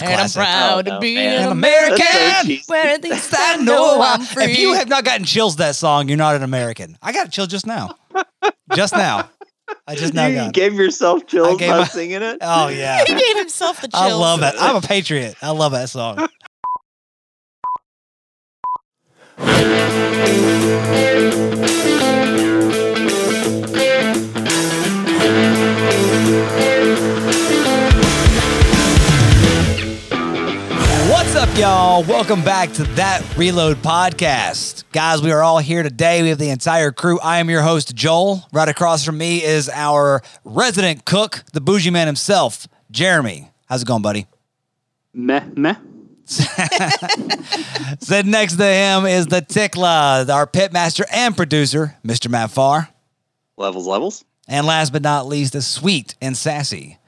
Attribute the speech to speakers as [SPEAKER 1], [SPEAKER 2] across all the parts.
[SPEAKER 1] and I'm
[SPEAKER 2] classic.
[SPEAKER 1] proud
[SPEAKER 3] Oh,
[SPEAKER 1] to
[SPEAKER 3] no,
[SPEAKER 1] be
[SPEAKER 3] man.
[SPEAKER 1] an
[SPEAKER 2] An
[SPEAKER 1] American.
[SPEAKER 3] That's so
[SPEAKER 2] American.
[SPEAKER 3] cheesy.
[SPEAKER 1] Where at least
[SPEAKER 2] I know I'm free. If you have not gotten chills that song, you're not an American. I got a chill just now. just now. I just now
[SPEAKER 3] you
[SPEAKER 2] got. it.
[SPEAKER 3] gave yourself
[SPEAKER 2] I
[SPEAKER 3] chills
[SPEAKER 2] gave
[SPEAKER 3] by
[SPEAKER 2] my-
[SPEAKER 3] singing it.
[SPEAKER 2] Oh yeah.
[SPEAKER 1] he gave himself the chills.
[SPEAKER 2] I love it. I'm a patriot. I love that song. What's up, y'all? Welcome back to that Reload podcast. Guys, we are all here today. We have the entire crew. I am your host, Joel. Right across from me is our resident cook, the bougie man himself, Jeremy. How's it going, buddy?
[SPEAKER 3] Meh meh.
[SPEAKER 2] Sitting next to him is the Tickla, our pit master and producer, Mr. Matt Farr.
[SPEAKER 3] Levels levels.
[SPEAKER 2] And last but not least, the sweet and sassy,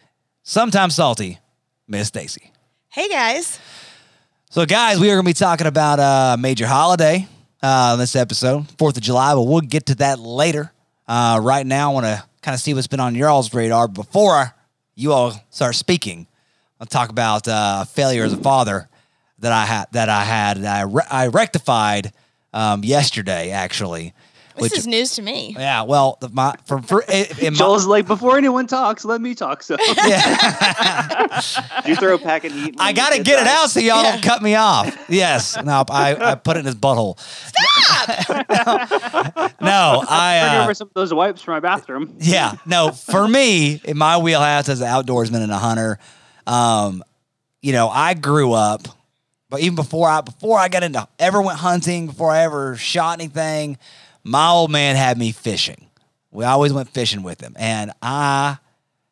[SPEAKER 2] sometimes salty, Miss Stacy.
[SPEAKER 1] Hey guys,
[SPEAKER 2] So, guys, we are going to be talking about a major holiday uh, on this episode, Fourth of July, but we'll get to that later. Uh, right now, I want to kind of see what's been on your all's radar before you all start speaking. I'll talk about uh, failure as a father that I had that I had that I, re- I rectified um, yesterday, actually.
[SPEAKER 1] this is news to me.
[SPEAKER 2] yeah, well, the- my for, for in my,
[SPEAKER 3] Joel's like, before anyone talks, let me talk. So you throw a packet of heat.
[SPEAKER 2] I gotta get it out so y'all don't cut me off. Yes. No, I, I put it in his butthole. Stop. no, I.
[SPEAKER 4] Turn
[SPEAKER 2] Uh,
[SPEAKER 4] over some of those wipes from my bathroom.
[SPEAKER 2] yeah, no. For me, in my wheelhouse as an outdoorsman and a hunter, um, you know, I grew up, but even before I before I got into ever went hunting, before I ever shot anything, my old man had me fishing. We always went fishing with him, and I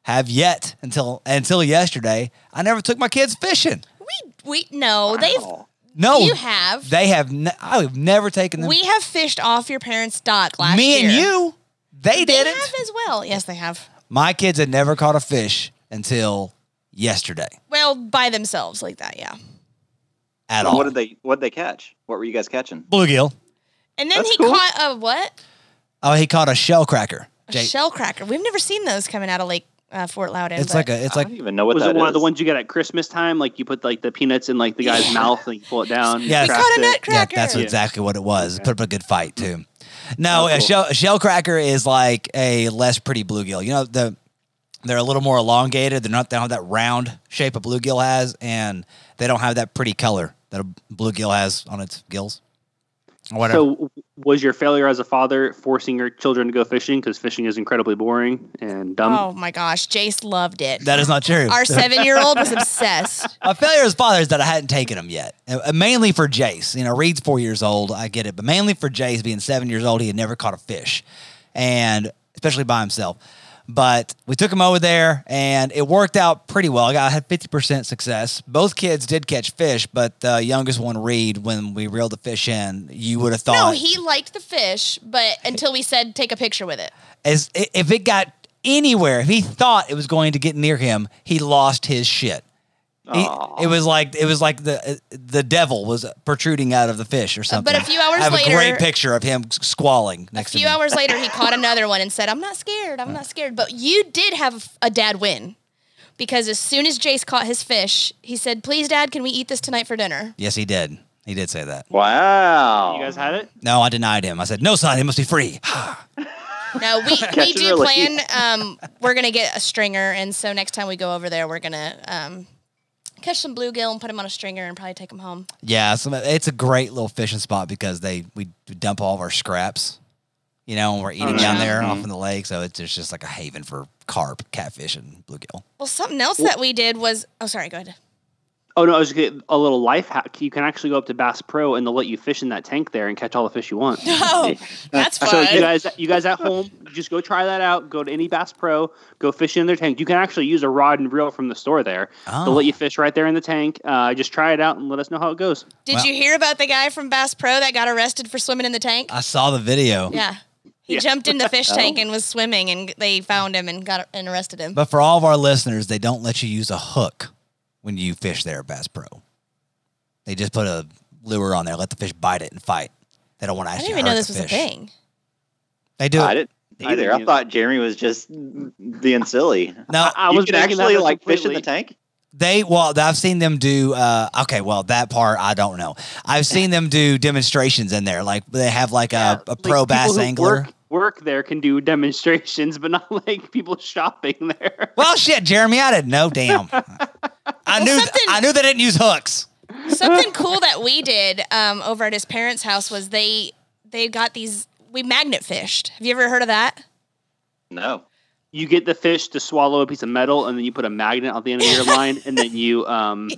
[SPEAKER 2] have yet until until yesterday, I never took my kids fishing.
[SPEAKER 1] We we no, they've
[SPEAKER 2] No,
[SPEAKER 1] You have.
[SPEAKER 2] They have. Ne- I have never taken Oh, them.
[SPEAKER 1] we have fished off your parents' dock last
[SPEAKER 2] Me
[SPEAKER 1] year.
[SPEAKER 2] and you. They,
[SPEAKER 1] They
[SPEAKER 2] didn't.
[SPEAKER 1] have as well. Yes, they have.
[SPEAKER 2] My kids had never caught a fish until yesterday
[SPEAKER 1] Well, by themselves like that, yeah.
[SPEAKER 2] at all.
[SPEAKER 3] What did they? What did they catch? What were you guys catching?
[SPEAKER 2] Bluegill.
[SPEAKER 1] And then
[SPEAKER 3] That's
[SPEAKER 1] he
[SPEAKER 3] cool.
[SPEAKER 1] caught a what?
[SPEAKER 2] Oh, he caught a shell cracker.
[SPEAKER 1] A
[SPEAKER 2] Jake.
[SPEAKER 1] shell cracker. We've never seen those coming out of Lake uh, Fort Loudon.
[SPEAKER 2] it's
[SPEAKER 1] but-
[SPEAKER 2] like a. It's
[SPEAKER 3] I
[SPEAKER 2] like
[SPEAKER 3] don't even know what
[SPEAKER 4] was
[SPEAKER 3] that
[SPEAKER 4] it one of the
[SPEAKER 3] is.
[SPEAKER 4] ones you get at Christmas time? Like you put like the peanuts in like the guy's mouth and you pull it down.
[SPEAKER 2] Yeah,
[SPEAKER 1] um, we
[SPEAKER 2] it's-
[SPEAKER 4] crack
[SPEAKER 1] caught a
[SPEAKER 4] it.
[SPEAKER 2] yeah,
[SPEAKER 1] nutcracker.
[SPEAKER 2] that's
[SPEAKER 4] Yeah.
[SPEAKER 2] exactly what it was. Put up a good fight too. No,
[SPEAKER 3] Oh,
[SPEAKER 2] a
[SPEAKER 3] cool.
[SPEAKER 2] shell a shell cracker is like a less pretty bluegill. You know the. They're a little more elongated. They're not they don't have that round shape a bluegill has, and they don't have that pretty color that a bluegill has on its gills. Or Whatever.
[SPEAKER 4] So w- was your failure as a father forcing your children to go fishing because fishing is incredibly boring and dumb?
[SPEAKER 1] oh my gosh, Jace loved it.
[SPEAKER 2] That is not true.
[SPEAKER 1] Our seven-year-old was obsessed.
[SPEAKER 2] My failure as father is that I hadn't taken him yet, Uh, mainly for Jace. You know, Reed's four years old. I get it, but mainly for Jace being seven years old, he had never caught a fish, and especially by himself. But we took him over there, and it worked out pretty well. I got- I had fifty percent success. Both kids did catch fish, but the youngest one, Reed, when we reeled the fish in, you would have
[SPEAKER 1] No,
[SPEAKER 2] thought
[SPEAKER 1] he liked the fish, but until we said take a picture with it.
[SPEAKER 2] as i- if it got anywhere, if he thought it was going to get near him, he lost his shit. He-
[SPEAKER 3] Aw.
[SPEAKER 2] it was like it was like the the devil was protruding out of the fish or something.
[SPEAKER 1] few hours
[SPEAKER 2] I have
[SPEAKER 1] later-
[SPEAKER 2] a great picture of him squalling next
[SPEAKER 1] a
[SPEAKER 2] to
[SPEAKER 1] few
[SPEAKER 2] me.
[SPEAKER 1] hours later, he caught another one and said, "I'm not scared. I'm
[SPEAKER 4] Uh.
[SPEAKER 1] not scared." But you did have a dad win because as soon as Jace caught his fish, he said, "Please, Dad, can we eat this tonight for dinner?"
[SPEAKER 2] Yes, he did. He did say that.
[SPEAKER 3] Wow.
[SPEAKER 4] You guys had it?
[SPEAKER 2] No, I denied him. I said, "No, son, he must be free."
[SPEAKER 1] No, we, we
[SPEAKER 3] and
[SPEAKER 1] do
[SPEAKER 3] release.
[SPEAKER 1] plan. Um, we're gonna get a stringer, and so next time we go over there, we're gonna um, catch some bluegill and put him on a stringer and probably take him home.
[SPEAKER 2] yeah, so it's a great little fishing spot because they we dump all of our scraps, you know, and we're eating down
[SPEAKER 1] Oh, yeah. Mm-hmm.
[SPEAKER 2] there off in the lake. So it's it's just like a haven for carp, catfish, and bluegill.
[SPEAKER 1] Well, something else that we did was oh, sorry, go ahead.
[SPEAKER 4] Oh no, I was getting a little life hack. You can actually go up to Bass Pro and they'll let you fish in that tank there and catch all the fish you want.
[SPEAKER 1] Oh, that's fun.
[SPEAKER 4] Uh, So you guys, you guys at home, just go try that out. Go to any Bass Pro, go fish in their tank. You can actually use a rod and reel from the store there. They'll
[SPEAKER 2] Oh.
[SPEAKER 4] let you fish right there in the tank. Uh, just try it out and let us know how it goes.
[SPEAKER 1] Did
[SPEAKER 2] Wow.
[SPEAKER 1] you hear about the guy from Bass Pro that got arrested for swimming in the tank?
[SPEAKER 2] Oh, I saw the video.
[SPEAKER 1] Yeah. He
[SPEAKER 4] Yeah.
[SPEAKER 1] jumped in the fish
[SPEAKER 2] Oh.
[SPEAKER 1] tank and was swimming, and they found him and got and arrested him.
[SPEAKER 2] But for all of our listeners, they don't let you use a hook when you fish there at Bass Pro. They just put a lure on there, let the fish bite it and fight. They don't want to
[SPEAKER 1] I
[SPEAKER 2] actually
[SPEAKER 1] didn't even
[SPEAKER 2] hurt
[SPEAKER 1] know this
[SPEAKER 2] the
[SPEAKER 1] was a
[SPEAKER 2] fish.
[SPEAKER 1] thing.
[SPEAKER 2] They do
[SPEAKER 3] I
[SPEAKER 2] it.
[SPEAKER 3] didn't
[SPEAKER 4] I
[SPEAKER 3] either.
[SPEAKER 4] didn't
[SPEAKER 3] I,
[SPEAKER 4] either.
[SPEAKER 3] thought Jeremy was just being silly.
[SPEAKER 2] No,
[SPEAKER 4] I
[SPEAKER 3] you
[SPEAKER 4] was
[SPEAKER 3] can
[SPEAKER 4] making that
[SPEAKER 3] actually
[SPEAKER 4] up
[SPEAKER 3] like fish in
[SPEAKER 4] completely.
[SPEAKER 3] the tank.
[SPEAKER 2] They well, I've seen them do. Uh, okay, well that part I don't know. I've seen them do demonstrations in there, like they have like
[SPEAKER 4] Yeah,
[SPEAKER 2] a, a
[SPEAKER 4] like,
[SPEAKER 2] pro
[SPEAKER 4] people
[SPEAKER 2] bass
[SPEAKER 4] who
[SPEAKER 2] angler.
[SPEAKER 4] Work, work there can do demonstrations, but not like people shopping there.
[SPEAKER 2] Well, shit, Jeremy, I didn't know. Damn, I knew.
[SPEAKER 1] something-
[SPEAKER 2] I knew they didn't use hooks.
[SPEAKER 1] Something cool that we did um, over at his parents' house was they they got these we magnet fished. Have you ever heard of that?
[SPEAKER 3] No.
[SPEAKER 4] You get the fish to swallow a piece of metal, and then you put a magnet on the end of your line, and then you um,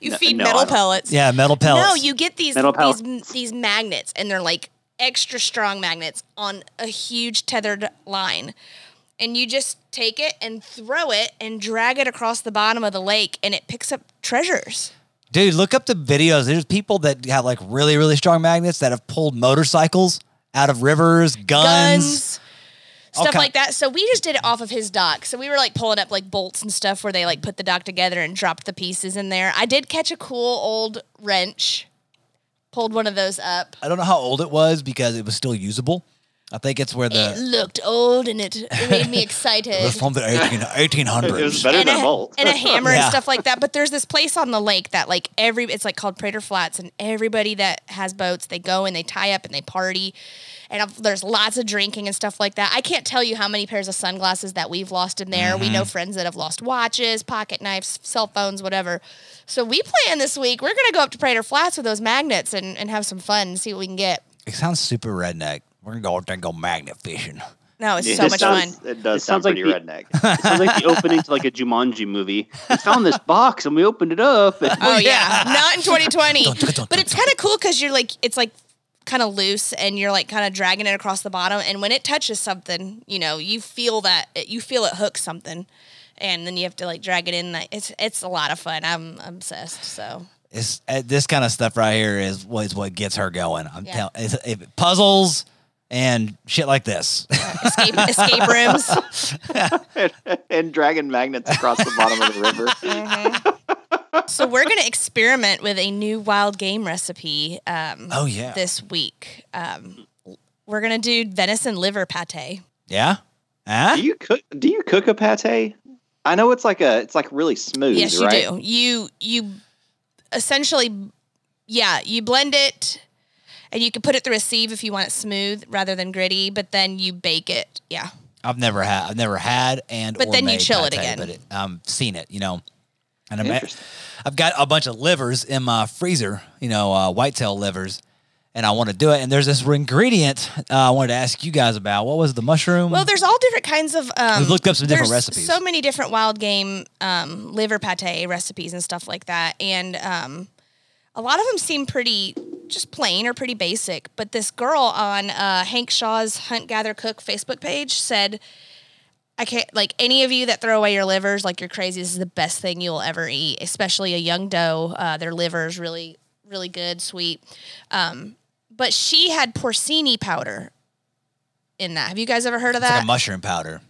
[SPEAKER 1] You
[SPEAKER 4] No-
[SPEAKER 1] feed
[SPEAKER 4] no, I
[SPEAKER 1] metal
[SPEAKER 4] don't.
[SPEAKER 1] pellets.
[SPEAKER 2] Yeah, metal pellets.
[SPEAKER 1] No, you get these
[SPEAKER 4] Metal pellets.
[SPEAKER 1] these these magnets, and they're like extra strong magnets on a huge tethered line, and you just take it and throw it and drag it across the bottom of the lake, and it picks up treasures.
[SPEAKER 2] Dude, look up the videos. There's people that have like really, really strong magnets that have pulled motorcycles out of rivers, guns.
[SPEAKER 1] guns, stuff
[SPEAKER 2] Okay.
[SPEAKER 1] like that. So we just did it off of his dock. So we were like pulling up like bolts and stuff where they like put the dock together and dropped the pieces in there. I did catch a cool old wrench, pulled one of those up.
[SPEAKER 2] I don't know how old it was because it was still usable. I think it's where
[SPEAKER 1] it
[SPEAKER 2] the
[SPEAKER 1] looked old and it made me excited.
[SPEAKER 2] it was from the 18,
[SPEAKER 3] It was
[SPEAKER 2] 1800s.
[SPEAKER 3] better
[SPEAKER 1] and
[SPEAKER 3] than
[SPEAKER 1] a,
[SPEAKER 3] bolt.
[SPEAKER 1] and a hammer
[SPEAKER 2] Yeah.
[SPEAKER 1] and stuff like that. But there's this place on the lake that like every it's like called Prater Flats, and everybody that has boats they go and they tie up and they party, and I've, there's lots of drinking and stuff like that. I can't tell you how many pairs of sunglasses that we've lost in there. We know friends that have lost watches, pocket knives, cell phones, whatever. So we plan this week. We're gonna go up to Prater Flats with those magnets and and have some fun and see what we can get.
[SPEAKER 2] It sounds super redneck. We're gonna go out there and go magnet fishing.
[SPEAKER 1] No, it's
[SPEAKER 3] It
[SPEAKER 1] so much fun.
[SPEAKER 3] sounds- It does
[SPEAKER 4] It
[SPEAKER 3] sound
[SPEAKER 4] sounds like
[SPEAKER 3] pretty
[SPEAKER 4] the-
[SPEAKER 3] redneck.
[SPEAKER 4] it sounds like the opening to like a Jumanji movie. We found this box, and we opened it up. and-
[SPEAKER 1] Oh yeah, not in 2020.
[SPEAKER 2] Dun, dun, dun,
[SPEAKER 1] but it's kind of cool because you're like, it's like kind of loose, and you're like kind of dragging it across the bottom. And when it touches something, you know, you feel that you feel it hook something, and then you have to like drag it in. Like, It's it's a lot of fun. I'm obsessed. So
[SPEAKER 2] It's uh, this kind of stuff right here is what is what gets her going. I'm
[SPEAKER 1] Yeah.
[SPEAKER 2] telling it puzzles and shit like this.
[SPEAKER 1] escape escape rooms.
[SPEAKER 3] and dragging magnets across the bottom of the river.
[SPEAKER 1] Uh-huh. So we're gonna experiment with a new wild game recipe. Um,
[SPEAKER 2] Oh yeah,
[SPEAKER 1] this week. Um, we're gonna do venison liver pate.
[SPEAKER 2] yeah, huh?
[SPEAKER 3] Do you cook? Do you cook a pate? I know it's like a. It's like really smooth,
[SPEAKER 1] Yes, you
[SPEAKER 3] right?
[SPEAKER 1] do. You you essentially, yeah, you blend it, and you can put it through a sieve if you want it smooth rather than gritty. But then you bake it. Yeah,
[SPEAKER 2] I've never had. I've never had, and
[SPEAKER 1] But
[SPEAKER 2] or
[SPEAKER 1] then you
[SPEAKER 2] made
[SPEAKER 1] chill it
[SPEAKER 2] pate,
[SPEAKER 1] again.
[SPEAKER 2] But it, um, seen it, you know. And I'm,
[SPEAKER 3] Interesting.
[SPEAKER 2] I've got a bunch of livers in my freezer, you know, uh, whitetail livers, and I want to do it. And there's this ingredient uh, I wanted to ask you guys about. What was the mushroom?
[SPEAKER 1] Well, there's all different kinds of. Um,
[SPEAKER 2] We've looked up some different
[SPEAKER 1] there's
[SPEAKER 2] recipes.
[SPEAKER 1] So many different wild game um, liver pate recipes and stuff like that, and um, a lot of them seem pretty just plain or pretty basic. But this girl on uh, Hank Shaw's Hunt Gather Cook Facebook page said. I can't like any of you that throw away your livers like you're crazy. This is the best thing you will ever eat, especially a young doe. Uh, their livers really, really good, sweet. Um, but she had porcini powder in that. Have you guys ever heard of
[SPEAKER 2] it's
[SPEAKER 1] that?
[SPEAKER 2] like a mushroom powder.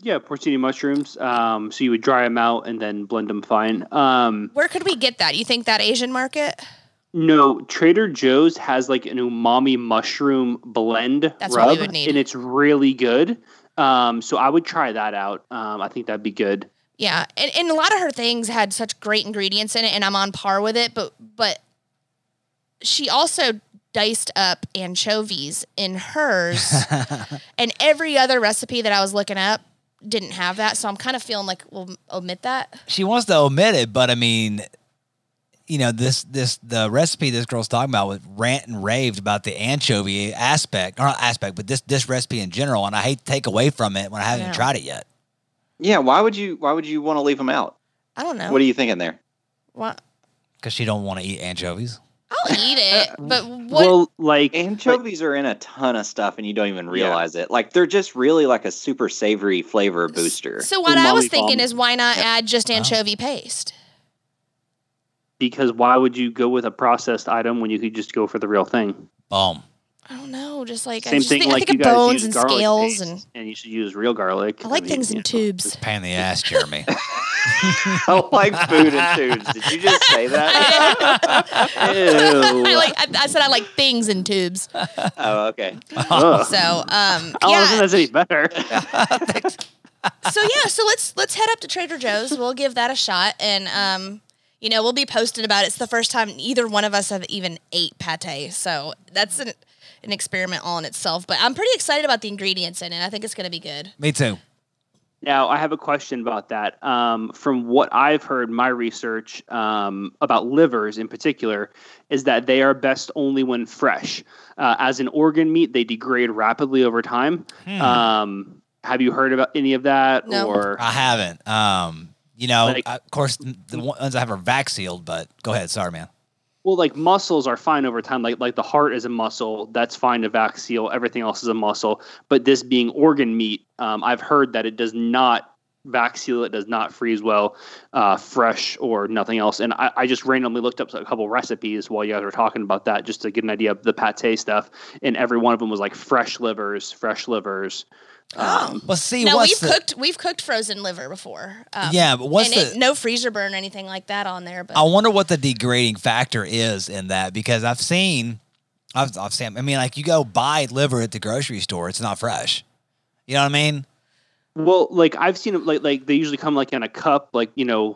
[SPEAKER 4] yeah, porcini mushrooms. Um, so you would dry them out and then blend them fine. Um,
[SPEAKER 1] Where could we get that? You think that Asian market?
[SPEAKER 4] no, Trader Joe's has like an umami mushroom blend
[SPEAKER 1] That's
[SPEAKER 4] rub,
[SPEAKER 1] what we would need.
[SPEAKER 4] and it's really good. Um, so I would try that out. Um, I think that'd be good.
[SPEAKER 1] Yeah, and, and a lot of her things had such great ingredients in it, and I'm on par with it. But but she also diced up anchovies in hers, and every other recipe that I was looking up didn't have that. So I'm kind of feeling like we'll omit that.
[SPEAKER 2] She wants to omit it, but I mean, you know, this this the recipe this girl's talking about was rant and raved about the anchovy aspect, or not aspect, but this this recipe in general. And I hate to take away from it when I haven't
[SPEAKER 1] Yeah.
[SPEAKER 2] tried it yet.
[SPEAKER 3] Yeah. Why would you? Why would you want to leave them out?
[SPEAKER 1] I don't know.
[SPEAKER 3] What are you thinking there?
[SPEAKER 1] What-
[SPEAKER 2] Because she don't want to eat anchovies.
[SPEAKER 1] I'll eat it, but what?
[SPEAKER 4] Well, like
[SPEAKER 3] Anchovies are in a ton of stuff, and you don't even realize it. Like they're just really like a super savory flavor booster.
[SPEAKER 1] so what I was
[SPEAKER 4] umami
[SPEAKER 1] thinking
[SPEAKER 4] bomb.
[SPEAKER 1] is why not add just
[SPEAKER 2] Wow.
[SPEAKER 1] anchovy paste?
[SPEAKER 4] because why would you go with a processed item when you could just go for the real thing?
[SPEAKER 2] Boom.
[SPEAKER 1] I don't know. Just like I
[SPEAKER 4] Same
[SPEAKER 1] just
[SPEAKER 4] thing
[SPEAKER 1] think, I
[SPEAKER 4] like you
[SPEAKER 1] think
[SPEAKER 4] guys
[SPEAKER 1] of bones
[SPEAKER 4] use
[SPEAKER 1] and
[SPEAKER 4] garlic
[SPEAKER 1] scales
[SPEAKER 4] paste,
[SPEAKER 1] and.
[SPEAKER 4] and you should use real garlic.
[SPEAKER 1] I like
[SPEAKER 4] mean,
[SPEAKER 1] things in
[SPEAKER 4] you know.
[SPEAKER 1] tubes.
[SPEAKER 2] Pain in the ass, Jeremy.
[SPEAKER 3] I don't like food and tubes. Did you just say that?
[SPEAKER 1] I
[SPEAKER 4] Ew.
[SPEAKER 1] like. I, I said I like things in tubes.
[SPEAKER 3] oh, okay.
[SPEAKER 4] Ugh.
[SPEAKER 1] So, um,
[SPEAKER 4] I don't think
[SPEAKER 1] yeah,
[SPEAKER 4] that's any better.
[SPEAKER 1] so yeah, so let's let's head up to Trader Joe's. We'll give that a shot, and um, you know, we'll be posting about it. It's the first time either one of us have even ate pate, so that's an an experiment all in itself. But I'm pretty excited about the ingredients in it. I think it's going to be good.
[SPEAKER 2] Me too.
[SPEAKER 4] Now, I have a question about that. Um, from what I've heard, my research um, about livers in particular is that they are best only when fresh. Uh, as an organ meat, they degrade rapidly over time.
[SPEAKER 2] Hmm.
[SPEAKER 1] Hmm.
[SPEAKER 4] Um, have you heard about any of that?
[SPEAKER 1] No.
[SPEAKER 4] Or
[SPEAKER 2] I haven't. Um, you know,
[SPEAKER 4] Like-
[SPEAKER 2] I- of course, the ones I have are vac sealed, but go ahead. Sorry, man.
[SPEAKER 4] well, like muscles are fine over time. Like like the heart is a muscle, that's fine to vac seal. Everything else is a muscle. But this being organ meat, um, I've heard that it does not vac seal. It does not freeze well, uh, fresh or nothing else. And I, I just randomly looked up a couple recipes while you guys were talking about that, just to get an idea of the pate stuff. And every one of them was like fresh livers, fresh livers. Um,
[SPEAKER 2] Well, see,
[SPEAKER 1] Now
[SPEAKER 2] what's
[SPEAKER 1] we've
[SPEAKER 2] the,
[SPEAKER 1] cooked we've cooked frozen liver before. Um,
[SPEAKER 2] Yeah, but what's
[SPEAKER 1] and it-
[SPEAKER 2] the-
[SPEAKER 1] no freezer burn or anything like that on there? But
[SPEAKER 2] I wonder what the degrading factor is in that because I've seen, I've, I've seen. I mean, like you go buy liver at the grocery store, it's not fresh. You know what I mean?
[SPEAKER 4] Well, like I've seen them, like like they usually come like in a cup, like you know,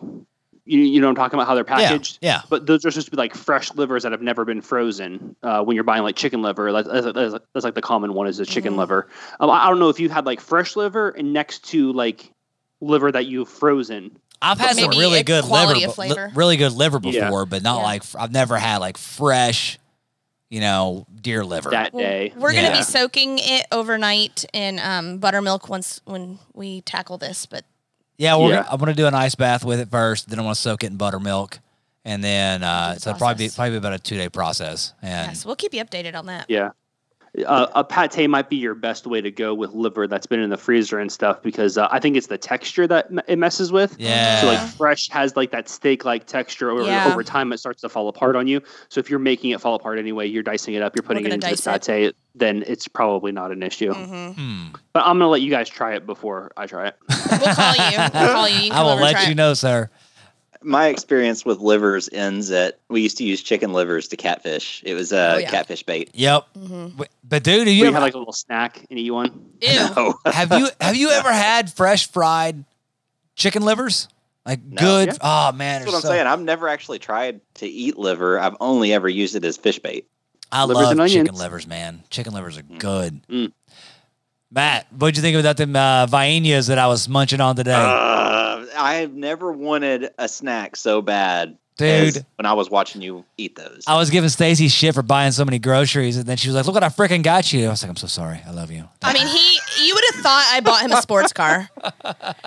[SPEAKER 4] you you know what I'm talking about how they're packaged.
[SPEAKER 2] yeah.
[SPEAKER 4] But those are supposed to be like fresh livers that have never been frozen. Uh, when you're buying like chicken liver, that's, that's, that's, that's like the common one is the
[SPEAKER 1] Mm-hmm.
[SPEAKER 4] chicken liver. Um, I, I don't know if you've had like fresh liver and next to like liver that you've frozen.
[SPEAKER 2] I've had some
[SPEAKER 1] Maybe
[SPEAKER 2] really
[SPEAKER 1] a
[SPEAKER 2] good liver,
[SPEAKER 1] quality of
[SPEAKER 2] bu- li-
[SPEAKER 1] flavor.
[SPEAKER 2] really good liver before,
[SPEAKER 4] Yeah.
[SPEAKER 2] but not
[SPEAKER 1] Yeah.
[SPEAKER 2] like fr- I've never had like fresh, you know, deer liver.
[SPEAKER 4] That
[SPEAKER 1] Well,
[SPEAKER 4] day.
[SPEAKER 1] We're gonna
[SPEAKER 2] Yeah.
[SPEAKER 1] be soaking it overnight in um, buttermilk once when we tackle this. But
[SPEAKER 2] yeah, we're
[SPEAKER 4] Yeah.
[SPEAKER 2] Gonna, I'm gonna do an ice bath with it first. Then I want to soak it in buttermilk, and then uh,
[SPEAKER 1] the
[SPEAKER 2] so it'll probably be,
[SPEAKER 1] process.
[SPEAKER 2] probably be about a two day process. And
[SPEAKER 1] yes, we'll keep you updated on that.
[SPEAKER 4] Yeah. Uh, a pate might be your best way to go with liver that's been in the freezer and stuff because uh, I think it's the texture that m- it messes with.
[SPEAKER 2] Yeah.
[SPEAKER 4] So like fresh has like that steak like texture over
[SPEAKER 1] Yeah.
[SPEAKER 4] over time it starts to fall apart on you. So if you're making it fall apart anyway, you're dicing it up, you're putting it
[SPEAKER 1] gonna
[SPEAKER 4] into this
[SPEAKER 1] dice
[SPEAKER 4] pate, then it's probably not an issue.
[SPEAKER 1] Mm-hmm.
[SPEAKER 2] hmm.
[SPEAKER 4] But I'm gonna let you guys try it before I try it.
[SPEAKER 1] We'll call you. We'll call you. you can
[SPEAKER 2] I
[SPEAKER 1] come
[SPEAKER 2] will
[SPEAKER 1] over and
[SPEAKER 2] let
[SPEAKER 1] try
[SPEAKER 2] you
[SPEAKER 1] it.
[SPEAKER 2] know, sir.
[SPEAKER 3] My experience with livers ends at we used to use chicken livers to catfish. It was uh,
[SPEAKER 1] Oh, yeah.
[SPEAKER 3] catfish bait.
[SPEAKER 2] Yep.
[SPEAKER 1] Mhm.
[SPEAKER 2] But- But dude, do
[SPEAKER 4] You
[SPEAKER 2] you
[SPEAKER 4] have
[SPEAKER 2] ever,
[SPEAKER 4] like a little snack and eat one.
[SPEAKER 1] Ew.
[SPEAKER 3] Oh,
[SPEAKER 2] have you have you ever had fresh fried chicken livers? Like
[SPEAKER 3] No.
[SPEAKER 2] good.
[SPEAKER 4] Yeah.
[SPEAKER 2] Oh man,
[SPEAKER 3] that's
[SPEAKER 2] they're
[SPEAKER 3] what I'm
[SPEAKER 2] so-
[SPEAKER 3] saying. I've never actually tried to eat liver. I've only ever used it as fish bait.
[SPEAKER 2] I
[SPEAKER 4] Livers and
[SPEAKER 2] love chicken
[SPEAKER 4] onions.
[SPEAKER 2] livers, man. Chicken livers are good.
[SPEAKER 4] Mm.
[SPEAKER 2] Matt, what'd you think about them uh, vainas that I was munching on today,
[SPEAKER 3] Uh, I have never wanted a snack so bad, as
[SPEAKER 2] dude?
[SPEAKER 3] When I was watching you eat those,
[SPEAKER 2] I was giving Stacy shit for buying so many groceries, and then she was like, "Look what I freaking got you." I was like, "I'm so sorry. I love you."
[SPEAKER 1] I mean, he. You would have thought I bought him a sports car.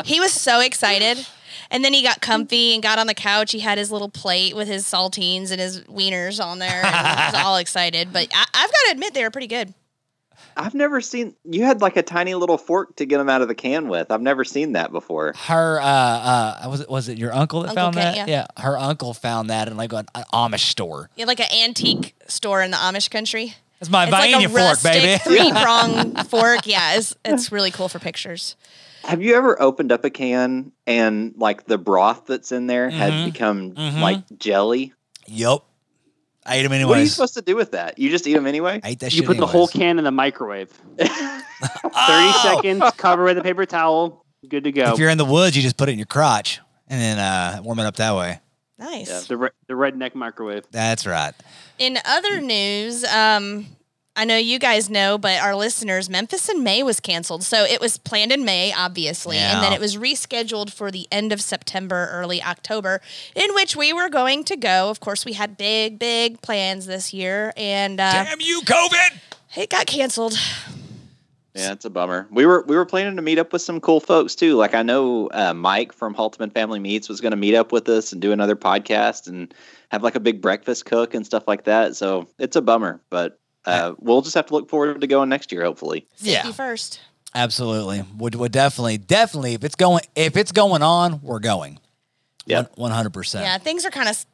[SPEAKER 1] He was so excited, and then he got comfy and got on the couch. He had his little plate with his saltines and his wieners on there. And he was all excited, but I, I've got to admit they were pretty good.
[SPEAKER 3] I've never seen. You had like a tiny little fork to get them out of the can with. I've never seen that before.
[SPEAKER 2] her uh, uh was it was it your uncle that
[SPEAKER 1] Uncle
[SPEAKER 2] found
[SPEAKER 1] Kent,
[SPEAKER 2] that?
[SPEAKER 1] yeah.
[SPEAKER 2] her uncle found that in like an, an Amish store.
[SPEAKER 1] You had like an antique store in the Amish country.
[SPEAKER 2] That's my
[SPEAKER 1] It's like
[SPEAKER 2] vaina
[SPEAKER 1] a
[SPEAKER 2] fork, baby.
[SPEAKER 1] rustic three prong fork. Yeah, it's, it's really cool for pictures.
[SPEAKER 3] Have you ever opened up a can and like the broth that's in there
[SPEAKER 2] Mhm.
[SPEAKER 3] had become
[SPEAKER 2] Mhm.
[SPEAKER 3] like jelly?
[SPEAKER 2] Yep. I ate them anyways.
[SPEAKER 3] What are you supposed to do with that? You just eat them anyway?
[SPEAKER 2] I ate that
[SPEAKER 4] You
[SPEAKER 2] shit
[SPEAKER 4] put the whole
[SPEAKER 2] anyways.
[SPEAKER 4] can in the microwave. Thirty
[SPEAKER 2] Oh!
[SPEAKER 4] seconds, cover with a paper towel, good to go.
[SPEAKER 2] If you're in the woods, you just put it in your crotch and then uh, warm it up that way.
[SPEAKER 1] Nice.
[SPEAKER 3] Yeah.
[SPEAKER 4] The re- the redneck microwave.
[SPEAKER 2] That's right.
[SPEAKER 1] In other news, um, I know you guys know, but our listeners, Memphis in May was canceled. So it was planned in May, obviously, and then
[SPEAKER 2] Yeah.
[SPEAKER 1] it was rescheduled for the end of September, early October, in which we were going to go. Of course, we had big, big plans this year, and uh,
[SPEAKER 2] you, COVID!
[SPEAKER 1] it got canceled.
[SPEAKER 3] Yeah, it's a bummer. We were we were planning to meet up with some cool folks too. Like I know uh, Mike from Haltman Family Meats was going to meet up with us and do another podcast and have like a big breakfast cook and stuff like that. So it's a bummer, but uh, we'll just have to look forward to going next year, hopefully.
[SPEAKER 1] Safety
[SPEAKER 2] Yeah.
[SPEAKER 1] first.
[SPEAKER 2] Absolutely. Would would definitely, definitely. If it's going, if it's going on, we're going.
[SPEAKER 3] Yeah.
[SPEAKER 2] one hundred percent.
[SPEAKER 1] Yeah, things are kind of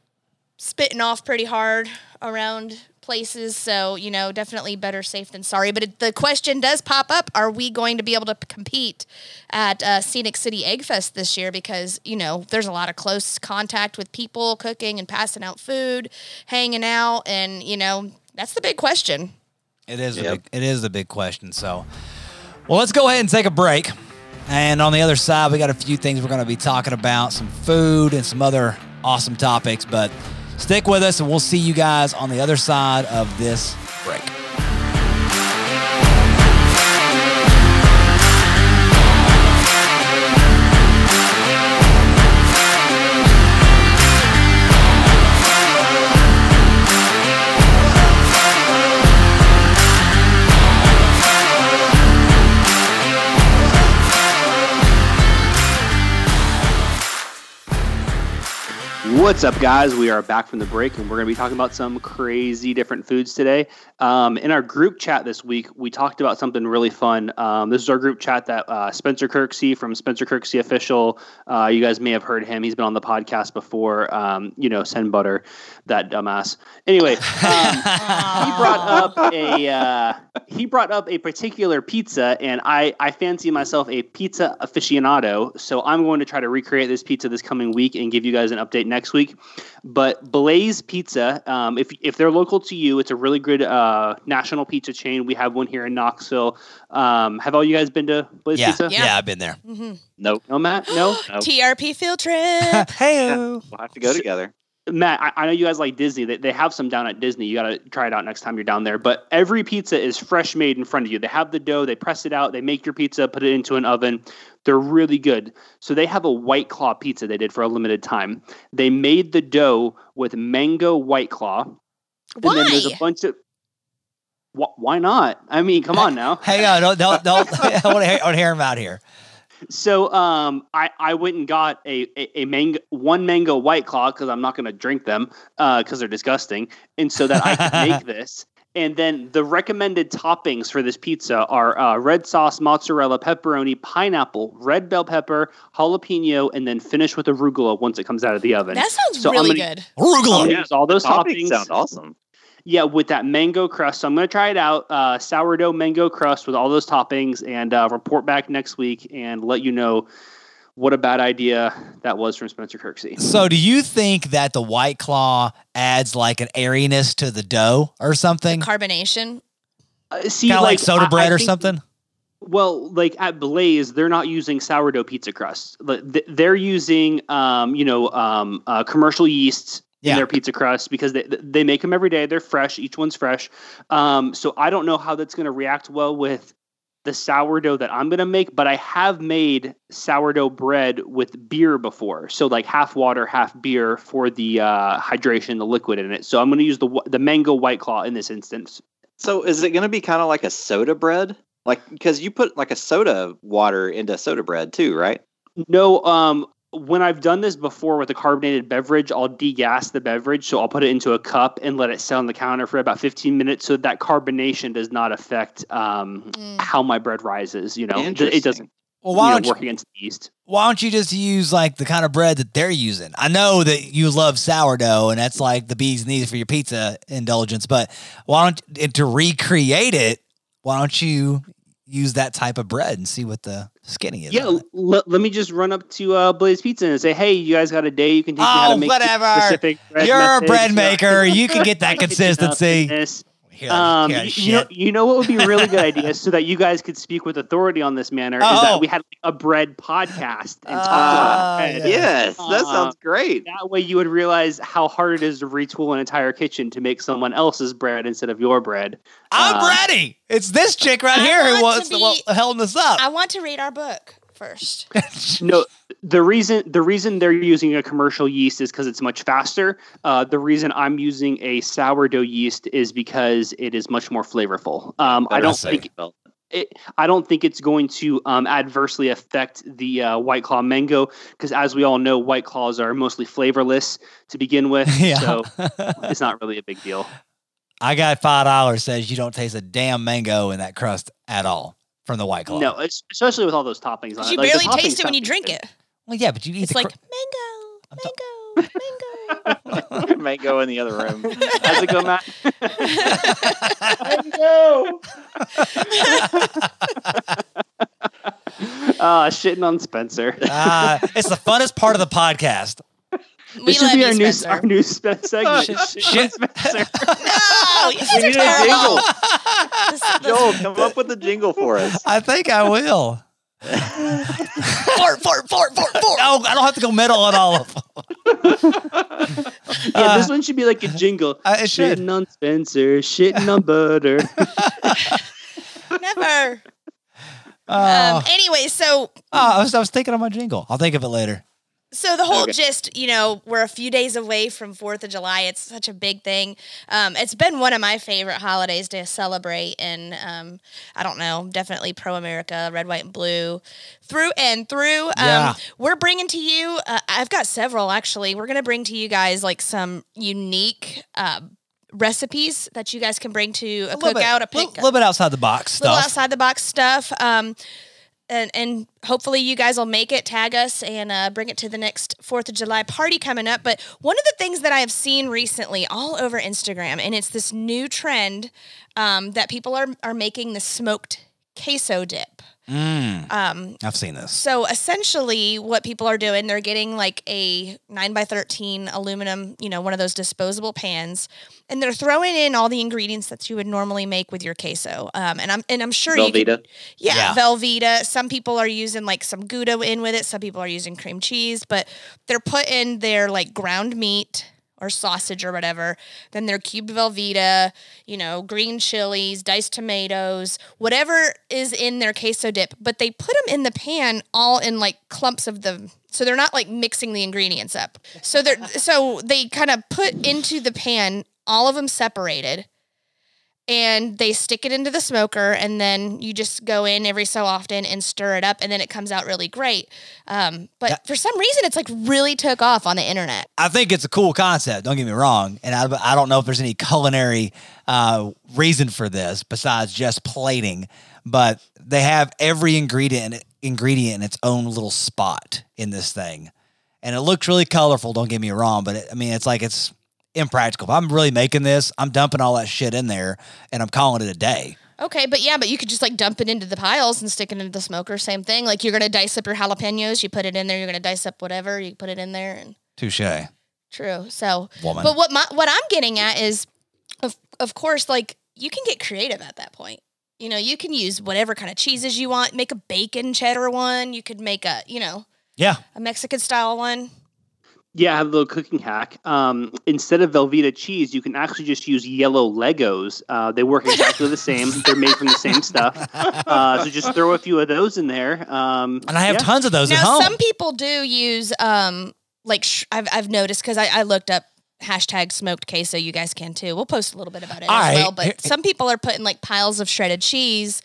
[SPEAKER 1] spitting off pretty hard around places. So, you know, definitely better safe than sorry. But it, the question does pop up are we going to be able to p- compete at uh, Scenic City Egg Fest this year? Because, you know, there's a lot of close contact with people cooking and passing out food, hanging out. And, you know, that's the big question.
[SPEAKER 2] It is. the
[SPEAKER 3] Yep.
[SPEAKER 2] big, it is the big question. So, well, let's go ahead and take a break. And on the other side, we got a few things we're going to be talking about some food and some other awesome topics. But stick with us, and we'll see you guys on the other side of this break.
[SPEAKER 4] What's up, guys? We are back from the break, and we're going to be talking about some crazy different foods today. Um, in our group chat this week, we talked about something really fun. Um, this is our group chat that uh, Spencer Kirksey from Spencer Kirksey Official, uh, you guys may have heard him. He's been on the podcast before. Um, you know, send butter, that dumbass. Anyway, um, he brought up a uh, he brought up a particular pizza, and I I fancy myself a pizza aficionado, so I'm going to try to recreate this pizza this coming week and give you guys an update next week. But Blaze Pizza, um, if if they're local to you, it's a really good uh, national pizza chain. We have one here in Knoxville. Um, have all you guys been to Blaze
[SPEAKER 2] Yeah,
[SPEAKER 4] Pizza?
[SPEAKER 1] Yeah.
[SPEAKER 2] yeah, I've been there.
[SPEAKER 1] hmm
[SPEAKER 3] Nope.
[SPEAKER 4] No, Matt. No,
[SPEAKER 1] Oh.
[SPEAKER 4] Oh,
[SPEAKER 3] Nope.
[SPEAKER 1] TRP field trip.
[SPEAKER 2] hey,
[SPEAKER 3] We'll have to go together.
[SPEAKER 4] Matt, I, I know you guys like Disney. They, they have some down at Disney. You got to try it out next time you're down there. But every pizza is fresh made in front of you. They have the dough, they press it out, they make your pizza, put it into an oven. They're really good. So they have a White Claw pizza they did for a limited time. They made the dough with mango White Claw. And then
[SPEAKER 1] Why?
[SPEAKER 4] there's a bunch of. Wh- why not? I mean, come on now.
[SPEAKER 2] hang on, uh, don't, don't, don't. I want to hear, I wanna hear him out here.
[SPEAKER 4] So um, I I went and got a a, a mango one mango white claw because I'm not going to drink them because they're disgusting, and so that I could make this. And then the recommended toppings for this pizza are uh, red sauce, mozzarella, pepperoni, pineapple, red bell pepper, jalapeno, and then finish with arugula once it comes out of the oven.
[SPEAKER 1] That sounds
[SPEAKER 4] So I'm
[SPEAKER 1] really
[SPEAKER 4] gonna-
[SPEAKER 1] good.
[SPEAKER 4] I'm
[SPEAKER 2] Arugula.
[SPEAKER 4] gonna use all those
[SPEAKER 3] Toppings
[SPEAKER 4] toppings.
[SPEAKER 3] sound awesome.
[SPEAKER 4] Yeah, with that mango crust. So I'm going to try it out. Uh, sourdough mango crust with all those toppings and uh, report back next week and let you know what a bad idea that was from Spencer Kirksey.
[SPEAKER 2] So, do you think that the White Claw adds like an airiness to the dough or something? Kind
[SPEAKER 1] Carbonation.
[SPEAKER 4] Uh, see,
[SPEAKER 2] of like, soda
[SPEAKER 4] I-
[SPEAKER 2] bread
[SPEAKER 4] I
[SPEAKER 2] or
[SPEAKER 4] think-
[SPEAKER 2] something?
[SPEAKER 4] Well, like at Blaze, they're not using sourdough pizza crust. Like, th- They're using, um, you know, um, uh, commercial yeasts
[SPEAKER 2] Yeah.
[SPEAKER 4] in their pizza crust because they they make them every day. They're fresh. Each one's fresh. Um, so I don't know how that's going to react well with the sourdough that I'm going to make, but I have made sourdough bread with beer before. So like half water, half beer for the uh, hydration, the liquid in it. So I'm going to use the wh- the mango white claw in this instance.
[SPEAKER 3] So is it going to be kind of like a soda bread? Like because you put like a soda water into soda bread too, right?
[SPEAKER 4] No, um, when I've done this before with a carbonated beverage, I'll degas the beverage, so I'll put it into a cup and let it sit on the counter for about 15 minutes, so that carbonation does not affect um,
[SPEAKER 1] Mm.
[SPEAKER 4] how my bread rises. You know, Th-
[SPEAKER 3] Interesting.
[SPEAKER 4] it doesn't
[SPEAKER 2] Well, why
[SPEAKER 4] you know,
[SPEAKER 2] don't you,
[SPEAKER 4] work against the yeast.
[SPEAKER 2] why don't you just use like the kind of bread that they're using? I know that you love sourdough, and that's like the bee's knees for your pizza indulgence. But why don't and to recreate it? Why don't you use that type of bread and see what the skinny is?
[SPEAKER 4] Yeah,
[SPEAKER 2] on it?
[SPEAKER 4] let, let me just run up to uh, Blaze Pizza and say, hey, you guys got a day you can teach me how
[SPEAKER 2] Oh,
[SPEAKER 4] to make this
[SPEAKER 2] whatever.
[SPEAKER 4] specific bread
[SPEAKER 2] you're a
[SPEAKER 4] method,
[SPEAKER 2] bread
[SPEAKER 4] so-
[SPEAKER 2] maker. You can get that
[SPEAKER 4] Kitchen up in
[SPEAKER 2] consistency.
[SPEAKER 4] this.
[SPEAKER 2] Here,
[SPEAKER 4] Um,
[SPEAKER 2] here,
[SPEAKER 4] you, you know,
[SPEAKER 2] shit.
[SPEAKER 4] you know what would be a really good idea, so that you guys could speak with authority on this matter, is
[SPEAKER 2] Oh.
[SPEAKER 4] that we had like, a bread podcast and talked
[SPEAKER 2] Ah,
[SPEAKER 4] about bread.
[SPEAKER 2] Yeah.
[SPEAKER 3] Yes, that
[SPEAKER 4] Uh,
[SPEAKER 3] sounds great.
[SPEAKER 4] That way, you would realize how hard it is to retool an entire kitchen to make someone else's bread instead of your bread.
[SPEAKER 2] I'm
[SPEAKER 4] uh,
[SPEAKER 2] ready. It's this chick right
[SPEAKER 1] I
[SPEAKER 2] here who
[SPEAKER 1] want
[SPEAKER 2] wants
[SPEAKER 1] to
[SPEAKER 2] to
[SPEAKER 1] be-
[SPEAKER 2] holding us up.
[SPEAKER 1] I want to read our book first.
[SPEAKER 4] No, the reason the reason they're using a commercial yeast is because it's much faster. Uh, the reason I'm using a sourdough yeast is because it is much more flavorful. Um, I
[SPEAKER 3] Better
[SPEAKER 4] don't
[SPEAKER 2] say.
[SPEAKER 4] think it, I don't think it's going to um, adversely affect the uh, White Claw mango because, as we all know, White Claws are mostly flavorless to begin with.
[SPEAKER 2] yeah.
[SPEAKER 4] So it's not really a big deal.
[SPEAKER 2] I got five dollars says you don't taste a damn mango in that crust at all from the white claw.
[SPEAKER 4] No, es- especially with all those toppings on it.
[SPEAKER 1] you
[SPEAKER 4] Like, the
[SPEAKER 1] barely taste
[SPEAKER 4] toppings
[SPEAKER 1] it when you
[SPEAKER 4] sound
[SPEAKER 1] drink
[SPEAKER 4] good.
[SPEAKER 1] it.
[SPEAKER 2] Well, yeah, but you eat
[SPEAKER 1] It's
[SPEAKER 2] the
[SPEAKER 1] like
[SPEAKER 2] cr-
[SPEAKER 1] mango, mango, mango.
[SPEAKER 3] Mango in the other room.
[SPEAKER 4] How's it go, Matt?
[SPEAKER 3] Mango.
[SPEAKER 4] Uh, shitting on Spencer.
[SPEAKER 2] Ah, it's the funnest part of the podcast.
[SPEAKER 1] We
[SPEAKER 4] this should
[SPEAKER 1] love
[SPEAKER 4] be
[SPEAKER 1] you,
[SPEAKER 4] our new,
[SPEAKER 1] Spencer.
[SPEAKER 4] our new spe- segment.
[SPEAKER 2] Shit-
[SPEAKER 4] on
[SPEAKER 2] shit.
[SPEAKER 4] Spencer.
[SPEAKER 1] no, you guys
[SPEAKER 3] We
[SPEAKER 1] are
[SPEAKER 3] need a
[SPEAKER 1] terrible.
[SPEAKER 3] jingle.
[SPEAKER 1] This- this-
[SPEAKER 3] Joel, come up with a jingle for us.
[SPEAKER 2] I think I will. fart, fart, fart, fart, fart. Oh, I don't have to go metal on all of them.
[SPEAKER 4] Yeah, this one should be like a jingle.
[SPEAKER 2] Uh, it
[SPEAKER 4] shitting
[SPEAKER 2] should.
[SPEAKER 4] on Spencer, shitting on butter.
[SPEAKER 1] Never.
[SPEAKER 2] Uh,
[SPEAKER 1] Um, anyway,
[SPEAKER 2] oh,
[SPEAKER 1] so
[SPEAKER 2] I, was, I was thinking on my jingle. I'll think of it later.
[SPEAKER 1] So the whole
[SPEAKER 3] Okay.
[SPEAKER 1] gist, you know, we're a few days away from Fourth of July. It's such a big thing. Um, it's been one of my favorite holidays to celebrate, and um, I don't know, definitely pro America, red, white, and blue, through and through. Um,
[SPEAKER 2] Yeah.
[SPEAKER 1] We're bringing to you. Uh, I've got several actually. We're gonna bring to you guys like some unique uh, recipes that you guys can bring to a,
[SPEAKER 2] little bit,
[SPEAKER 1] cookout, a
[SPEAKER 2] little,
[SPEAKER 1] picnic
[SPEAKER 2] little bit outside the box
[SPEAKER 1] little
[SPEAKER 2] stuff.
[SPEAKER 1] outside the box stuff. Um, and, and hopefully you guys will make it, tag us, and uh, bring it to the next Fourth of July party coming up. But one of the things that I have seen recently all over Instagram, and it's this new trend um, that people are are making the smoked queso dip.
[SPEAKER 2] Mm,
[SPEAKER 1] Um,
[SPEAKER 2] I've seen this.
[SPEAKER 1] so essentially, what people are doing, they're getting like a nine by thirteen aluminum, you know, one of those disposable pans, and they're throwing in all the ingredients that you would normally make with your queso. Um, and I'm and I'm sure you could-
[SPEAKER 3] Velveeta.
[SPEAKER 1] yeah,
[SPEAKER 2] Yeah.
[SPEAKER 1] Velveeta. Some people are using like some Gouda in with it. Some people are using cream cheese, but they're putting their like ground meat or sausage or whatever. Then their cubed Velveeta, you know, green chilies, diced tomatoes, whatever is in their queso dip. But they put them in the pan all in like clumps of the. So they're not like mixing the ingredients up. So they're so they kind of put into the pan all of them separated and they stick it into the smoker and then you just go in every so often and stir it up and then it comes out really great um, but
[SPEAKER 2] Yeah.
[SPEAKER 1] for some reason it's like really took off on the internet
[SPEAKER 2] I think it's a cool concept. Don't get me wrong, and I, I don't know if there's any culinary uh, reason for this besides just plating. But they have every ingredient ingredient in its own little spot in this thing, and it looks really colorful. Don't get me wrong, but it, I mean it's like it's impractical. If I'm really making this, I'm dumping all that shit in there, and I'm calling it a day.
[SPEAKER 1] okay but yeah but you could just like dump it into the piles and stick it into the smoker same thing like you're gonna dice up your jalapenos you put it in there you're gonna dice up whatever you put it in there and
[SPEAKER 2] Touche,
[SPEAKER 1] true so
[SPEAKER 2] woman.
[SPEAKER 1] but what my what i'm getting at is of of course like you can get creative at that point you know you can use whatever kind of cheeses you want make a bacon cheddar one you could make a you know
[SPEAKER 2] yeah,
[SPEAKER 1] a Mexican style one.
[SPEAKER 4] Yeah, I have a little cooking hack. Um, instead of Velveeta cheese, you can actually just use yellow Legos. Uh, they work exactly the same. They're made from the same stuff. Uh, so just throw a few of those in there. Um,
[SPEAKER 2] and I have
[SPEAKER 4] yeah.
[SPEAKER 2] tons of those at
[SPEAKER 1] Now,
[SPEAKER 2] home.
[SPEAKER 1] some people do use um like sh- I've I've noticed because I, I looked up hashtag smoked queso. You guys can too. We'll post a little bit about it
[SPEAKER 2] All
[SPEAKER 1] as
[SPEAKER 2] right.
[SPEAKER 1] well.
[SPEAKER 2] Here-
[SPEAKER 1] But some people are putting like piles of shredded cheese.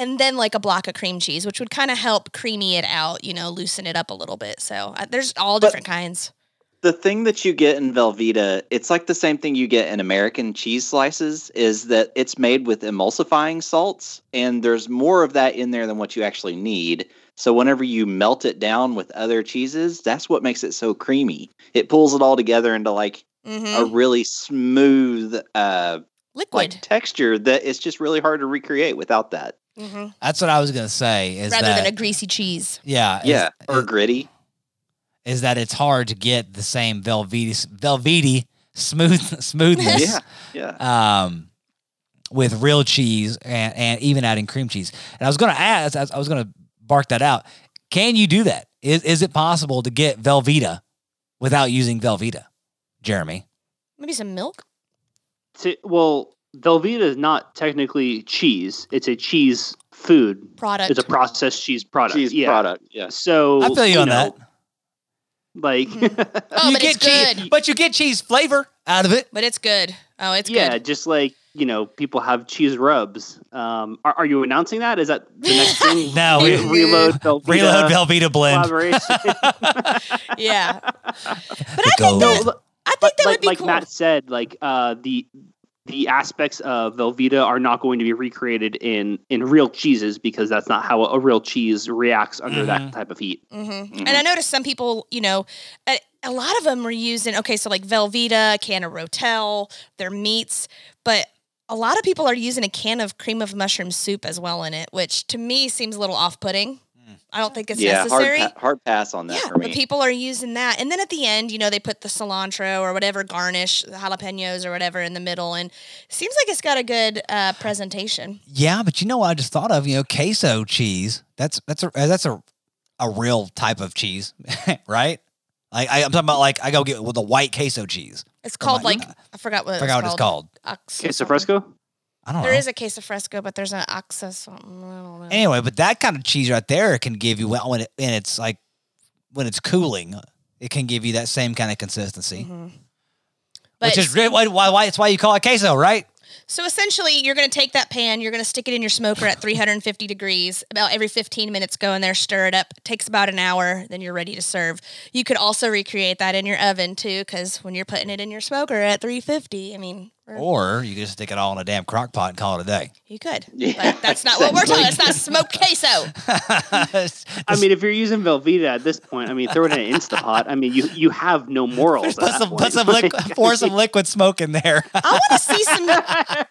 [SPEAKER 1] And then like a block of cream cheese, which would kind of help creamy it out, you know, loosen it up a little bit. So uh, there's all
[SPEAKER 3] But-
[SPEAKER 1] different kinds.
[SPEAKER 3] the thing that you get in Velveeta, it's like the same thing you get in American cheese slices, is that it's made with emulsifying salts, and there's more of that in there than what you actually need. So whenever you melt it down with other cheeses, that's what makes it so creamy. It pulls it all together into like
[SPEAKER 1] hmm
[SPEAKER 3] a really smooth uh
[SPEAKER 1] Liquid,
[SPEAKER 3] like texture that it's just really hard to recreate without that.
[SPEAKER 1] hmm
[SPEAKER 2] That's what I was gonna say. Is
[SPEAKER 1] rather
[SPEAKER 2] that
[SPEAKER 1] than a greasy cheese.
[SPEAKER 4] Uh,
[SPEAKER 2] yeah, is-
[SPEAKER 3] yeah. Or
[SPEAKER 2] is-
[SPEAKER 3] gritty.
[SPEAKER 2] is that it's hard to get the same Velveety Velveety smooth smoothness
[SPEAKER 3] Yeah.
[SPEAKER 2] um, with real cheese and, and even adding cream cheese. And I was going to ask, I was- I was going to bark that out. Can you do that? Is is it possible to get Velveeta without using Velveeta, Jeremy?
[SPEAKER 1] Maybe some milk.
[SPEAKER 4] T- well, Velveeta is not technically cheese. It's a cheese food.
[SPEAKER 1] Product.
[SPEAKER 4] It's a processed cheese product.
[SPEAKER 3] Cheese
[SPEAKER 4] yeah.
[SPEAKER 3] product. Yes.
[SPEAKER 4] So
[SPEAKER 2] I feel you, on
[SPEAKER 4] know,
[SPEAKER 2] that.
[SPEAKER 4] Like,
[SPEAKER 1] oh, but
[SPEAKER 2] get
[SPEAKER 1] it's good.
[SPEAKER 2] cheese, but you get cheese flavor out of it.
[SPEAKER 1] But it's good. Oh, it's
[SPEAKER 4] yeah,
[SPEAKER 1] good.
[SPEAKER 4] just like you know, people have cheese rubs. Um, are, are you announcing that? Is that the next thing?
[SPEAKER 2] No,
[SPEAKER 4] Re-
[SPEAKER 2] we-
[SPEAKER 4] reload Velveeta.
[SPEAKER 2] Reload Velveeta blend.
[SPEAKER 4] collaboration.
[SPEAKER 1] Yeah. But
[SPEAKER 2] The
[SPEAKER 1] I think
[SPEAKER 2] gold.
[SPEAKER 1] that,
[SPEAKER 4] No,
[SPEAKER 1] I think that
[SPEAKER 4] like,
[SPEAKER 1] would be
[SPEAKER 4] like
[SPEAKER 1] cool.
[SPEAKER 4] Matt said, like uh, the the aspects of Velveeta are not going to be recreated in in real cheeses because that's not how a real cheese reacts under
[SPEAKER 2] Mhm.
[SPEAKER 4] that type of heat.
[SPEAKER 1] hmm And I noticed some people, you know, a, a lot of them were using, okay, so like Velveeta, a can of Rotel, their meats, but a lot of people are using a can of cream of mushroom soup as well in it, which to me seems a little off putting. I don't think it's
[SPEAKER 3] yeah, hard,
[SPEAKER 1] necessary.
[SPEAKER 3] pa- hard pass on that
[SPEAKER 1] yeah,
[SPEAKER 3] for me.
[SPEAKER 1] but people are using that. And then at the end, you know, they put the cilantro or whatever garnish, the jalapenos or whatever in the middle. And it seems like it's got a good uh, presentation.
[SPEAKER 2] Yeah, but you know what I just thought of? You know, queso cheese. That's that's a uh, that's a a real type of cheese, right? Like I, I'm talking about, like I go get with a white queso cheese.
[SPEAKER 1] It's called
[SPEAKER 2] like-
[SPEAKER 1] like, I forgot what
[SPEAKER 2] I
[SPEAKER 1] it's
[SPEAKER 2] forgot what it's called.
[SPEAKER 1] Ox-
[SPEAKER 4] Queso
[SPEAKER 1] something.
[SPEAKER 4] fresco.
[SPEAKER 2] I don't
[SPEAKER 1] There
[SPEAKER 2] know.
[SPEAKER 1] is a queso fresco, but there's an oxa something. I don't know.
[SPEAKER 2] anyway, but that kind of cheese right there can give you well when it, and it's like when it's cooling, it can give you that same kind of consistency,
[SPEAKER 1] Mhm.
[SPEAKER 2] which
[SPEAKER 1] Mm-hmm. But
[SPEAKER 2] is really why, why why it's why you call it queso, right?
[SPEAKER 1] so essentially, you're going to take that pan, you're going to stick it in your smoker at 350 degrees. About every 15 minutes, go in there, stir it up. It takes about an hour, then you're ready to serve. You could also recreate that in your oven too, because when you're putting it in your smoker at 350, I mean, we're-
[SPEAKER 2] Or you can just stick it all in a damn crock pot and call it a day.
[SPEAKER 1] you could.
[SPEAKER 3] Yeah,
[SPEAKER 1] but that's not what we're
[SPEAKER 3] exactly.
[SPEAKER 1] talking. It's not smoked queso.
[SPEAKER 4] I mean, if you're using Velveeta at this point, I mean, throw it in an Instapot. I mean, you you have no morals.
[SPEAKER 2] put
[SPEAKER 4] at
[SPEAKER 2] some
[SPEAKER 4] that
[SPEAKER 2] put
[SPEAKER 4] point.
[SPEAKER 2] some liquid pour some liquid smoke in there.
[SPEAKER 1] I want to see some. I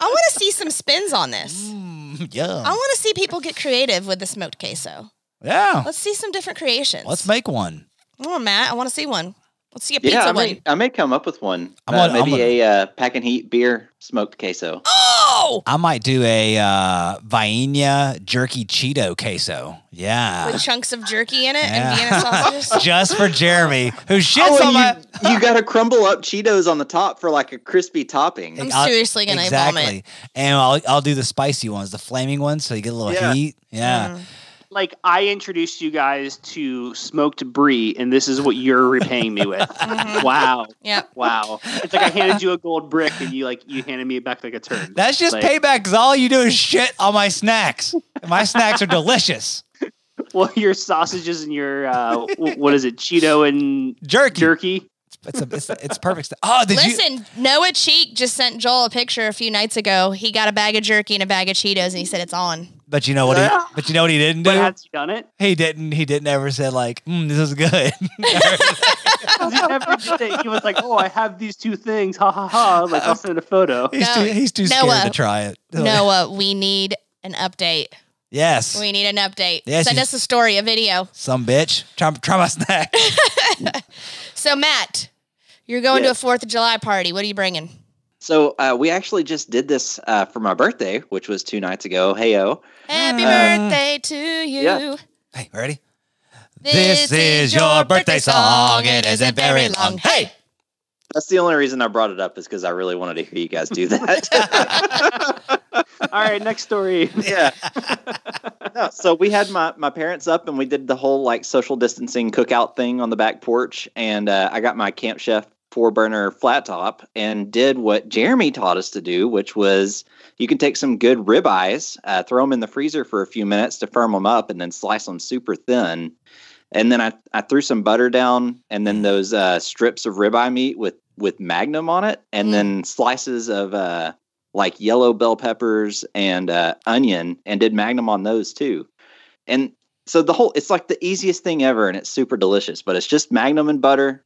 [SPEAKER 1] want to see some spins on this.
[SPEAKER 2] mm, yum.
[SPEAKER 1] I want to see people get creative with the smoked queso.
[SPEAKER 2] yeah.
[SPEAKER 1] Let's see some different creations.
[SPEAKER 2] Let's make one.
[SPEAKER 1] Come on, Matt. I want to see one. Let's see a pizza
[SPEAKER 3] yeah, I
[SPEAKER 1] one.
[SPEAKER 3] may, I may come up with one.
[SPEAKER 2] I'm
[SPEAKER 3] Uh,
[SPEAKER 2] on- I'm
[SPEAKER 3] maybe
[SPEAKER 2] on-
[SPEAKER 3] a uh, pack and heat beer smoked queso.
[SPEAKER 1] Oh!
[SPEAKER 2] I might do a uh, Vienna jerky Cheeto queso. Yeah.
[SPEAKER 1] With chunks of jerky in it
[SPEAKER 2] Ah. Yeah.
[SPEAKER 1] and Vienna sausages.
[SPEAKER 2] Just for Jeremy, who shits
[SPEAKER 3] oh,
[SPEAKER 2] on my.
[SPEAKER 3] and you, you got to crumble up Cheetos on the top for like a crispy topping.
[SPEAKER 1] I'm
[SPEAKER 2] I'll-
[SPEAKER 1] seriously gonna
[SPEAKER 2] exactly.
[SPEAKER 1] vomit.
[SPEAKER 2] And I'll, I'll do the spicy ones, the flaming ones, so you get a little
[SPEAKER 3] Yeah.
[SPEAKER 2] heat. Yeah.
[SPEAKER 1] Mm.
[SPEAKER 4] like I introduced you guys to smoked brie, and this is what you're repaying me with.
[SPEAKER 1] Mhm.
[SPEAKER 4] wow,
[SPEAKER 1] Yeah.
[SPEAKER 4] wow! It's like I handed you a gold brick, and you like you handed me back like a turd.
[SPEAKER 2] That's just
[SPEAKER 4] Like-
[SPEAKER 2] payback. Cause all you do is shit on my snacks. My snacks are delicious.
[SPEAKER 4] well, your sausages and your uh, w- what is it, Cheeto and
[SPEAKER 2] Jerky.
[SPEAKER 4] jerky?
[SPEAKER 2] It's, a, it's, it's perfect. Stuff. Oh, did you?
[SPEAKER 1] Listen, Noah Cheek just sent Joel a picture a few nights ago. He got a bag of jerky and a bag of Cheetos, and he said it's on.
[SPEAKER 2] But you know what? He, but you know what he didn't
[SPEAKER 4] But
[SPEAKER 2] do?
[SPEAKER 4] has he done it?
[SPEAKER 2] He didn't. He didn't ever say like, mm, "This is good."
[SPEAKER 4] He never did it. He was like, "Oh, I have these two things." Ha ha ha! Like I'll send a photo.
[SPEAKER 2] he's
[SPEAKER 1] No.
[SPEAKER 2] too. He's too scared
[SPEAKER 1] Noah.
[SPEAKER 2] to try it.
[SPEAKER 1] Noah, we need an update.
[SPEAKER 2] Yes.
[SPEAKER 1] We need an update.
[SPEAKER 2] Yes,
[SPEAKER 1] Send
[SPEAKER 2] you-
[SPEAKER 1] us a story, a video.
[SPEAKER 2] Some bitch. Try, try my snack.
[SPEAKER 1] So, Matt, you're going
[SPEAKER 3] Yes.
[SPEAKER 1] to a 4th of July party. What are you bringing?
[SPEAKER 3] So uh, we actually just did this uh, for my birthday, which was two nights ago. Heyo.
[SPEAKER 1] Happy
[SPEAKER 2] Uh,
[SPEAKER 1] birthday to you.
[SPEAKER 3] yeah.
[SPEAKER 2] hey, ready? This is your birthday song. It isn't very long. Hey!
[SPEAKER 3] That's the only reason I brought it up is because I really wanted to hear you guys do that.
[SPEAKER 4] All right, next story.
[SPEAKER 3] yeah. No, so we had my, my parents up and we did the whole like social distancing cookout thing on the back porch. And uh, I got my Camp Chef four burner flat top and did what Jeremy taught us to do, which was you can take some good ribeyes, uh, throw them in the freezer for a few minutes to firm them up, and then slice them super thin. And then I, I threw some butter down and then those uh, strips of ribeye meat with, with magnum on it and
[SPEAKER 1] Mm.
[SPEAKER 3] then slices of. Uh, like yellow bell peppers and uh, onion and did magnum on those too and so the whole it's like the easiest thing ever and it's super delicious but it's just magnum and butter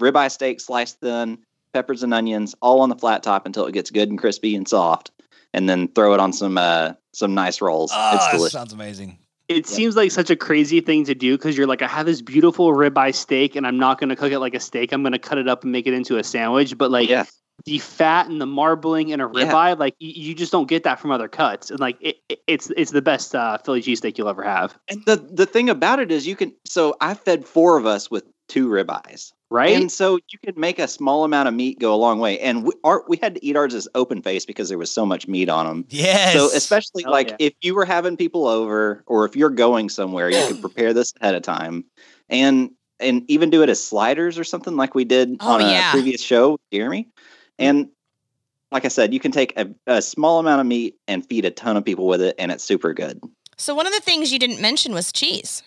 [SPEAKER 3] ribeye steak sliced thin peppers and onions all on the flat top until it gets good and crispy and soft and then throw it on some uh some nice rolls it's
[SPEAKER 2] Oh, that
[SPEAKER 3] delicious
[SPEAKER 2] sounds amazing.
[SPEAKER 4] It seems like such a crazy thing to do because you're like, I have this beautiful ribeye steak and I'm not going to cook it like a steak. I'm going to cut it up and make it into a sandwich. But like
[SPEAKER 3] yeah
[SPEAKER 4] the fat and the marbling in a
[SPEAKER 3] Yeah.
[SPEAKER 4] ribeye, like you, you just don't get that from other cuts. And like it, it- it's it's the best uh, Philly cheesesteak you'll ever have,
[SPEAKER 3] and the the thing about it is you can so i fed four of us with two ribeyes
[SPEAKER 4] right?
[SPEAKER 3] And so you can make a small amount of meat go a long way. And we, our, we had to eat ours as open faced because there was so much meat on them.
[SPEAKER 2] Yes.
[SPEAKER 3] So especially
[SPEAKER 4] Oh,
[SPEAKER 3] like
[SPEAKER 4] yeah.
[SPEAKER 3] if you were having people over or if you're going somewhere, you could prepare this ahead of time and and even do it as sliders or something like we did
[SPEAKER 1] Oh,
[SPEAKER 3] on a
[SPEAKER 1] yeah.
[SPEAKER 3] previous show with Jeremy. And like I said, you can take a, a small amount of meat and feed a ton of people with it, and it's super good.
[SPEAKER 1] So, one of the things you didn't mention was cheese.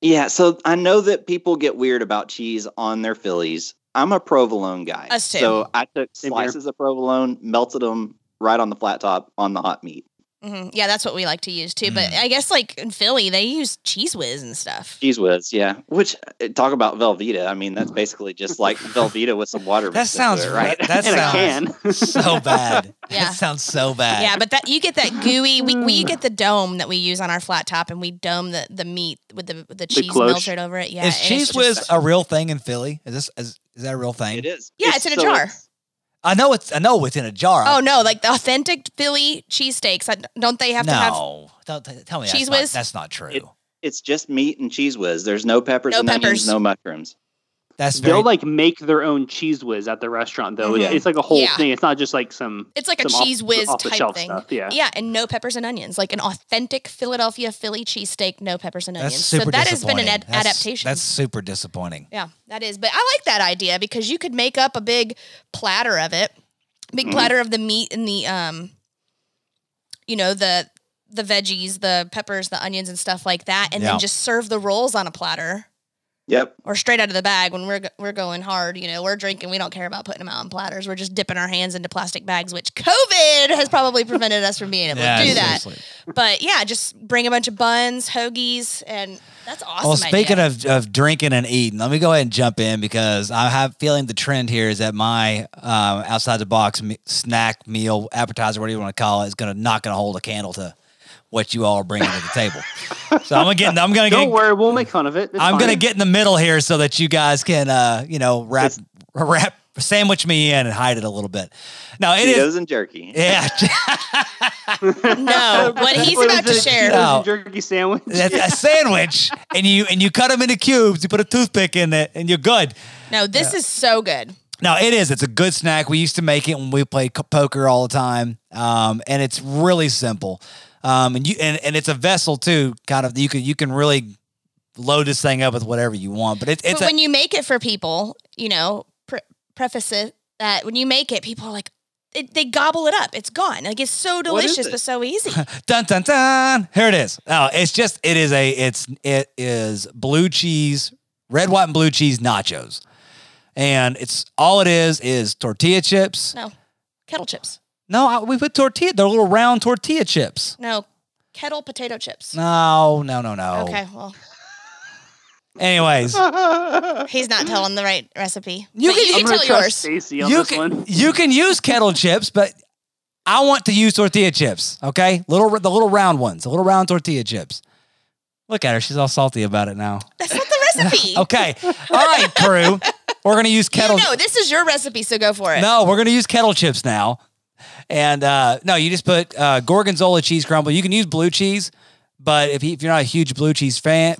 [SPEAKER 3] Yeah, so I know that people get weird about cheese on their Phillies. I'm a provolone guy.
[SPEAKER 1] Us too.
[SPEAKER 3] So I took
[SPEAKER 4] Same here.
[SPEAKER 3] slices of provolone, melted them right on the flat top on the hot meat.
[SPEAKER 1] hmm Yeah, that's what we like to use too. But
[SPEAKER 2] Mm.
[SPEAKER 1] I guess like in Philly, they use cheese whiz and stuff.
[SPEAKER 3] Cheese whiz, yeah. Which uh, talk about Velveeta. I mean, that's basically just like Velveeta with some water.
[SPEAKER 2] That
[SPEAKER 3] mixed into
[SPEAKER 2] sounds
[SPEAKER 3] it,
[SPEAKER 2] right. That
[SPEAKER 4] in
[SPEAKER 2] sounds
[SPEAKER 4] a can.
[SPEAKER 2] so bad.
[SPEAKER 1] Yeah.
[SPEAKER 2] That sounds so bad.
[SPEAKER 1] Yeah, but that you get that gooey. We,
[SPEAKER 2] Mm.
[SPEAKER 1] we get the dome that we use on our flat top, and we dome the, the meat with the with the cheese
[SPEAKER 4] cloche.
[SPEAKER 1] melted over it. Yeah,
[SPEAKER 2] is
[SPEAKER 1] and it's
[SPEAKER 2] cheese
[SPEAKER 1] just-
[SPEAKER 2] whiz a real thing in Philly? Is this is, is that a real thing?
[SPEAKER 3] It is.
[SPEAKER 1] Yeah, it's in a jar.
[SPEAKER 3] it's-
[SPEAKER 2] I know it's I know it's in a jar.
[SPEAKER 1] Oh no, like the authentic Philly cheesesteaks. I- Don't they have to have
[SPEAKER 2] no, don't t- tell me that's
[SPEAKER 1] Cheese
[SPEAKER 2] not-
[SPEAKER 1] whiz?
[SPEAKER 2] That's not true.
[SPEAKER 3] It- It's just meat and cheese whiz. There's no peppers
[SPEAKER 1] No
[SPEAKER 3] and
[SPEAKER 1] peppers.
[SPEAKER 3] onions, no mushrooms.
[SPEAKER 2] that's very
[SPEAKER 4] They'll like make their own cheese whiz at the restaurant though.
[SPEAKER 3] Mm-hmm.
[SPEAKER 4] It's-
[SPEAKER 1] Mhm.
[SPEAKER 4] It's like a whole
[SPEAKER 1] Yeah.
[SPEAKER 4] thing. It's not just like some
[SPEAKER 1] It's like a
[SPEAKER 4] some off-
[SPEAKER 1] cheese whiz
[SPEAKER 4] off the
[SPEAKER 1] type
[SPEAKER 4] shelf
[SPEAKER 1] thing.
[SPEAKER 4] stuff, yeah.
[SPEAKER 1] and no peppers and onions, like an authentic Philadelphia Philly cheesesteak, no peppers and
[SPEAKER 2] that's
[SPEAKER 1] onions.
[SPEAKER 2] super
[SPEAKER 1] so that has been an
[SPEAKER 2] disappointing.
[SPEAKER 1] ad-
[SPEAKER 2] That's-
[SPEAKER 1] adaptation.
[SPEAKER 2] That's super disappointing.
[SPEAKER 1] yeah, that is. But I like that idea because you could make up a big platter of it, big
[SPEAKER 2] Mm-hmm.
[SPEAKER 3] Mhm.
[SPEAKER 1] platter of the meat and the um, you know the the veggies, the peppers, the onions, and stuff like that, and
[SPEAKER 2] Yeah.
[SPEAKER 1] then just serve the rolls on a platter.
[SPEAKER 3] Yep.
[SPEAKER 1] Or straight out of the bag when we're go- we're going hard, you know, we're drinking. We don't care about putting them out on platters. We're just dipping our hands into plastic bags, which COVID has probably prevented us from being able to do that.
[SPEAKER 2] seriously.
[SPEAKER 1] But yeah, just bring a bunch of buns, hoagies, and that's awesome.
[SPEAKER 2] well, speaking
[SPEAKER 1] idea.
[SPEAKER 2] of, of drinking and eating, let me go ahead and jump in because I have feeling the trend here is that my um, outside the box me- snack meal appetizer, whatever you want to call it, is gonna not gonna hold a candle to what you all are bringing to the table. So I'm gonna get I'm gonna
[SPEAKER 4] Don't
[SPEAKER 2] get
[SPEAKER 4] worry, we'll make fun of it. It's
[SPEAKER 2] I'm gonna
[SPEAKER 4] fine.
[SPEAKER 2] get in the middle here so that you guys can uh, you know wrap wrap sandwich me in and hide it a little bit. No, it is
[SPEAKER 3] Cheetos and jerky.
[SPEAKER 2] yeah.
[SPEAKER 1] no, what he's
[SPEAKER 4] What
[SPEAKER 1] about to
[SPEAKER 4] is it?
[SPEAKER 1] share.
[SPEAKER 4] Cheetos
[SPEAKER 2] No.
[SPEAKER 4] and jerky sandwich.
[SPEAKER 2] That's a sandwich, and you and you cut them into cubes. You put a toothpick in it, and you're good.
[SPEAKER 1] No, this is so good.
[SPEAKER 2] No, it is. It's a good snack. We used to make it when we played co- poker all the time, um, and it's really simple. Um, and you and, and it's a vessel too. Kind of you can you can really load this thing up with whatever you want. But it's it's
[SPEAKER 1] but
[SPEAKER 2] a,
[SPEAKER 1] when you make it for people, you know, pre- preface it that when you make it, people are like, it, they gobble it up. It's gone. Like it's so
[SPEAKER 3] What is
[SPEAKER 1] delicious,
[SPEAKER 3] it?
[SPEAKER 1] but so easy.
[SPEAKER 2] dun dun dun. Here it is. Oh, it's just it is a it's it is blue cheese, red, white, and blue cheese nachos, and it's all it is is tortilla chips.
[SPEAKER 1] No, kettle chips.
[SPEAKER 2] No, I, we put tortilla. They're little round tortilla chips.
[SPEAKER 1] No, kettle potato chips.
[SPEAKER 2] No, no, no, no.
[SPEAKER 1] Okay, well,
[SPEAKER 2] Anyways,
[SPEAKER 1] he's not telling the right recipe.
[SPEAKER 2] You
[SPEAKER 1] But
[SPEAKER 2] can-
[SPEAKER 1] you
[SPEAKER 4] I'm
[SPEAKER 1] can
[SPEAKER 4] gonna
[SPEAKER 1] tell
[SPEAKER 4] trust
[SPEAKER 1] yours.
[SPEAKER 4] Stacy on
[SPEAKER 2] you
[SPEAKER 4] this
[SPEAKER 2] can
[SPEAKER 4] one.
[SPEAKER 2] you can use kettle chips, but I want to use tortilla chips. Okay, little the little round ones, the little round tortilla chips. Look at her; she's all salty about it now.
[SPEAKER 1] That's not the recipe.
[SPEAKER 2] Okay, all right, crew. We're gonna use kettle.
[SPEAKER 1] You know, this is your recipe, so go for it.
[SPEAKER 2] No, we're gonna use kettle chips now. And uh, no, you just put uh, gorgonzola cheese crumble. You can use blue cheese, but if, you, if you're not a huge blue cheese fan,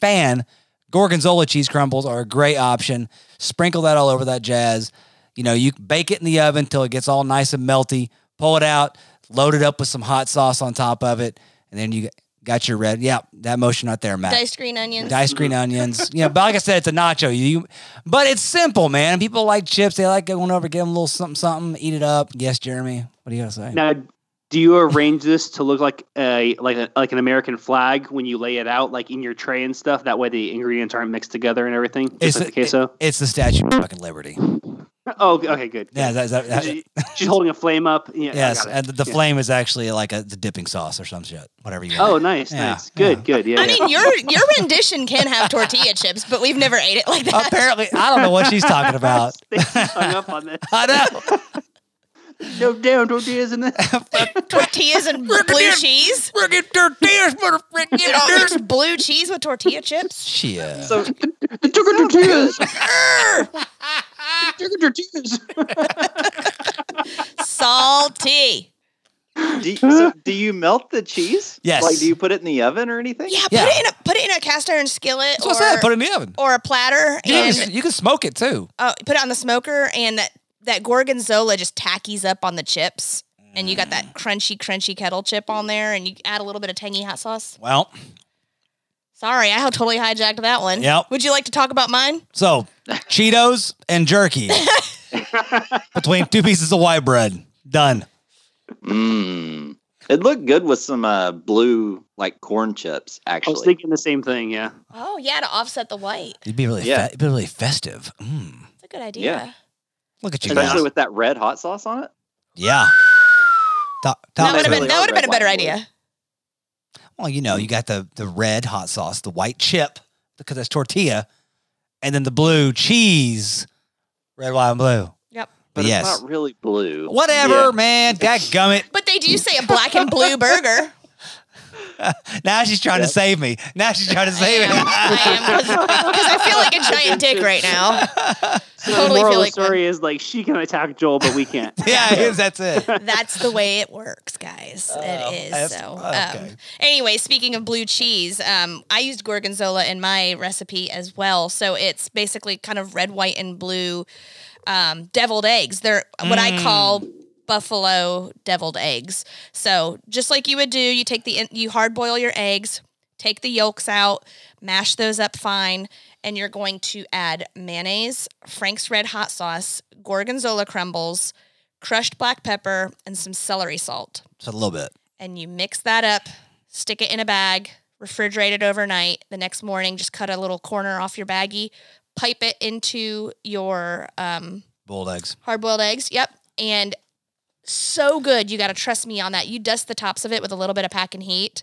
[SPEAKER 2] fan, gorgonzola cheese crumbles are a great option. Sprinkle that all over that jazz. You know, you bake it in the oven till it gets all nice and melty. Pull it out, load it up with some hot sauce on top of it, and then you got your red. Yeah, that motion right there, Matt
[SPEAKER 1] Diced green onions.
[SPEAKER 2] diced green onions. You know, but like I said, it's a nacho. You, but it's simple, man. People like chips. They like going over, give them a little something, something, eat it up. Yes, Jeremy. What do you gotta say?
[SPEAKER 4] Now, do you arrange this to look like a like a, like an American flag when you lay it out, like in your tray and stuff? That way, the ingredients aren't mixed together and everything. Just
[SPEAKER 2] It's
[SPEAKER 4] like the
[SPEAKER 2] the-
[SPEAKER 4] queso.
[SPEAKER 2] It's the Statue of fucking Liberty.
[SPEAKER 4] oh, okay, okay, good.
[SPEAKER 2] Yeah, that, that, that-
[SPEAKER 4] She- she's holding a flame up. Yeah, I
[SPEAKER 2] yes.
[SPEAKER 4] got it.
[SPEAKER 2] And the, the
[SPEAKER 4] Yeah.
[SPEAKER 2] flame is actually like a the dipping sauce or some shit. Whatever you.
[SPEAKER 4] Oh,
[SPEAKER 2] want.
[SPEAKER 4] nice,
[SPEAKER 2] Yeah,
[SPEAKER 4] nice, good,
[SPEAKER 2] yeah.
[SPEAKER 4] good. Yeah,
[SPEAKER 1] I
[SPEAKER 4] yeah.
[SPEAKER 1] mean, your your rendition can have tortilla chips, but we've never ate it like that.
[SPEAKER 2] Apparently, I don't know what she's talking about.
[SPEAKER 4] Stacy's hung up on this.
[SPEAKER 2] I know.
[SPEAKER 4] No damn tortillas in this.
[SPEAKER 2] Uh,
[SPEAKER 1] Tortillas and blue cheese.
[SPEAKER 2] Friggin' tortillas, motherfucking
[SPEAKER 1] You don't mix blue cheese with tortilla chips.
[SPEAKER 2] Shit.
[SPEAKER 3] So
[SPEAKER 4] They took her tortillas. They took her tortillas.
[SPEAKER 1] Salty.
[SPEAKER 3] do, so do you melt the cheese?
[SPEAKER 2] Yes.
[SPEAKER 3] Like, do you put it in the oven or anything?
[SPEAKER 1] Yeah, put
[SPEAKER 2] Yeah.
[SPEAKER 1] it in a put it in a cast iron skillet
[SPEAKER 2] That's
[SPEAKER 1] or,
[SPEAKER 2] what I said. Put it in the oven.
[SPEAKER 1] or a platter
[SPEAKER 2] You
[SPEAKER 1] and
[SPEAKER 2] can, you can smoke it too.
[SPEAKER 1] oh, put it on the smoker and that that gorgonzola just tackies up on the chips. And you got
[SPEAKER 2] Mm.
[SPEAKER 1] that crunchy, crunchy kettle chip on there, and you add a little bit of tangy hot sauce.
[SPEAKER 2] Well,
[SPEAKER 1] Sorry, I totally hijacked that one.
[SPEAKER 2] Yep.
[SPEAKER 1] Would you like to talk about mine?
[SPEAKER 2] So Cheetos and jerky between two pieces of white bread. Done.
[SPEAKER 3] Mm. It looked good with some uh, blue, like corn chips,
[SPEAKER 4] I was
[SPEAKER 3] actually.
[SPEAKER 4] thinking the same thing. Yeah.
[SPEAKER 1] Oh yeah, to offset the white.
[SPEAKER 2] It'd be really,
[SPEAKER 3] Yeah.
[SPEAKER 2] fe- it'd be really festive. Mm.
[SPEAKER 1] That's a good idea.
[SPEAKER 2] Look at you
[SPEAKER 3] Especially
[SPEAKER 2] guys.
[SPEAKER 3] with that red hot sauce on it.
[SPEAKER 2] yeah. Top,
[SPEAKER 1] That
[SPEAKER 2] top
[SPEAKER 1] would have
[SPEAKER 2] really
[SPEAKER 1] been that would have been a better
[SPEAKER 3] Red wine
[SPEAKER 1] idea.
[SPEAKER 2] Well, you know, you got the the red hot sauce, the white chip because that's tortilla, and then the blue cheese, red, white, and blue.
[SPEAKER 1] Yep.
[SPEAKER 3] But
[SPEAKER 2] yes.
[SPEAKER 3] it's not really blue.
[SPEAKER 2] Whatever,
[SPEAKER 4] Yeah.
[SPEAKER 2] man. God gummit.
[SPEAKER 1] But they do say a black and blue burger.
[SPEAKER 2] Now she's trying to
[SPEAKER 3] Yep.
[SPEAKER 2] save me. Now she's trying to
[SPEAKER 1] I
[SPEAKER 2] save me.
[SPEAKER 1] am because I feel like a giant dick right now.
[SPEAKER 4] So the
[SPEAKER 1] Totally feel
[SPEAKER 4] moral of the
[SPEAKER 1] like one.
[SPEAKER 4] story is like she can attack Joel, but we can't.
[SPEAKER 2] yeah, it is, that's it.
[SPEAKER 1] That's the way it works, guys.
[SPEAKER 2] Oh,
[SPEAKER 1] it is.
[SPEAKER 2] that's-
[SPEAKER 1] So,
[SPEAKER 2] okay.
[SPEAKER 1] um, anyway, speaking of blue cheese, um, I used gorgonzola in my recipe as well. So it's basically kind of red, white, and blue um, deviled eggs. They're what I call buffalo deviled eggs. So just like you would do, you take the in- you hard boil your eggs, take the yolks out, mash those up fine, and you're going to add mayonnaise, Frank's red hot sauce, gorgonzola crumbles, crushed black pepper, and some celery salt.
[SPEAKER 2] Just a little bit.
[SPEAKER 1] And you mix that up, stick it in a bag, refrigerate it overnight. The next morning, just cut a little corner off your baggie, pipe it into your um,
[SPEAKER 2] Boiled eggs.
[SPEAKER 1] hard boiled eggs. Yep. And so good. You got to trust me on that. You dust the tops of it with a little bit of pack and heat.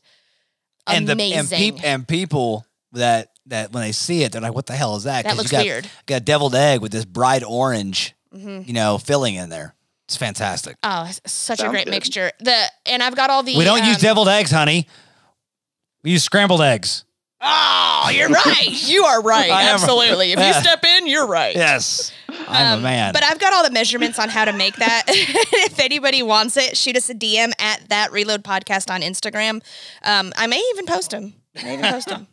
[SPEAKER 2] And the and,
[SPEAKER 1] Amazing.
[SPEAKER 2] peop, and people that that when they see it, they're like, "What the hell is that?"
[SPEAKER 1] that
[SPEAKER 2] 'Cause
[SPEAKER 1] looks
[SPEAKER 2] you got,
[SPEAKER 1] weird.
[SPEAKER 2] Got a deviled egg with this bright orange,
[SPEAKER 1] hmm
[SPEAKER 2] you know, filling in there. It's fantastic.
[SPEAKER 1] Oh, it's such a
[SPEAKER 3] Sounds
[SPEAKER 1] great
[SPEAKER 3] good.
[SPEAKER 1] mixture. The and I've got all the.
[SPEAKER 2] we don't use
[SPEAKER 1] um,
[SPEAKER 2] deviled eggs, honey. We use scrambled eggs.
[SPEAKER 1] Oh, you're right. You are right.
[SPEAKER 2] I am-
[SPEAKER 1] Absolutely. If
[SPEAKER 2] Yeah.
[SPEAKER 1] you step in, you're right.
[SPEAKER 2] Yes, I'm
[SPEAKER 1] Um,
[SPEAKER 2] a man.
[SPEAKER 1] But I've got all the measurements on how to make that. if anybody wants it, shoot us a DM at that Reload Podcast on Instagram. Um, I may even post them. I may even post them.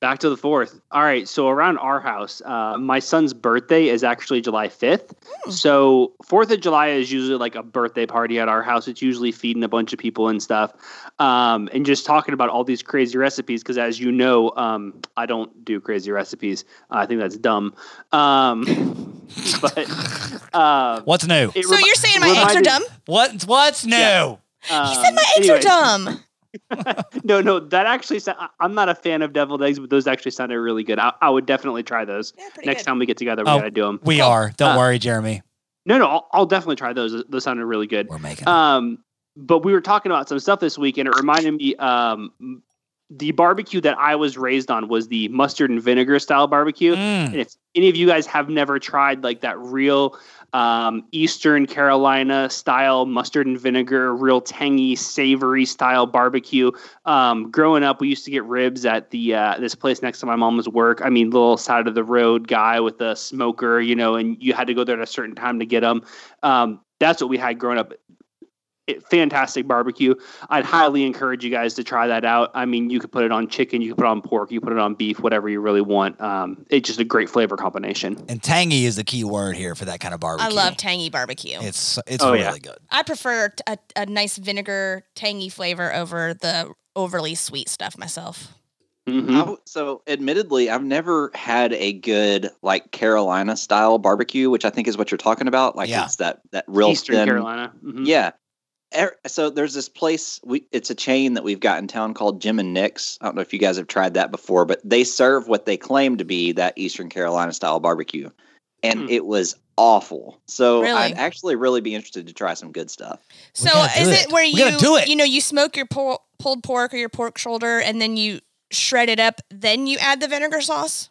[SPEAKER 4] Back to the fourth. All right. So around our house, uh, my son's birthday is actually July 5th.
[SPEAKER 1] Hmm.
[SPEAKER 4] So Fourth of July is usually like a birthday party at our house. It's usually feeding a bunch of people and stuff, um, and just talking about all these crazy recipes. Because as you know, um, I don't do crazy recipes. I think that's dumb. Um, but um,
[SPEAKER 2] what's new?
[SPEAKER 4] it
[SPEAKER 1] So
[SPEAKER 4] remi-
[SPEAKER 1] you're saying my eggs are
[SPEAKER 4] reminded-
[SPEAKER 1] dumb?
[SPEAKER 2] What what's new?
[SPEAKER 4] Yeah.
[SPEAKER 1] He said my
[SPEAKER 4] um,
[SPEAKER 1] eggs are
[SPEAKER 4] anyways.
[SPEAKER 1] dumb.
[SPEAKER 4] No, no, that actually. Sa- I- I'm not a fan of deviled eggs, but those actually sounded really good. I, I would definitely try those
[SPEAKER 1] Yeah, pretty
[SPEAKER 4] next
[SPEAKER 1] good.
[SPEAKER 4] time we get together. We
[SPEAKER 2] Oh.
[SPEAKER 4] gotta do them.
[SPEAKER 2] We
[SPEAKER 1] Cool.
[SPEAKER 2] are. Don't
[SPEAKER 4] Uh,
[SPEAKER 2] worry, Jeremy.
[SPEAKER 4] No, no, I'll, I'll definitely try those. Those sounded really good.
[SPEAKER 2] We're making. it.
[SPEAKER 1] uh,
[SPEAKER 4] Um, but we were talking about some stuff this week, and it reminded me. Um, the barbecue that I was raised on was the mustard and vinegar style barbecue.
[SPEAKER 2] Mm.
[SPEAKER 4] And if any of you guys have never tried like that real um, Eastern Carolina style mustard and vinegar, real tangy, savory style barbecue. Um, growing up, we used to get ribs at the uh, this place next to my mom's work. I mean, little side of the road guy with a smoker, you know, and you had to go there at a certain time to get them. Um, that's what we had growing up. It, fantastic barbecue. I'd highly encourage you guys to try that out. I mean, you could put it on chicken, you could put it on pork, you could put it on beef, whatever you really want. Um, it's just a great flavor combination.
[SPEAKER 2] And tangy is the key word here for that kind of barbecue.
[SPEAKER 1] I love tangy barbecue.
[SPEAKER 2] It's it's
[SPEAKER 4] Oh,
[SPEAKER 2] really
[SPEAKER 4] yeah.
[SPEAKER 2] good.
[SPEAKER 1] I prefer t- a, a nice vinegar tangy flavor over the overly sweet stuff myself.
[SPEAKER 4] Mhm.
[SPEAKER 3] I- so, admittedly, I've never had a good like Carolina style barbecue, which I think is what you're talking about. Like
[SPEAKER 2] Yeah.
[SPEAKER 3] it's that that real
[SPEAKER 4] Eastern
[SPEAKER 3] thin.
[SPEAKER 4] Carolina. Mhm.
[SPEAKER 3] Yeah. Er- So there's this place. We it's a chain that we've got in town called Jim and Nick's. I don't know if you guys have tried that before, but they serve what they claim to be that Eastern Carolina style barbecue, and
[SPEAKER 4] Hmm.
[SPEAKER 3] it was awful. So
[SPEAKER 1] Really?
[SPEAKER 3] I'd actually really be interested to try some good stuff.
[SPEAKER 1] So
[SPEAKER 2] gotta
[SPEAKER 1] is
[SPEAKER 2] do
[SPEAKER 1] it.
[SPEAKER 2] it.
[SPEAKER 1] where
[SPEAKER 2] We
[SPEAKER 1] you
[SPEAKER 2] gotta do it.
[SPEAKER 1] you know you smoke your por- pulled pork or your pork shoulder and then you shred it up, then you add the vinegar sauce?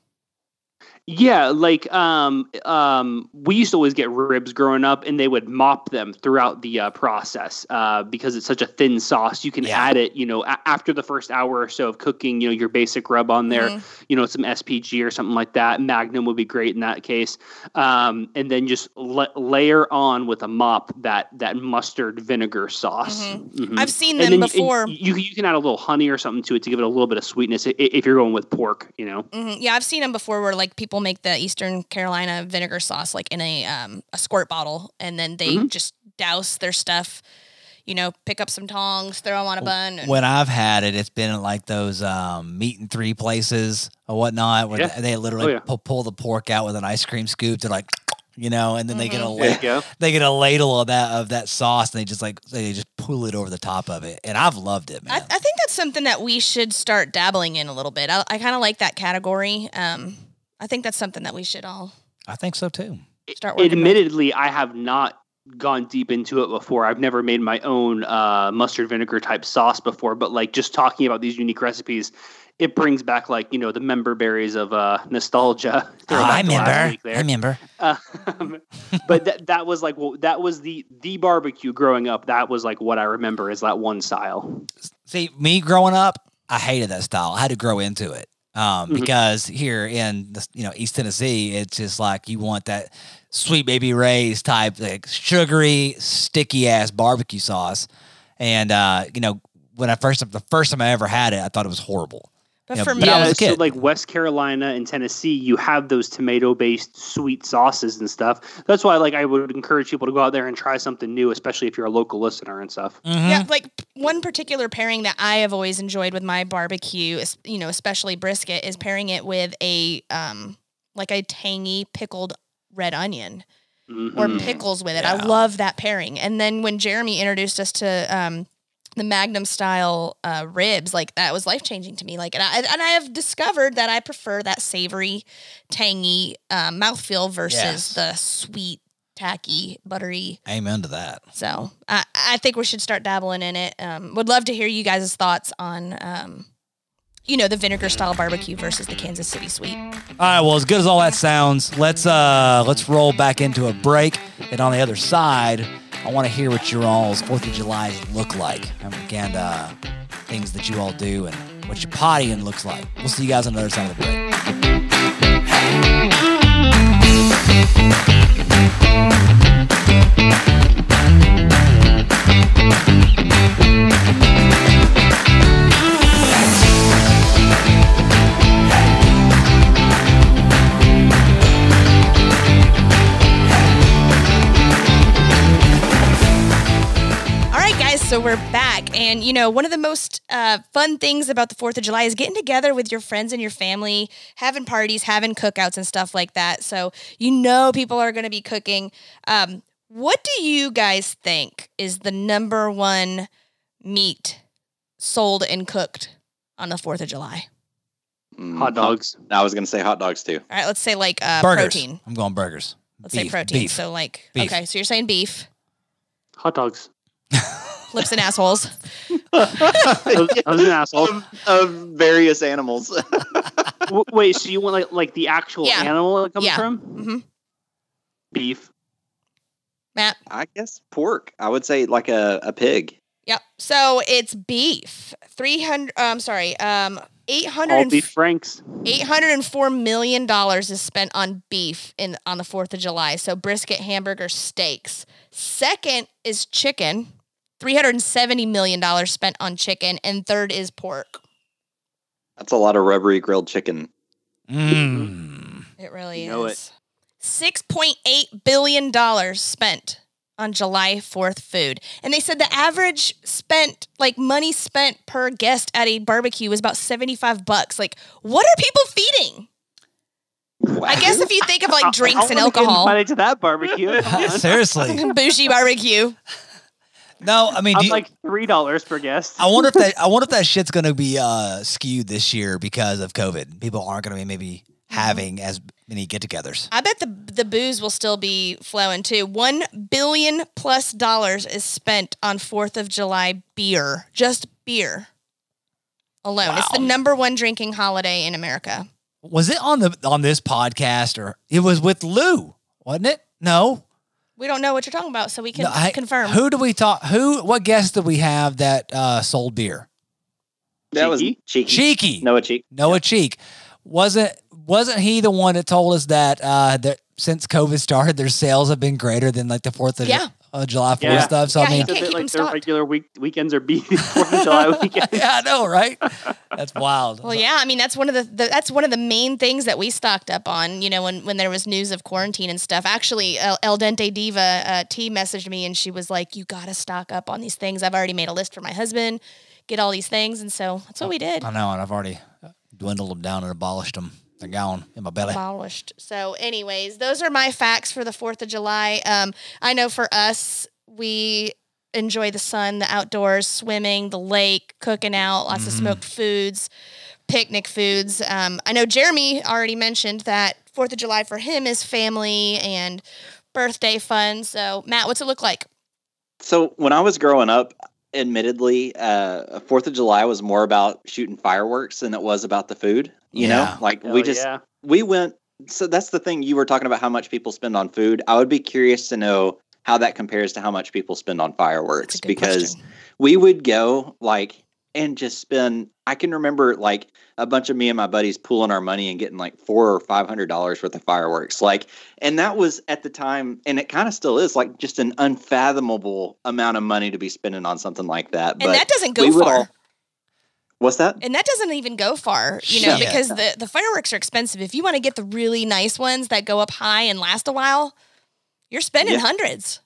[SPEAKER 4] Yeah, like um, um, we used to always get ribs growing up, and they would mop them throughout the uh, process uh, because it's such a thin sauce. You can
[SPEAKER 2] Yeah.
[SPEAKER 4] add it, you know, a- after the first hour or so of cooking, you know, your basic rub on there,
[SPEAKER 1] Mhm.
[SPEAKER 4] you know, some SPG or something like that. Magnum would be great in that case, um, and then just la- layer on with a mop that that mustard vinegar sauce.
[SPEAKER 1] Mhm.
[SPEAKER 4] Mhm.
[SPEAKER 1] I've seen
[SPEAKER 4] And
[SPEAKER 1] them
[SPEAKER 4] then you-
[SPEAKER 1] before.
[SPEAKER 4] and You, you can add a little honey or something to it to give it a little bit of sweetness i- i- if you're going with pork, you know.
[SPEAKER 1] Mhm. Yeah, I've seen them before where like people make the Eastern Carolina vinegar sauce like in a um, a squirt bottle and then they
[SPEAKER 4] Mhm.
[SPEAKER 1] just douse their stuff, you know, pick up some tongs, throw them on a bun. And,
[SPEAKER 2] When I've had it, it's been at like those um, meat and three places or whatnot, where
[SPEAKER 4] Yeah.
[SPEAKER 2] they literally
[SPEAKER 4] Oh, yeah.
[SPEAKER 2] pull, pull the pork out with an ice cream scoop. They're like, you know, and then they get a
[SPEAKER 1] Mhm.
[SPEAKER 2] la-
[SPEAKER 4] you go.
[SPEAKER 2] they get a ladle of that of that sauce, and they just like they just pull it over the top of it, and I've loved it,
[SPEAKER 1] I,
[SPEAKER 2] man.
[SPEAKER 1] I think that's something that we should start dabbling in a little bit. I, I kind of like that category. Um, I think that's something that we should all
[SPEAKER 2] I think so too.
[SPEAKER 1] start working. with.
[SPEAKER 4] admittedly i have not gone deep into it before. I've never made my own uh, mustard vinegar type sauce before, but like just talking about these unique recipes, it brings back like you know the member berries of uh, nostalgia. Throwback
[SPEAKER 2] Oh, I
[SPEAKER 4] to last
[SPEAKER 2] remember.
[SPEAKER 4] week
[SPEAKER 2] I remember.
[SPEAKER 4] um, but that that was like well, that was the the barbecue growing up. That was like what I remember is that one style.
[SPEAKER 2] See, me growing up, I hated that style. I had to grow into it um,
[SPEAKER 4] Mhm.
[SPEAKER 2] because here in the, you know East Tennessee, it's just like you want that sweet baby Ray's type, like sugary, sticky ass barbecue sauce. And uh, you know, when I first the first time I ever had it, I thought it was horrible.
[SPEAKER 1] But
[SPEAKER 2] Yeah,
[SPEAKER 1] for
[SPEAKER 2] but
[SPEAKER 1] me,
[SPEAKER 2] I was a
[SPEAKER 4] so
[SPEAKER 2] kid.
[SPEAKER 4] like West Carolina and Tennessee, you have those tomato based sweet sauces and stuff. That's why like I would encourage people to go out there and try something new, especially if you're a local listener and stuff.
[SPEAKER 1] Yeah,
[SPEAKER 2] Mm-hmm.
[SPEAKER 1] like p- one particular pairing that I have always enjoyed with my barbecue, es- you know, especially brisket, is pairing it with a um like a tangy pickled red onion or
[SPEAKER 4] Mhm.
[SPEAKER 1] pickles with it.
[SPEAKER 2] Mm. Yeah.
[SPEAKER 1] I love that pairing. And then when Jeremy introduced us to um the Magnum style uh, ribs, like that was life changing to me. Like, and I and I have discovered that I prefer that savory, tangy um, mouthfeel versus
[SPEAKER 2] Yes.
[SPEAKER 1] the sweet, tacky, buttery
[SPEAKER 2] Amen to that.
[SPEAKER 1] so I, I think we should start dabbling in it. Um, would love to hear you guys' thoughts on, um, you know, the vinegar style barbecue versus the Kansas City sweet.
[SPEAKER 2] All right, well, as good as all that sounds, let's uh let's roll back into a break. And on the other side, I want to hear what your all's Fourth of July's look like, and again, uh, things that you all do, and what your pottying looks like. We'll see you guys on the other side of the break.
[SPEAKER 1] All right, guys, so we're back. And, you know, one of the most uh, fun things about the 4th of July is getting together with your friends and your family, having parties, having cookouts, and stuff like that. So, you know, people are going to be cooking. Um, what do you guys think is the number one meat sold and cooked on the 4th of July?
[SPEAKER 3] Mm,
[SPEAKER 4] Hot dogs.
[SPEAKER 3] I was going to say hot dogs too.
[SPEAKER 1] All right, let's say like uh,
[SPEAKER 2] burgers.
[SPEAKER 1] protein.
[SPEAKER 2] I'm going burgers.
[SPEAKER 1] Let's say
[SPEAKER 2] Beef,
[SPEAKER 1] protein.
[SPEAKER 2] beef.
[SPEAKER 1] So like,
[SPEAKER 2] Beef.
[SPEAKER 1] okay, so you're saying beef,
[SPEAKER 4] Hot dogs.
[SPEAKER 1] lips and assholes.
[SPEAKER 4] I was, I was an asshole.
[SPEAKER 3] Of, of various animals.
[SPEAKER 4] W- Wait, so you want like like the actual
[SPEAKER 1] Yeah.
[SPEAKER 4] animal it comes
[SPEAKER 1] Yeah.
[SPEAKER 4] from?
[SPEAKER 1] Mhm.
[SPEAKER 4] Beef.
[SPEAKER 1] Matt.
[SPEAKER 3] I guess pork. I would say like a, a pig.
[SPEAKER 1] Yep. So it's beef. Three hundred. Um, sorry. Um, eight
[SPEAKER 4] All
[SPEAKER 1] hundred.
[SPEAKER 4] beef franks.
[SPEAKER 1] Eight hundred and four million dollars is spent on beef in on the Fourth of July. So brisket, hamburger, steaks. Second is chicken. Three hundred and seventy million dollars spent on chicken, and third is pork.
[SPEAKER 3] That's a lot of rubbery grilled chicken.
[SPEAKER 2] Mm.
[SPEAKER 1] It really
[SPEAKER 4] You know it.
[SPEAKER 1] is. Six point eight billion dollars spent on July Fourth food, and they said the average spent, like money spent per guest at a barbecue, was about seventy-five bucks. Like, what are people feeding? I guess if you think of like drinks and alcohol,
[SPEAKER 4] Invited to that barbecue. Come on.
[SPEAKER 2] Seriously,
[SPEAKER 1] bougie barbecue.
[SPEAKER 2] no. I mean, do
[SPEAKER 4] I'm
[SPEAKER 2] you-
[SPEAKER 4] like three dollars per guest.
[SPEAKER 2] I wonder if that I wonder if that shit's gonna be uh, skewed this year because of COVID. People aren't gonna be maybe having as many get-togethers.
[SPEAKER 1] I bet the the booze will still be flowing too. One billion plus dollars is spent on Fourth of July beer, just beer alone. It's the number one drinking holiday in America.
[SPEAKER 2] was it on the on this podcast or it was with Lou, wasn't it? No,
[SPEAKER 1] We don't know what you're talking about, so we can
[SPEAKER 2] no I-
[SPEAKER 1] confirm.
[SPEAKER 2] Who do we talk? Who? What guests did we have that uh, sold beer?
[SPEAKER 3] That was
[SPEAKER 4] Cheeky?
[SPEAKER 3] cheeky.
[SPEAKER 2] Cheeky
[SPEAKER 3] Noah Cheek.
[SPEAKER 2] Noah Cheek wasn't wasn't he the one that told us that uh, that since COVID started, their sales have been greater than like the Fourth of Ju-
[SPEAKER 1] Yeah.
[SPEAKER 2] uh, July Fourth
[SPEAKER 4] Yeah.
[SPEAKER 2] stuff. So
[SPEAKER 1] Yeah,
[SPEAKER 2] I
[SPEAKER 1] he
[SPEAKER 2] mean,
[SPEAKER 1] can't
[SPEAKER 4] Said that,
[SPEAKER 1] keep them
[SPEAKER 4] like their
[SPEAKER 1] stocked.
[SPEAKER 4] regular week weekends are beating Fourth of July weekend.
[SPEAKER 2] yeah, I know, right? That's wild.
[SPEAKER 1] well, yeah, I mean that's one of the, the that's one of the main things that we stocked up on. You know, when when there was news of quarantine and stuff. Actually, El, El Dente Diva uh, T messaged me and she was like, "You gotta stock up on these things. I've already made a list for my husband. Get all these things." And so that's what we did.
[SPEAKER 2] I know, and I've already uh, dwindled them down and abolished them. They're gone in my belly.
[SPEAKER 1] abolished. So, anyways, those are my facts for the Fourth of July. Um, I know for us, we enjoy the sun, the outdoors, swimming, the lake, cooking out, lots of smoked foods, picnic foods. Um, I know Jeremy already mentioned that Fourth of July for him is family and birthday fun. So, Matt, what's it look like?
[SPEAKER 3] So when I was growing up, admittedly, uh, Fourth of July was more about shooting fireworks than it was about the food. You
[SPEAKER 2] Yeah.
[SPEAKER 3] know, like we
[SPEAKER 4] Hell
[SPEAKER 3] just
[SPEAKER 4] Oh, yeah.
[SPEAKER 3] we went. So that's the thing you were talking about how much people spend on food. I would be curious to know how that compares to how much people spend on
[SPEAKER 1] That's
[SPEAKER 3] fireworks
[SPEAKER 1] a good
[SPEAKER 3] because
[SPEAKER 1] question.
[SPEAKER 3] we would go like and just spend i can remember like a bunch of me and my buddies pooling our money and getting like four or five hundred dollars worth of fireworks like and that was at the time and it kind of still is like just an unfathomable amount of money to be spending on something like that
[SPEAKER 1] and
[SPEAKER 3] but
[SPEAKER 1] that doesn't go
[SPEAKER 3] we would
[SPEAKER 1] far.
[SPEAKER 3] all- what's that
[SPEAKER 1] and that doesn't even go far, you know,
[SPEAKER 2] Shit.
[SPEAKER 1] because the, the fireworks are expensive. If you want to get the really nice ones that go up high and last a while, you're spending
[SPEAKER 3] Yeah.
[SPEAKER 1] hundreds.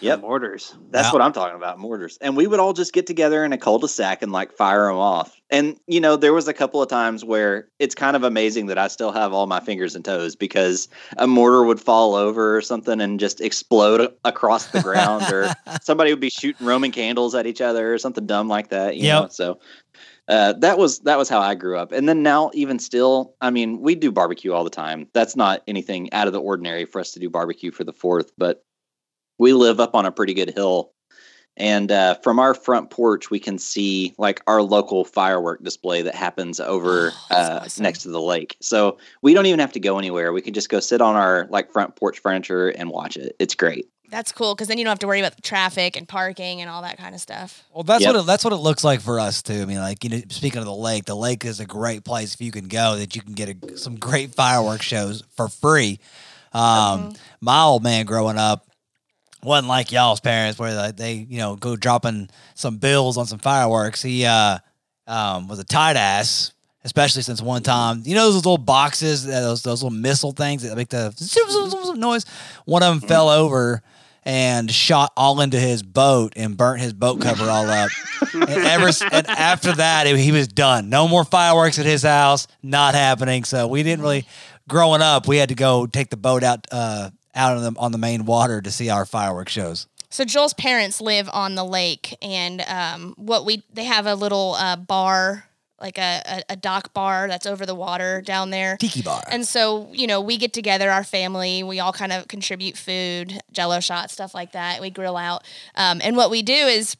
[SPEAKER 3] Yep.
[SPEAKER 4] Mortars.
[SPEAKER 3] That's
[SPEAKER 2] Wow.
[SPEAKER 3] what I'm talking about, mortars. And we would all just get together in a cul-de-sac and like fire them off. And you know, there was a couple of times where it's kind of amazing that I still have all my fingers and toes because a mortar would fall over or something and just explode a- across the ground, or somebody would be shooting Roman candles at each other or something dumb like that. You
[SPEAKER 2] Yep.
[SPEAKER 3] know, so. Uh, that was that was how I grew up, and then now even still, I mean, we do barbecue all the time. That's not anything out of the ordinary for us to do barbecue for the fourth, but we live up on a pretty good hill and uh, from our front porch we can see like our local firework display that happens over
[SPEAKER 1] Oh, that's
[SPEAKER 3] uh,
[SPEAKER 1] awesome.
[SPEAKER 3] next to the lake so we don't even have to go anywhere we can just go sit on our like front porch furniture and watch it it's great
[SPEAKER 1] That's cool because then you don't have to worry about the traffic and parking and all that kind of stuff.
[SPEAKER 2] Well, that's
[SPEAKER 3] Yep.
[SPEAKER 2] what it, that's what it looks like for us too. I mean, like you know, speaking of the lake, the lake is a great place if you can go that you can get a, some great fireworks shows for free. Um, My old man growing up wasn't like y'all's parents where like, they you know go dropping some bills on some fireworks. He uh, um, was a tight ass, especially since one time you know those little boxes, uh, those those little missile things that make the zoom, zoom, zoom, zoom noise. One of them
[SPEAKER 3] Mm.
[SPEAKER 2] fell over and shot all into his boat and burnt his boat cover all up. and ever s- and after that, it- he was done. No more fireworks at his house. Not happening. So we didn't really. Growing up, we had to go take the boat out uh, out on the on the main water to see our fireworks shows.
[SPEAKER 1] So Joel's parents live on the lake, and um, what we they have a little uh, bar, like a, a, a dock bar that's over the water down there.
[SPEAKER 2] Tiki bar.
[SPEAKER 1] And so, you know, we get together, our family, we all kind of contribute food, jello shots, stuff like that. We grill out. Um, and what we do is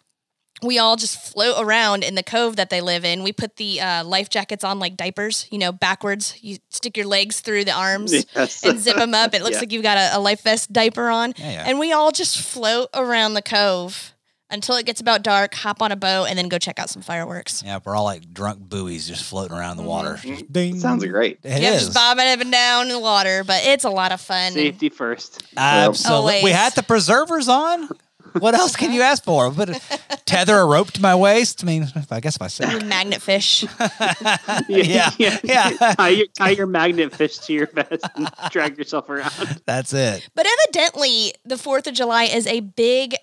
[SPEAKER 1] we all just float around in the cove that they live in. We put the uh, life jackets on like diapers, you know, backwards. You stick your legs through the arms
[SPEAKER 3] yes
[SPEAKER 1] and zip them up. It looks
[SPEAKER 3] Yeah.
[SPEAKER 1] like you've got a, a life vest diaper on.
[SPEAKER 2] Yeah, yeah.
[SPEAKER 1] And we all just float around the cove until it gets about dark, hop on a boat, and then go check out some fireworks.
[SPEAKER 2] yeah, we're all like drunk buoys just floating around in the water. Just ding.
[SPEAKER 3] sounds great
[SPEAKER 2] It
[SPEAKER 1] Mm-hmm. yeah,
[SPEAKER 2] is.
[SPEAKER 1] just bobbing up and down in the water, but it's a lot of fun. and-
[SPEAKER 4] Safety first.
[SPEAKER 2] Absolutely. We
[SPEAKER 1] Always.
[SPEAKER 2] had the preservers on. What else can you ask for? But tether a rope to my waist. I mean, if I guess if I said,
[SPEAKER 1] magnet fish.
[SPEAKER 2] yeah, yeah,
[SPEAKER 4] tie, your, tie your magnet fish to your vest and drag yourself around.
[SPEAKER 2] that's it.
[SPEAKER 1] But evidently, the 4th of July is a big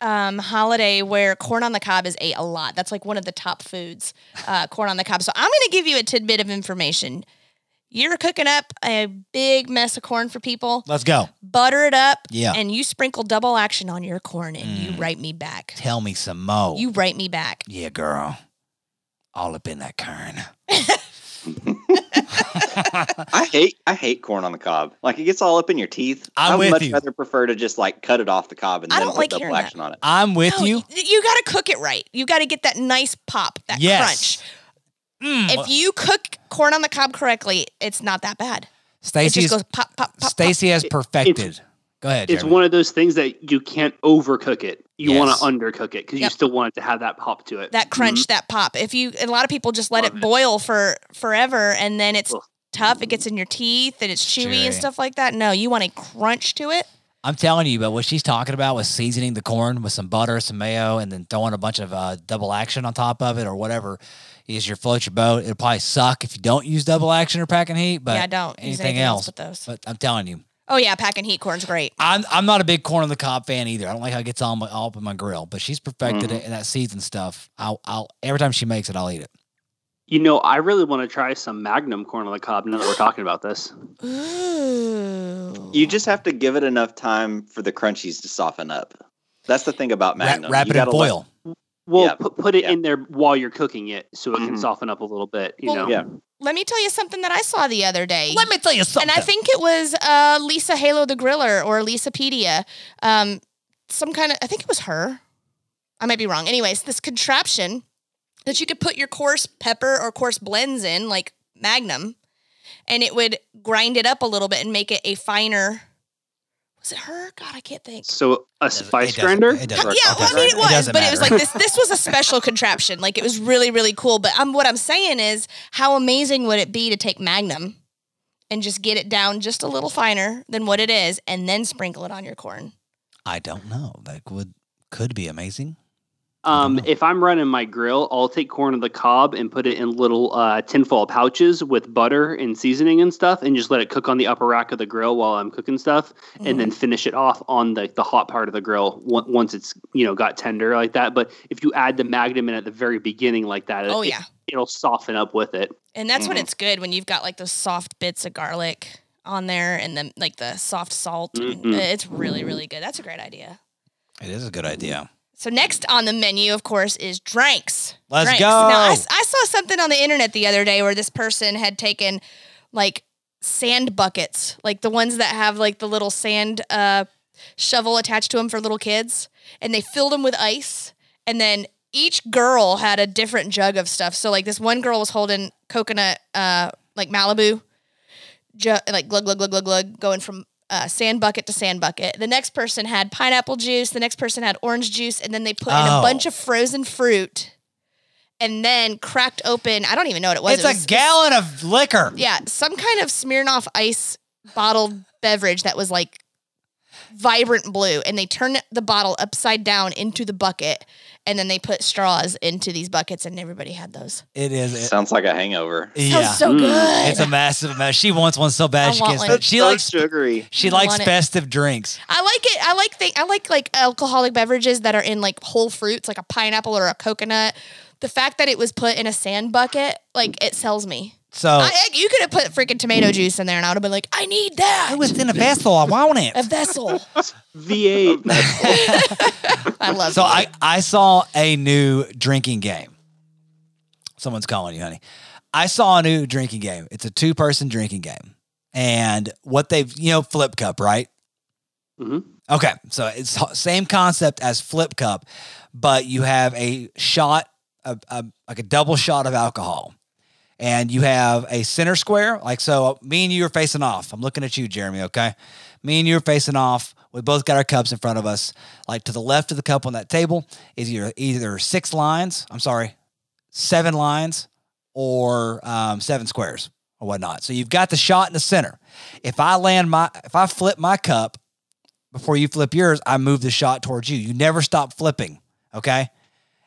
[SPEAKER 1] um, holiday where corn on the cob is ate a lot. That's like one of the top foods, uh, corn on the cob. So I'm going to give you a tidbit of information. You're cooking up a big mess of corn for people,
[SPEAKER 2] Let's go.
[SPEAKER 1] butter it up,
[SPEAKER 2] Yeah. Mm.
[SPEAKER 1] and you sprinkle double action on your corn and you write me back.
[SPEAKER 2] Tell me some more.
[SPEAKER 1] You write me back.
[SPEAKER 2] yeah, girl. All up in that kern.
[SPEAKER 3] i hate i hate corn on the cob like it gets all up in your teeth
[SPEAKER 2] I'm
[SPEAKER 3] I would
[SPEAKER 2] with
[SPEAKER 3] much
[SPEAKER 2] you.
[SPEAKER 3] rather prefer to just like cut it off the cob and
[SPEAKER 1] I
[SPEAKER 3] then
[SPEAKER 1] don't like
[SPEAKER 3] put
[SPEAKER 1] hearing
[SPEAKER 3] double
[SPEAKER 1] that.
[SPEAKER 3] action on it
[SPEAKER 2] I'm with
[SPEAKER 1] No,
[SPEAKER 2] you.
[SPEAKER 1] y- You got to cook it right. You got to get that nice pop, that
[SPEAKER 2] Yes. Mm.
[SPEAKER 1] crunch. If you cook corn on the cob correctly, it's not that bad. It
[SPEAKER 2] Stacy's
[SPEAKER 1] just goes pop, pop, pop. pop.
[SPEAKER 2] Stacy has perfected. Go ahead.
[SPEAKER 4] It's
[SPEAKER 2] Jeremy.
[SPEAKER 4] one of those things that you can't overcook it. You want
[SPEAKER 2] Yes.
[SPEAKER 4] to undercook it because you
[SPEAKER 1] Yep.
[SPEAKER 4] still want it to have that pop to it.
[SPEAKER 1] that crunch, that pop. If you, and a lot of people just let
[SPEAKER 4] Love
[SPEAKER 1] it,
[SPEAKER 4] it.
[SPEAKER 1] boil for forever, and then it's
[SPEAKER 4] Ugh.
[SPEAKER 1] tough. It gets in your teeth, and it's chewy
[SPEAKER 2] Chewy.
[SPEAKER 1] and stuff like that. No, you want a crunch to it.
[SPEAKER 2] I'm telling you, but what she's talking about was seasoning the corn with some butter, some mayo, and then throwing a bunch of uh, double action on top of it or whatever. Is your float your boat? It'll probably suck if you don't use double action or pack and heat. But
[SPEAKER 1] yeah, I don't
[SPEAKER 2] anything,
[SPEAKER 1] use anything
[SPEAKER 2] else.
[SPEAKER 1] else with those.
[SPEAKER 2] But I'm telling you,
[SPEAKER 1] Oh yeah, pack and heat corn's great.
[SPEAKER 2] I'm I'm not a big corn on the cob fan either. I don't like how it gets all, my, all up in my grill. But she's perfected
[SPEAKER 3] Mm-hmm.
[SPEAKER 2] it and that seasoned stuff. I'll I'll every time she makes it, I'll eat it.
[SPEAKER 4] Mm-hmm. You know, I really want to try some Magnum corn on the cob now that we're talking about this.
[SPEAKER 1] Ooh.
[SPEAKER 3] You just have to give it enough time for the crunchies to soften up. That's the thing about
[SPEAKER 2] Wrap-
[SPEAKER 3] Magnum.
[SPEAKER 2] wrap
[SPEAKER 3] You
[SPEAKER 2] it in
[SPEAKER 3] gotta let-
[SPEAKER 2] foil.
[SPEAKER 4] Well,
[SPEAKER 3] Yeah.
[SPEAKER 4] pu- put it
[SPEAKER 3] Yeah.
[SPEAKER 4] in there while you're cooking it, so it can
[SPEAKER 3] Mhm.
[SPEAKER 4] soften up a little bit. You
[SPEAKER 1] Well,
[SPEAKER 4] know,
[SPEAKER 3] Yeah.
[SPEAKER 1] Let me tell you something that I saw the other day.
[SPEAKER 2] Let me tell you something.
[SPEAKER 1] and I think it was uh, Lisa Halo the Griller or Lisa Pedia. Um, some kind of, I think it was her. I might be wrong. Anyways, this contraption that you could put your coarse pepper or coarse blends in, like Magnum, and it would grind it up a little bit and make it a finer. Was it her? God, I can't think.
[SPEAKER 4] So a
[SPEAKER 2] It doesn't-
[SPEAKER 4] spice
[SPEAKER 2] it doesn't-
[SPEAKER 4] grinder.
[SPEAKER 2] it
[SPEAKER 1] Yeah,
[SPEAKER 2] doesn't- it
[SPEAKER 1] well, I
[SPEAKER 2] doesn't-
[SPEAKER 1] mean, it was,
[SPEAKER 2] doesn't
[SPEAKER 1] but it was like
[SPEAKER 2] matter.
[SPEAKER 1] this. This was a special contraption. Like it was really, really cool. But um, what I'm saying is, how amazing would it be to take Magnum and just get it down just a little finer than what it is, and then sprinkle it on your corn?
[SPEAKER 2] I don't know. That would could be amazing.
[SPEAKER 4] Um,
[SPEAKER 2] Mhm.
[SPEAKER 4] if I'm running my grill, I'll take corn on the cob and put it in little uh, tinfoil pouches with butter and seasoning and stuff, and just let it cook on the upper rack of the grill while I'm cooking stuff, and then
[SPEAKER 2] Mm-hmm.
[SPEAKER 4] finish it off on the, the hot part of the grill on- once it's you know got tender like that. But if you add the magnum in at the very beginning like that,
[SPEAKER 1] Oh
[SPEAKER 4] it, Mm-hmm.
[SPEAKER 1] yeah,
[SPEAKER 4] it'll soften up with it.
[SPEAKER 1] and that's when
[SPEAKER 3] Mhm.
[SPEAKER 1] it's good when you've got like those soft bits of garlic on there, and then like the soft salt. and-
[SPEAKER 4] Mhm.
[SPEAKER 1] uh, it's really, really good. That's a great idea.
[SPEAKER 2] It is a good idea.
[SPEAKER 1] So next on the menu, of course, is drinks.
[SPEAKER 2] Let's
[SPEAKER 1] drinks.
[SPEAKER 2] go.
[SPEAKER 1] Now, I, s- I saw something on the internet the other day where this person had taken like sand buckets, like the ones that have like the little sand uh, shovel attached to them for little kids, and they filled them with ice. And then each girl had a different jug of stuff. So, like, this one girl was holding coconut, uh, like Malibu, ju- like glug, glug, glug, glug, glug, going from uh, sand bucket to sand bucket. The next person had pineapple juice. The next person had orange juice. And then they put in a
[SPEAKER 2] Oh.
[SPEAKER 1] bunch of frozen fruit and then cracked open. I don't even know what it was.
[SPEAKER 2] it's
[SPEAKER 1] It
[SPEAKER 2] a
[SPEAKER 1] was-
[SPEAKER 2] gallon of liquor.
[SPEAKER 1] Yeah, some kind of Smirnoff ice bottled beverage that was like vibrant blue. And they turned the bottle upside down into the bucket. And then they put straws into these buckets, and everybody had those.
[SPEAKER 2] It is. It,
[SPEAKER 3] Sounds like a hangover.
[SPEAKER 2] yeah.
[SPEAKER 1] Sounds so
[SPEAKER 4] Mm.
[SPEAKER 1] good.
[SPEAKER 2] it's a massive amount. She wants one so bad
[SPEAKER 1] I
[SPEAKER 2] she
[SPEAKER 1] want
[SPEAKER 2] can't.
[SPEAKER 1] one.
[SPEAKER 2] Stop. She likes.
[SPEAKER 3] sugary.
[SPEAKER 2] She
[SPEAKER 1] I
[SPEAKER 2] likes
[SPEAKER 1] want it.
[SPEAKER 2] festive drinks.
[SPEAKER 1] I like it. I like thing. I like like alcoholic beverages that are in like whole fruits, like a pineapple or a coconut. The fact that it was put in a sand bucket, like it sells me.
[SPEAKER 2] So
[SPEAKER 1] I, I- you could have put freaking tomato juice in there, and I would have been like, I need that.
[SPEAKER 2] it was in a vessel. I want it.
[SPEAKER 1] a vessel.
[SPEAKER 4] V8.
[SPEAKER 1] I love.
[SPEAKER 2] So
[SPEAKER 1] it.
[SPEAKER 2] I, I saw a new drinking game. Someone's calling you, honey. I saw a new drinking game. It's a two person drinking game. And what they've, you know, Flip Cup, right?
[SPEAKER 4] Mhm.
[SPEAKER 2] Okay. So it's h- same concept as Flip Cup, but you have a shot, a, a, like a double shot of alcohol. And you have a center square. Like, so uh, me and you are facing off. I'm looking at you, Jeremy, okay? Me and you are facing off. We both got our cups in front of us. Like to the left of the cup on that table is either, either six lines, I'm sorry, seven lines, or um, seven squares or whatnot. So you've got the shot in the center. If I land my, if I flip my cup before you flip yours, I move the shot towards you. You never stop flipping. Okay.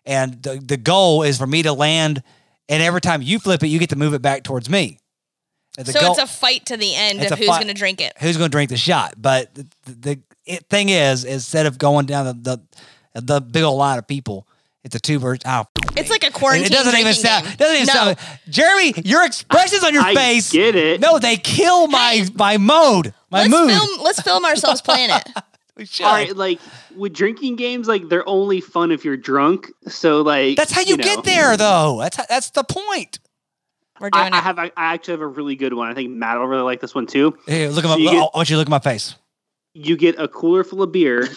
[SPEAKER 2] And the, the goal is for me to land, and every time you flip it, you get to move it back towards me. And the
[SPEAKER 1] so
[SPEAKER 2] goal-
[SPEAKER 1] it's a fight to the end
[SPEAKER 2] It's
[SPEAKER 1] of
[SPEAKER 2] a
[SPEAKER 1] who's
[SPEAKER 2] fight.
[SPEAKER 1] going to drink it.
[SPEAKER 2] who's going to drink the shot. But the, the it, thing is, instead of going down the the, the big old line of people, it's a two birds. Oh,
[SPEAKER 1] It's like a quarantine.
[SPEAKER 2] it doesn't even
[SPEAKER 1] drinking
[SPEAKER 2] sound.
[SPEAKER 1] game.
[SPEAKER 2] Doesn't even
[SPEAKER 1] No.
[SPEAKER 2] sound. Jeremy, your expressions on your
[SPEAKER 4] I
[SPEAKER 2] face.
[SPEAKER 4] get it.
[SPEAKER 2] No, they kill my
[SPEAKER 1] Hey.
[SPEAKER 2] my mode, my
[SPEAKER 1] Let's
[SPEAKER 2] mood.
[SPEAKER 1] film. Let's film ourselves playing it.
[SPEAKER 2] We should.
[SPEAKER 4] All right, like with drinking games, like they're only fun if you're drunk. So like
[SPEAKER 2] That's how you,
[SPEAKER 4] know.
[SPEAKER 2] get there, though. That's how, that's the point.
[SPEAKER 1] We're doing
[SPEAKER 4] I,
[SPEAKER 1] it.
[SPEAKER 4] I have. I actually have a really good one. I think Matt will really like this one too.
[SPEAKER 2] Here, look at
[SPEAKER 4] So
[SPEAKER 2] my. oh,
[SPEAKER 4] you get-
[SPEAKER 2] I want you to look at my face.
[SPEAKER 4] You get a cooler full of beer,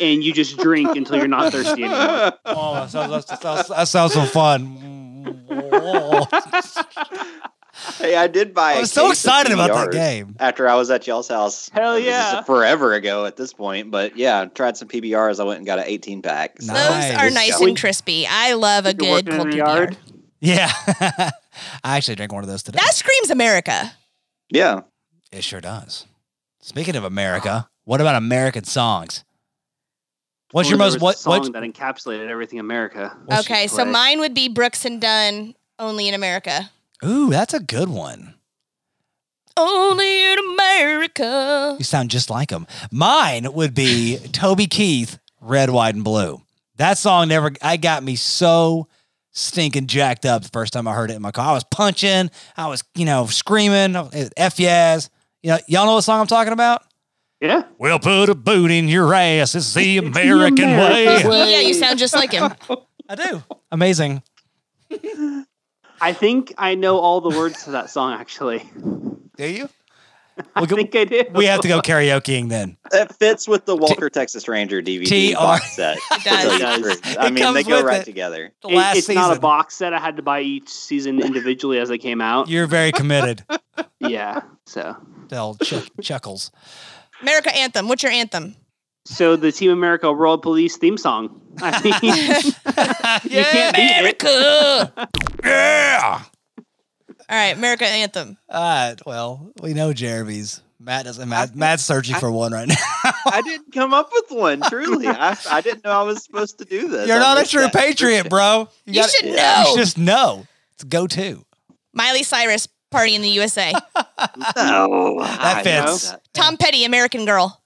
[SPEAKER 4] and you just drink until you're not thirsty anymore.
[SPEAKER 2] Oh, that sounds, that sounds, that sounds so fun.
[SPEAKER 3] hey, I did buy.
[SPEAKER 2] I
[SPEAKER 3] a
[SPEAKER 2] was so
[SPEAKER 3] case of
[SPEAKER 2] excited about that
[SPEAKER 3] PBRs
[SPEAKER 2] game.
[SPEAKER 3] After I was at y'all's house.
[SPEAKER 4] Hell
[SPEAKER 3] This is
[SPEAKER 4] yeah.
[SPEAKER 3] forever ago at this point, but yeah, I tried some PBRs. I went and got an 18 pack.
[SPEAKER 2] No.
[SPEAKER 1] Those are
[SPEAKER 2] Nice.
[SPEAKER 1] nice
[SPEAKER 4] When-
[SPEAKER 1] and crispy. I love a
[SPEAKER 4] You're
[SPEAKER 1] good
[SPEAKER 4] working in
[SPEAKER 1] cold
[SPEAKER 4] the
[SPEAKER 1] yard.
[SPEAKER 4] yard?
[SPEAKER 2] Yeah, I actually drank one of those today.
[SPEAKER 1] That screams America.
[SPEAKER 3] Yeah.
[SPEAKER 2] It sure does. Speaking of
[SPEAKER 4] Uh-huh.
[SPEAKER 2] America, what about American songs? What's
[SPEAKER 4] Well,
[SPEAKER 2] your
[SPEAKER 4] Oh, there
[SPEAKER 2] most
[SPEAKER 4] was a
[SPEAKER 2] what what?
[SPEAKER 4] song that encapsulated everything America?
[SPEAKER 2] What's
[SPEAKER 1] okay, so
[SPEAKER 4] play?
[SPEAKER 1] mine would be Brooks and Dunn, only in America.
[SPEAKER 2] Ooh, that's a good one.
[SPEAKER 1] Only in America.
[SPEAKER 2] You sound just like him. Mine would be Toby Keith, Red, White, and Blue. That song never. I got me so stinking jacked up the first time I heard it in my car. I was punching. I was you know screaming. eh, F yes. You know, y'all know what song I'm talking about?
[SPEAKER 4] Yeah,
[SPEAKER 2] We'll put a boot in your ass. It's the
[SPEAKER 4] American
[SPEAKER 2] American way.
[SPEAKER 4] way.
[SPEAKER 1] Yeah, you sound just like him.
[SPEAKER 2] I do. Amazing.
[SPEAKER 4] I think I know all the words to that song. Actually,
[SPEAKER 2] Do you?
[SPEAKER 4] I
[SPEAKER 2] go-
[SPEAKER 4] think I do.
[SPEAKER 2] We have to go karaokeing then.
[SPEAKER 3] That fits with the Walker Texas Ranger DVD
[SPEAKER 2] TR.
[SPEAKER 3] box set.
[SPEAKER 1] It does.
[SPEAKER 3] Tell you the truth. I
[SPEAKER 2] It
[SPEAKER 3] mean, they
[SPEAKER 2] comes
[SPEAKER 3] go
[SPEAKER 2] with
[SPEAKER 3] right
[SPEAKER 2] it.
[SPEAKER 3] together.
[SPEAKER 2] The
[SPEAKER 4] It-
[SPEAKER 2] last
[SPEAKER 4] it's
[SPEAKER 2] season.
[SPEAKER 4] not a box set. I had to buy each season individually as they came out.
[SPEAKER 2] You're very committed.
[SPEAKER 4] Yeah. So,
[SPEAKER 2] Del chuck chuckles.
[SPEAKER 1] America anthem. What's your anthem?
[SPEAKER 4] so the Team America World Police theme song. I mean,
[SPEAKER 2] yeah.
[SPEAKER 4] can't beat it.
[SPEAKER 1] America. All
[SPEAKER 2] yeah.
[SPEAKER 1] right, America anthem.
[SPEAKER 2] Uh, well, we know Jeremy's. Matt doesn't. Matt, Matt's searching for one right now.
[SPEAKER 3] I didn't come up with one. Truly, I, I didn't know I was supposed to do this.
[SPEAKER 2] You're
[SPEAKER 3] I
[SPEAKER 2] not a
[SPEAKER 3] missed
[SPEAKER 2] true
[SPEAKER 3] that.
[SPEAKER 2] patriot, bro.
[SPEAKER 1] You
[SPEAKER 2] gotta-
[SPEAKER 1] should
[SPEAKER 2] You
[SPEAKER 1] know.
[SPEAKER 2] should just know. It's go to.
[SPEAKER 1] Miley Cyrus, Party in the USA.
[SPEAKER 3] No, I
[SPEAKER 2] That
[SPEAKER 3] know
[SPEAKER 2] fits.
[SPEAKER 3] That,
[SPEAKER 1] Tom Petty, American Girl.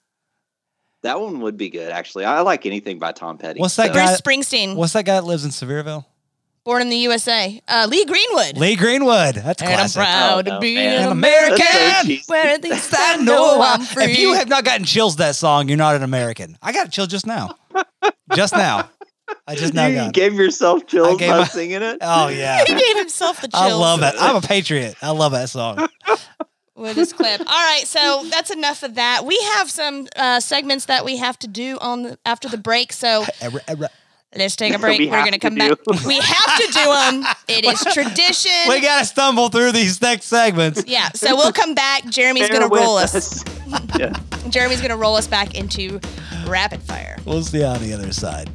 [SPEAKER 3] that one would be good, actually. I like anything by Tom Petty.
[SPEAKER 2] What's that guy-
[SPEAKER 1] Bruce Springsteen,
[SPEAKER 2] What's that guy that lives in Sevierville?
[SPEAKER 1] Born in the USA. Uh, Lee Greenwood.
[SPEAKER 2] Lee Greenwood. That's a
[SPEAKER 1] and I'm
[SPEAKER 2] classic.
[SPEAKER 1] proud
[SPEAKER 3] Oh,
[SPEAKER 1] to
[SPEAKER 3] no,
[SPEAKER 1] be
[SPEAKER 3] man.
[SPEAKER 1] an
[SPEAKER 2] An
[SPEAKER 1] American.
[SPEAKER 2] American.
[SPEAKER 3] cheesy.
[SPEAKER 1] Where at least
[SPEAKER 2] I know I'm free. If you have not gotten chills that song, you're not an American. I got a chill just now. just now. I just now
[SPEAKER 3] you
[SPEAKER 2] got. it.
[SPEAKER 3] gave yourself
[SPEAKER 2] I
[SPEAKER 3] chills
[SPEAKER 2] gave
[SPEAKER 3] by
[SPEAKER 2] my-
[SPEAKER 3] singing it.
[SPEAKER 2] Oh yeah.
[SPEAKER 1] he gave himself the chills.
[SPEAKER 2] I love that. I'm a patriot. I love that song.
[SPEAKER 1] with his clip. All right, so that's enough of that. We have some uh, segments that we have to do on the, after the break. So
[SPEAKER 2] Every- every-
[SPEAKER 1] let's take a break.
[SPEAKER 4] We
[SPEAKER 1] We're
[SPEAKER 4] have
[SPEAKER 1] going to
[SPEAKER 4] to
[SPEAKER 1] come
[SPEAKER 4] do.
[SPEAKER 1] back. We have to do them. It is tradition.
[SPEAKER 2] we gotta stumble through these next segments.
[SPEAKER 1] yeah, so we'll come back. Jeremy's
[SPEAKER 4] bear
[SPEAKER 1] going to
[SPEAKER 4] with
[SPEAKER 1] roll us.
[SPEAKER 4] yeah.
[SPEAKER 1] Jeremy's going to roll us back into rapid fire.
[SPEAKER 2] We'll see you on the other side.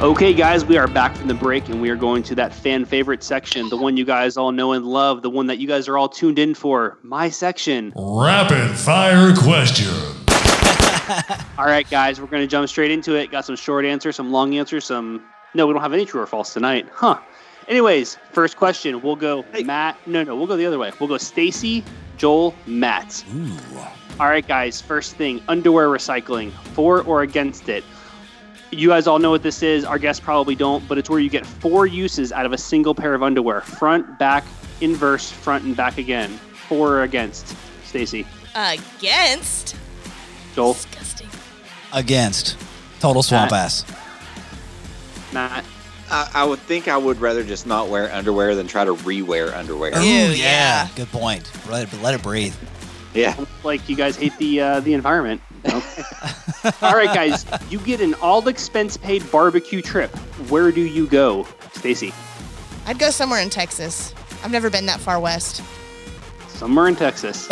[SPEAKER 4] Okay, guys, we are back from the break, and we are going to that fan favorite section, the one you guys all know and love, the one that you guys are all tuned in for, my section.
[SPEAKER 5] Rapid fire question.
[SPEAKER 4] All right, guys, we're going to jump straight into it. Got some short answers, some long answers, some. No, we don't have any true or false tonight, huh? Anyways, first question. We'll go Matt. No, no, we'll go the other way. We'll go Stacy, Joel, Matt.
[SPEAKER 2] Ooh.
[SPEAKER 4] All right, guys. First thing, underwear recycling, for or against it. You guys all know what this is. Our guests probably don't, but it's where you get four uses out of a single pair of underwear: front, back, inverse, front, and back again. For or against, Stacy,
[SPEAKER 1] Against.
[SPEAKER 4] Joel,
[SPEAKER 1] Disgusting.
[SPEAKER 2] Against total swamp
[SPEAKER 4] Uh,
[SPEAKER 2] ass.
[SPEAKER 4] Matt.
[SPEAKER 3] I, I would think I would rather just not wear underwear than try to rewear underwear.
[SPEAKER 2] Ooh,
[SPEAKER 1] Ew,
[SPEAKER 2] yeah.
[SPEAKER 1] yeah.
[SPEAKER 2] Good point. Let it, let it breathe.
[SPEAKER 3] Yeah.
[SPEAKER 4] like you guys hate the uh, the environment. all right, guys, you get an all expense paid barbecue trip. Where do you go, Stacy?
[SPEAKER 1] I'd go somewhere in Texas. I've never been that far west.
[SPEAKER 4] Somewhere in Texas.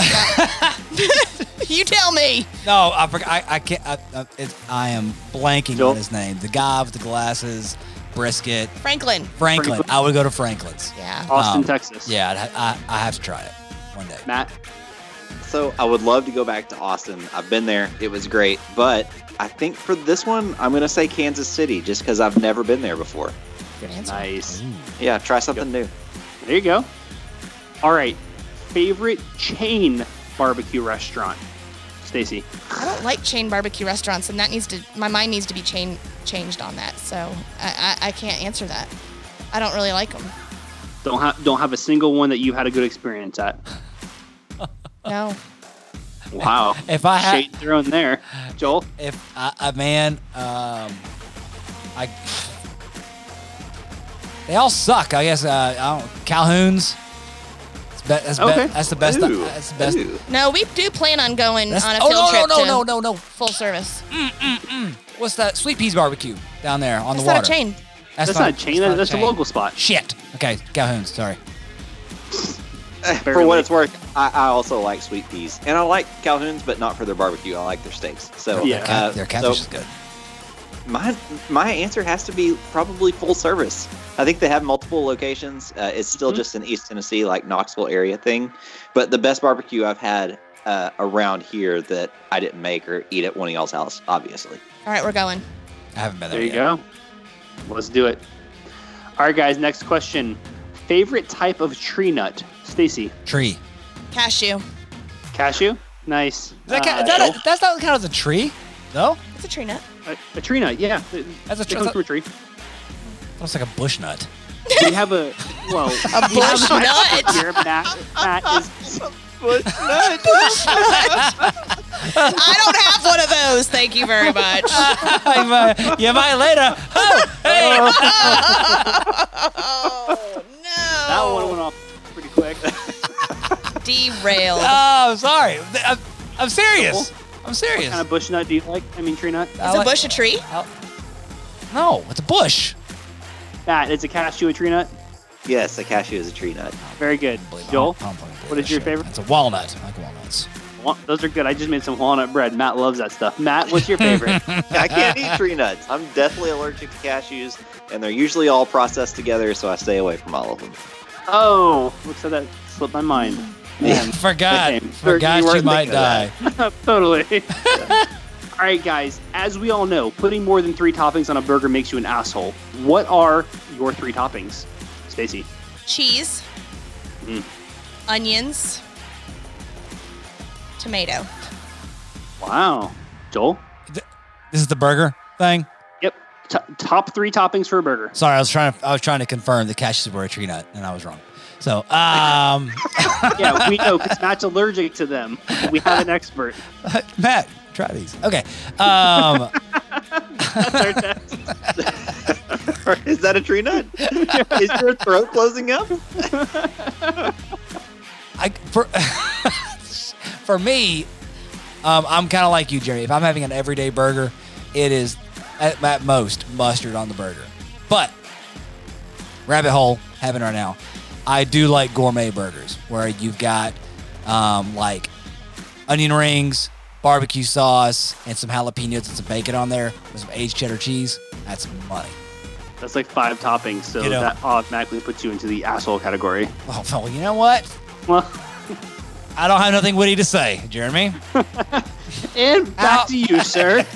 [SPEAKER 1] you tell me.
[SPEAKER 2] No, I forgot. I, I can't. I, I, it, I am blanking
[SPEAKER 4] Joel?
[SPEAKER 2] on his name. The guy with the glasses, brisket,
[SPEAKER 1] Franklin.
[SPEAKER 2] Franklin. I would go to Franklin's.
[SPEAKER 1] Yeah.
[SPEAKER 4] Austin,
[SPEAKER 2] Um,
[SPEAKER 4] Texas.
[SPEAKER 2] Yeah, I'd ha- I, I have to try it one day.
[SPEAKER 4] Matt.
[SPEAKER 3] So I would love to go back to Austin. I've been there. It was great. But I think for this one, I'm going to say Kansas City just because I've never been there before.
[SPEAKER 1] Good answer.
[SPEAKER 4] Nice.
[SPEAKER 3] Yeah, try something new.
[SPEAKER 4] There you go. All right. Favorite chain barbecue restaurant, Stacy.
[SPEAKER 1] I don't like chain barbecue restaurants, and that needs to my mind needs to be chain, changed on that. So I, I, I can't answer that. I don't really like them.
[SPEAKER 4] Don't have don't have a single one that you had a good experience at.
[SPEAKER 1] No,
[SPEAKER 4] Wow.
[SPEAKER 2] If I had,
[SPEAKER 4] Shade thrown there, Joel.
[SPEAKER 2] if I, I man, um, I they all suck. I guess uh, I don't, Calhoun's. It's be, that's, be-
[SPEAKER 4] Okay.
[SPEAKER 2] that's the best.
[SPEAKER 3] Ooh,
[SPEAKER 2] that's the best.
[SPEAKER 3] ooh.
[SPEAKER 1] no, we do plan on going
[SPEAKER 2] That's,
[SPEAKER 1] on a
[SPEAKER 2] oh
[SPEAKER 1] field
[SPEAKER 2] no
[SPEAKER 1] trip
[SPEAKER 2] no
[SPEAKER 1] to
[SPEAKER 2] no no no no!
[SPEAKER 1] full service.
[SPEAKER 2] What's that? Sweet peas barbecue down there on
[SPEAKER 1] That's
[SPEAKER 2] the water.
[SPEAKER 1] not a chain.
[SPEAKER 4] That's, not, a chain. That's, a
[SPEAKER 2] chain.
[SPEAKER 4] local spot.
[SPEAKER 2] Shit. Okay, Calhoun's. Sorry.
[SPEAKER 3] For
[SPEAKER 4] Barely.
[SPEAKER 3] what it's worth, I, I also like sweet peas. And I like Calhoun's, but not for their barbecue. I like their steaks. So,
[SPEAKER 4] Yeah.
[SPEAKER 2] Oh, Cat,
[SPEAKER 3] uh,
[SPEAKER 2] their
[SPEAKER 3] so
[SPEAKER 2] catfish is good.
[SPEAKER 3] my, my answer has to be probably full service. I think they have multiple locations. Uh, it's still
[SPEAKER 4] Mhm.
[SPEAKER 3] just an East Tennessee, like Knoxville area thing. But the best barbecue I've had uh, around here that I didn't make or eat at one of y'all's house, obviously.
[SPEAKER 1] All right, we're going.
[SPEAKER 2] I haven't been there,
[SPEAKER 4] There you
[SPEAKER 2] yet.
[SPEAKER 4] go. Let's do it. All right, guys. Next question. Favorite type of tree nut, Stacy?
[SPEAKER 2] Tree.
[SPEAKER 1] Cashew.
[SPEAKER 4] Cashew. Nice.
[SPEAKER 2] Is that, ca-
[SPEAKER 4] Uh,
[SPEAKER 2] is that a-
[SPEAKER 4] Joel?
[SPEAKER 2] that's not count as a tree, no?
[SPEAKER 1] It's a tree nut.
[SPEAKER 4] a, a tree nut? Yeah.
[SPEAKER 2] That's a
[SPEAKER 4] It
[SPEAKER 2] tree-
[SPEAKER 4] comes from a tree.
[SPEAKER 2] That's like a bush nut.
[SPEAKER 4] We have a well. a
[SPEAKER 1] bush nut.
[SPEAKER 4] Here, Matt, Matt is
[SPEAKER 1] I don't have one of those. Thank you very much.
[SPEAKER 2] you, might, you might uh, later. Oh, hey.
[SPEAKER 1] Oh no.
[SPEAKER 4] that one went off pretty quick.
[SPEAKER 1] derailed.
[SPEAKER 2] Oh, I'm sorry. I'm, I'm serious. I'm serious.
[SPEAKER 4] kind of bush nut do you like? I mean, tree nut.
[SPEAKER 2] I
[SPEAKER 1] Is a
[SPEAKER 2] like-
[SPEAKER 1] bush a tree?
[SPEAKER 2] No, it's a bush.
[SPEAKER 4] Matt, is a cashew a tree nut?
[SPEAKER 3] Yes, a cashew is a tree nut.
[SPEAKER 4] Very good.
[SPEAKER 2] Believe it.
[SPEAKER 4] Joel,
[SPEAKER 2] I don't fucking believe
[SPEAKER 4] what is
[SPEAKER 2] that
[SPEAKER 4] your
[SPEAKER 2] shit.
[SPEAKER 4] favorite?
[SPEAKER 2] It's a walnut. I like walnuts.
[SPEAKER 4] Wa- those are good. I just made some walnut bread. Matt loves that stuff. Matt, what's your favorite?
[SPEAKER 3] I can't eat tree nuts. I'm deathly allergic to cashews, and they're usually all processed together, so I stay away from all of them.
[SPEAKER 4] oh, looks like that slipped my mind. Man.
[SPEAKER 2] Forgot.
[SPEAKER 4] Okay.
[SPEAKER 2] Forgot
[SPEAKER 4] You
[SPEAKER 2] you,
[SPEAKER 4] weren't
[SPEAKER 2] might
[SPEAKER 3] thinking of
[SPEAKER 2] die.
[SPEAKER 3] that.
[SPEAKER 4] totally. All right, guys. As we all know, putting more than three toppings on a burger makes you an asshole. What are your three toppings, Stacy?
[SPEAKER 1] Cheese.
[SPEAKER 4] Mm.
[SPEAKER 1] Onions. Tomato.
[SPEAKER 4] Wow, Joel.
[SPEAKER 2] This is the burger thing.
[SPEAKER 4] Yep. T- top three toppings for a burger.
[SPEAKER 2] Sorry, I was trying to I was trying to confirm the cashews were a tree nut, and I was wrong. So, um,
[SPEAKER 4] yeah, we know because Matt's allergic to them. We have an expert.
[SPEAKER 2] Matt, try these. Okay. Um,
[SPEAKER 4] That's our test.
[SPEAKER 3] is that a tree nut? is your throat closing up?
[SPEAKER 2] I for for me, um, I'm kind of like you, Jerry. If I'm having an everyday burger, it is at, at most mustard on the burger. But rabbit hole having right now, I do like gourmet burgers where you've got um, like onion rings, barbecue sauce, and some jalapenos and some bacon on there with some aged cheddar cheese. That's money.
[SPEAKER 4] That's like five toppings, so
[SPEAKER 2] You know.
[SPEAKER 4] that automatically puts you into the asshole category.
[SPEAKER 2] Oh, well, you know what?
[SPEAKER 4] Well,
[SPEAKER 2] I don't have nothing witty to say, Jeremy.
[SPEAKER 4] and back
[SPEAKER 2] Ow.
[SPEAKER 4] to you, sir.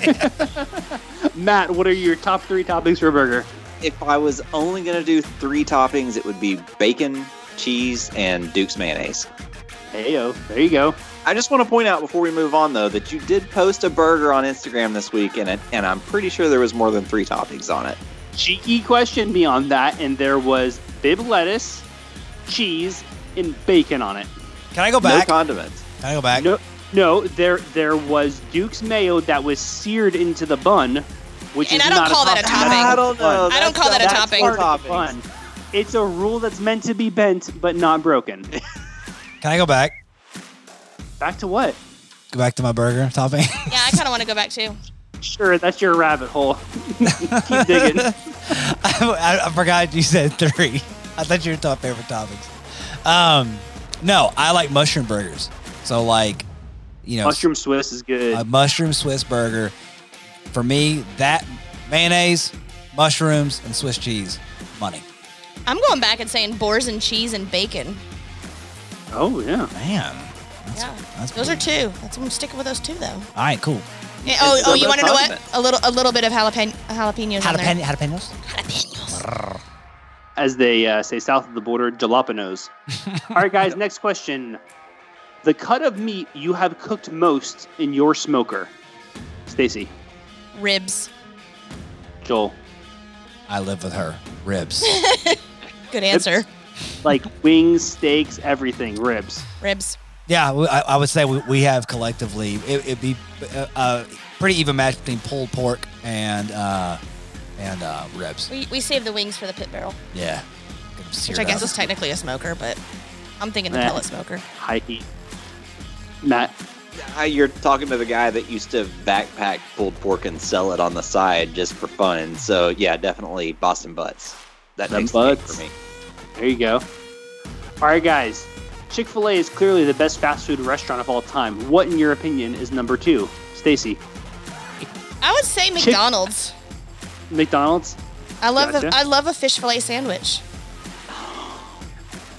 [SPEAKER 4] Matt, what are your top three toppings for a burger?
[SPEAKER 3] If I was only going to do three toppings, it would be bacon, cheese, and Duke's mayonnaise.
[SPEAKER 4] Heyo, there you go.
[SPEAKER 3] I just want to point out before we move on, though, that you did post a burger on Instagram this week, and it, and I'm pretty sure there was more than three toppings on it.
[SPEAKER 4] Cheeky question beyond that, and there was bib lettuce, cheese, and bacon on it.
[SPEAKER 2] Can I go back?
[SPEAKER 3] No condiments.
[SPEAKER 2] Can I go back?
[SPEAKER 4] No, no, there there was Duke's mayo that was seared into the bun, which
[SPEAKER 1] And
[SPEAKER 4] is
[SPEAKER 1] I don't
[SPEAKER 4] not
[SPEAKER 1] call that a
[SPEAKER 4] topping.
[SPEAKER 1] topping.
[SPEAKER 3] I don't know.
[SPEAKER 1] I don't call that a
[SPEAKER 3] That's
[SPEAKER 1] topping.
[SPEAKER 3] more
[SPEAKER 4] part of the
[SPEAKER 3] toppings.
[SPEAKER 4] fun. It's a rule that's meant to be bent but not broken.
[SPEAKER 2] Can I go back?
[SPEAKER 4] Back to what?
[SPEAKER 2] Go back to my burger topping.
[SPEAKER 1] Yeah, I kind of want to go back too.
[SPEAKER 4] Sure, that's your rabbit hole. Keep digging.
[SPEAKER 2] I, I forgot you said three. I thought you were top favorite toppings. Um, no, I like mushroom burgers. So like, you know,
[SPEAKER 4] Mushroom Swiss is good.
[SPEAKER 2] a mushroom Swiss burger. For me, that mayonnaise, mushrooms, and Swiss cheese, money.
[SPEAKER 1] I'm going back and saying boars and cheese and bacon.
[SPEAKER 4] oh yeah.
[SPEAKER 2] Man,
[SPEAKER 1] yeah,
[SPEAKER 2] that's
[SPEAKER 1] those are two. That's I'm sticking with those two though.
[SPEAKER 2] all right, cool.
[SPEAKER 1] Yeah, oh,
[SPEAKER 3] still
[SPEAKER 1] oh, you
[SPEAKER 3] no
[SPEAKER 1] want to know what?
[SPEAKER 3] condiments.
[SPEAKER 1] A little, a little bit of jalapen- jalapenos. on there.
[SPEAKER 2] Jalapeno, jalapenos.
[SPEAKER 1] Jalapenos.
[SPEAKER 4] As they uh, say south of the border, jalapenos. All right, guys. Next question: The cut of meat you have cooked most in your smoker, Stacy,
[SPEAKER 1] Ribs.
[SPEAKER 4] Joel.
[SPEAKER 2] I live with her. Ribs.
[SPEAKER 1] Good answer.
[SPEAKER 4] Like wings, steaks, everything, ribs.
[SPEAKER 1] Ribs.
[SPEAKER 2] Yeah, we- I, I would say we, we have collectively it, it'd be uh, uh, pretty even match between pulled pork and uh, and uh, ribs.
[SPEAKER 1] We, we saved the wings for the pit barrel,
[SPEAKER 2] Yeah,
[SPEAKER 1] which I guess is technically a smoker, but I'm thinking the
[SPEAKER 4] Eh.
[SPEAKER 1] pellet smoker.
[SPEAKER 4] High heat. Matt,
[SPEAKER 3] Uh, You're talking to the guy that used to backpack pulled pork and sell it on the side just for fun. So yeah, definitely Boston butts. That
[SPEAKER 4] Them
[SPEAKER 3] makes the cake
[SPEAKER 4] butts.
[SPEAKER 3] for me.
[SPEAKER 4] There you go. All right, guys. Chick fil A is clearly the best fast food restaurant of all time. What, in your opinion, is number two? Stacy,
[SPEAKER 1] I would say McDonald's.
[SPEAKER 4] McDonald's?
[SPEAKER 1] I love the,
[SPEAKER 4] Gotcha.
[SPEAKER 1] I love a fish fillet sandwich.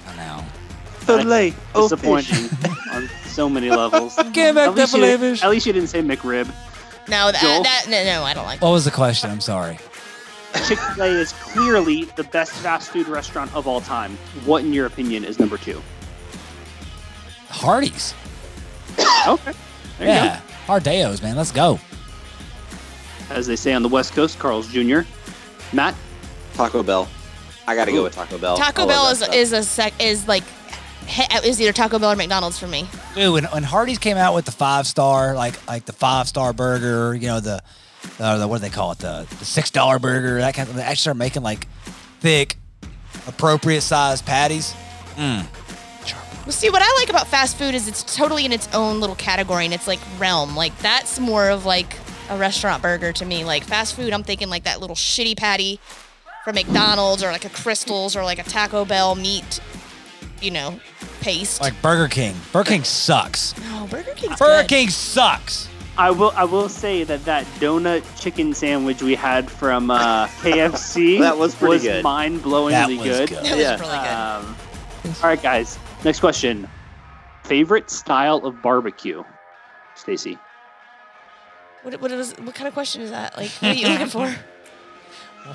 [SPEAKER 2] I know.
[SPEAKER 4] Disappointing. on so many levels.
[SPEAKER 2] Get back
[SPEAKER 4] at, least
[SPEAKER 2] to
[SPEAKER 4] you,
[SPEAKER 2] Blavish.
[SPEAKER 4] at least you didn't say McRib.
[SPEAKER 1] No, that,
[SPEAKER 4] Joel?
[SPEAKER 1] that no, no, I don't like.
[SPEAKER 2] What was the question? I'm sorry.
[SPEAKER 4] Chick fil A is clearly the best fast food restaurant of all time. What, in your opinion, is number two?
[SPEAKER 2] Hardee's.
[SPEAKER 4] Okay. There you
[SPEAKER 2] Yeah. Hardeos, man. Let's go.
[SPEAKER 4] go. As they say on the West Coast, Carl's Jr. Matt,
[SPEAKER 3] Taco Bell. I got to go with Taco
[SPEAKER 2] Oh,
[SPEAKER 3] Bell. I
[SPEAKER 1] Taco
[SPEAKER 3] love
[SPEAKER 1] Bell
[SPEAKER 3] that
[SPEAKER 1] is
[SPEAKER 3] stuff.
[SPEAKER 1] is a sec is like he- is either Taco Bell or McDonald's for me.
[SPEAKER 2] Dude, when, when Hardee's came out with the five star, like like the five star burger, you know the, uh, the what do they call it, the, the six dollar burger, that kind of. They actually started making like thick, appropriate sized patties.
[SPEAKER 1] Well, see, what I like about fast food is it's totally in its own little category and it's like realm. Like that's more of like a restaurant burger to me. Like fast food, I'm thinking like that little shitty patty from McDonald's or like a Crystals or like a Taco Bell meat, you know, paste.
[SPEAKER 2] Like Burger King. Burger King sucks.
[SPEAKER 1] oh, Burger King's
[SPEAKER 2] Burger
[SPEAKER 1] good.
[SPEAKER 2] King sucks.
[SPEAKER 4] I will I will say that that donut chicken sandwich we had from uh, KFC
[SPEAKER 3] That was pretty good.
[SPEAKER 4] mind
[SPEAKER 2] That
[SPEAKER 4] blowingly
[SPEAKER 2] was
[SPEAKER 4] good.
[SPEAKER 2] good.
[SPEAKER 1] That was
[SPEAKER 3] Yeah.
[SPEAKER 1] really good.
[SPEAKER 4] Um, all right, guys. Next question. Favorite style of barbecue, Stacy.
[SPEAKER 1] what, what, was, what kind of question is that? Like, what are you looking for?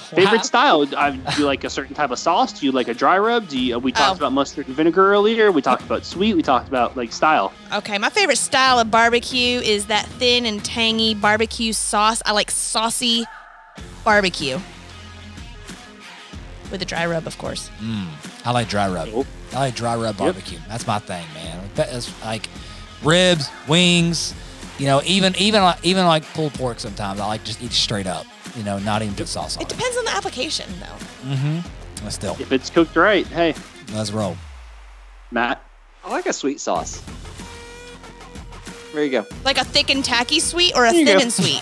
[SPEAKER 4] Favorite
[SPEAKER 1] Wow.
[SPEAKER 4] style? I, do you like a certain type of sauce? Do you like a dry rub? Do you? uh, We talked
[SPEAKER 1] Oh.
[SPEAKER 4] about mustard and vinegar earlier. We talked about sweet. We talked about like style.
[SPEAKER 1] Okay, my favorite style of barbecue is that thin and tangy barbecue sauce. I like saucy barbecue. With a dry rub, of course.
[SPEAKER 2] I like dry rub.
[SPEAKER 4] Nope.
[SPEAKER 2] I like dry rub barbecue. That's my thing, man. That is like ribs, wings, you know, even even like even like pulled pork sometimes. I like just eat straight up, you know, not even put sauce on
[SPEAKER 1] It
[SPEAKER 2] it. Mm-hmm.
[SPEAKER 1] depends on the application, though.
[SPEAKER 2] But still,
[SPEAKER 4] If it's cooked right, hey,
[SPEAKER 2] let's roll.
[SPEAKER 4] Matt.
[SPEAKER 3] I like a sweet sauce. There you go.
[SPEAKER 1] Like a thick and tacky sweet or a
[SPEAKER 4] There you
[SPEAKER 1] thin
[SPEAKER 4] go.
[SPEAKER 1] and sweet?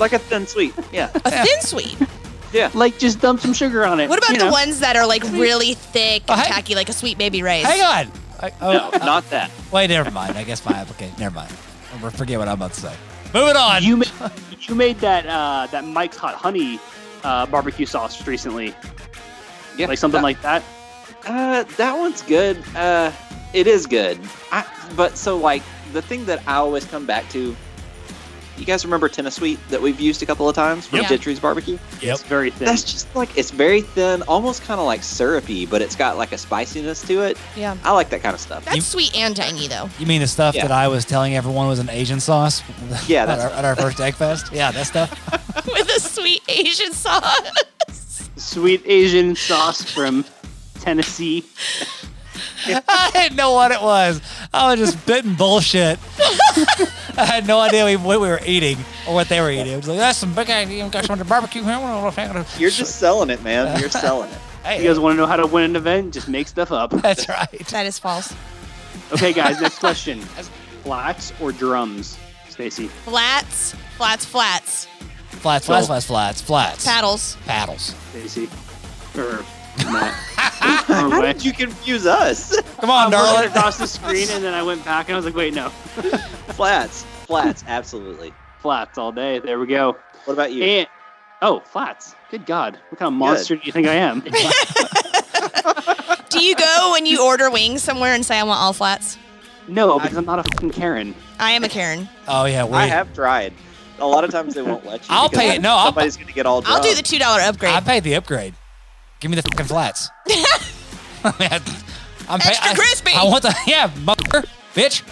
[SPEAKER 3] Like a thin sweet. Yeah.
[SPEAKER 1] A thin sweet.
[SPEAKER 4] Like just dump some sugar on it.
[SPEAKER 1] What about
[SPEAKER 4] you
[SPEAKER 1] the
[SPEAKER 4] know?
[SPEAKER 1] ones that are like really thick
[SPEAKER 2] Oh,
[SPEAKER 1] and
[SPEAKER 2] hey.
[SPEAKER 1] tacky, like a sweet baby Ray's?
[SPEAKER 2] Hang on. I, oh,
[SPEAKER 3] No, not that.
[SPEAKER 2] wait, never mind. I guess my application. Never mind. I forget what I'm about to say. Moving on.
[SPEAKER 4] You made, you made that uh, that Mike's Hot Honey uh, barbecue sauce recently,
[SPEAKER 3] Yeah.
[SPEAKER 4] like something
[SPEAKER 3] that,
[SPEAKER 4] like that.
[SPEAKER 3] Uh, that one's good. Uh, it is good. I, but so like the thing that I always come back to. You guys remember Tennessee that we've used a couple of times from
[SPEAKER 1] Yep.
[SPEAKER 3] Gentry's Barbecue?
[SPEAKER 2] Yep.
[SPEAKER 4] It's very thin.
[SPEAKER 3] That's just like it's very thin, almost kind of like syrupy, but it's got like a spiciness to it.
[SPEAKER 1] Yeah.
[SPEAKER 3] I like that kind of stuff.
[SPEAKER 1] That's
[SPEAKER 2] You-
[SPEAKER 1] sweet and tangy, though.
[SPEAKER 2] You mean the stuff
[SPEAKER 3] Yeah.
[SPEAKER 2] that I was telling everyone was an Asian sauce?
[SPEAKER 3] Yeah,
[SPEAKER 2] at,
[SPEAKER 3] that's-
[SPEAKER 2] our, at our first Egg Fest? Yeah, that stuff.
[SPEAKER 1] With a sweet Asian sauce.
[SPEAKER 4] Sweet Asian sauce from Tennessee.
[SPEAKER 2] I didn't know what it was. I was just bitten bullshit. I had no idea what we were eating or what they were eating. It was like, that's some big idea. Got some barbecue. You're
[SPEAKER 3] You're just selling it, man. You're selling it.
[SPEAKER 4] You guys want to know how to win an event? Just make stuff up.
[SPEAKER 2] That's right.
[SPEAKER 1] that is false.
[SPEAKER 4] Okay, guys. Next question: flats or drums, Stacy?
[SPEAKER 1] Flats, flats, flats.
[SPEAKER 2] Flats, flats, flats, flats, flats.
[SPEAKER 1] Paddles.
[SPEAKER 2] Paddles.
[SPEAKER 4] Stacy, or Matt? Either way.
[SPEAKER 3] You confuse us.
[SPEAKER 2] Come on,
[SPEAKER 4] I looked
[SPEAKER 2] darling.
[SPEAKER 4] across the screen and then I went back and I was like, wait, no,
[SPEAKER 3] Flats, flats, absolutely.
[SPEAKER 4] flats all day. There we go.
[SPEAKER 3] What about you?
[SPEAKER 4] And oh, flats. Good God, what kind of monster do you think I am?
[SPEAKER 1] Do you go when you order wings somewhere and say I want all flats?
[SPEAKER 4] no, because I'm not a fucking Karen.
[SPEAKER 1] I am a Karen.
[SPEAKER 2] Oh, yeah.
[SPEAKER 3] I
[SPEAKER 2] We,
[SPEAKER 3] have tried. A lot of times they won't let you.
[SPEAKER 2] I'll
[SPEAKER 3] because
[SPEAKER 2] pay it. No, I'll-
[SPEAKER 3] somebody's gonna get all.
[SPEAKER 1] I'll do
[SPEAKER 3] drunk.
[SPEAKER 1] the two dollar upgrade.
[SPEAKER 2] I paid the upgrade. Give me the fucking flats. I mean, I, am
[SPEAKER 1] Extra crispy.
[SPEAKER 2] I, want the, yeah, mother, bitch.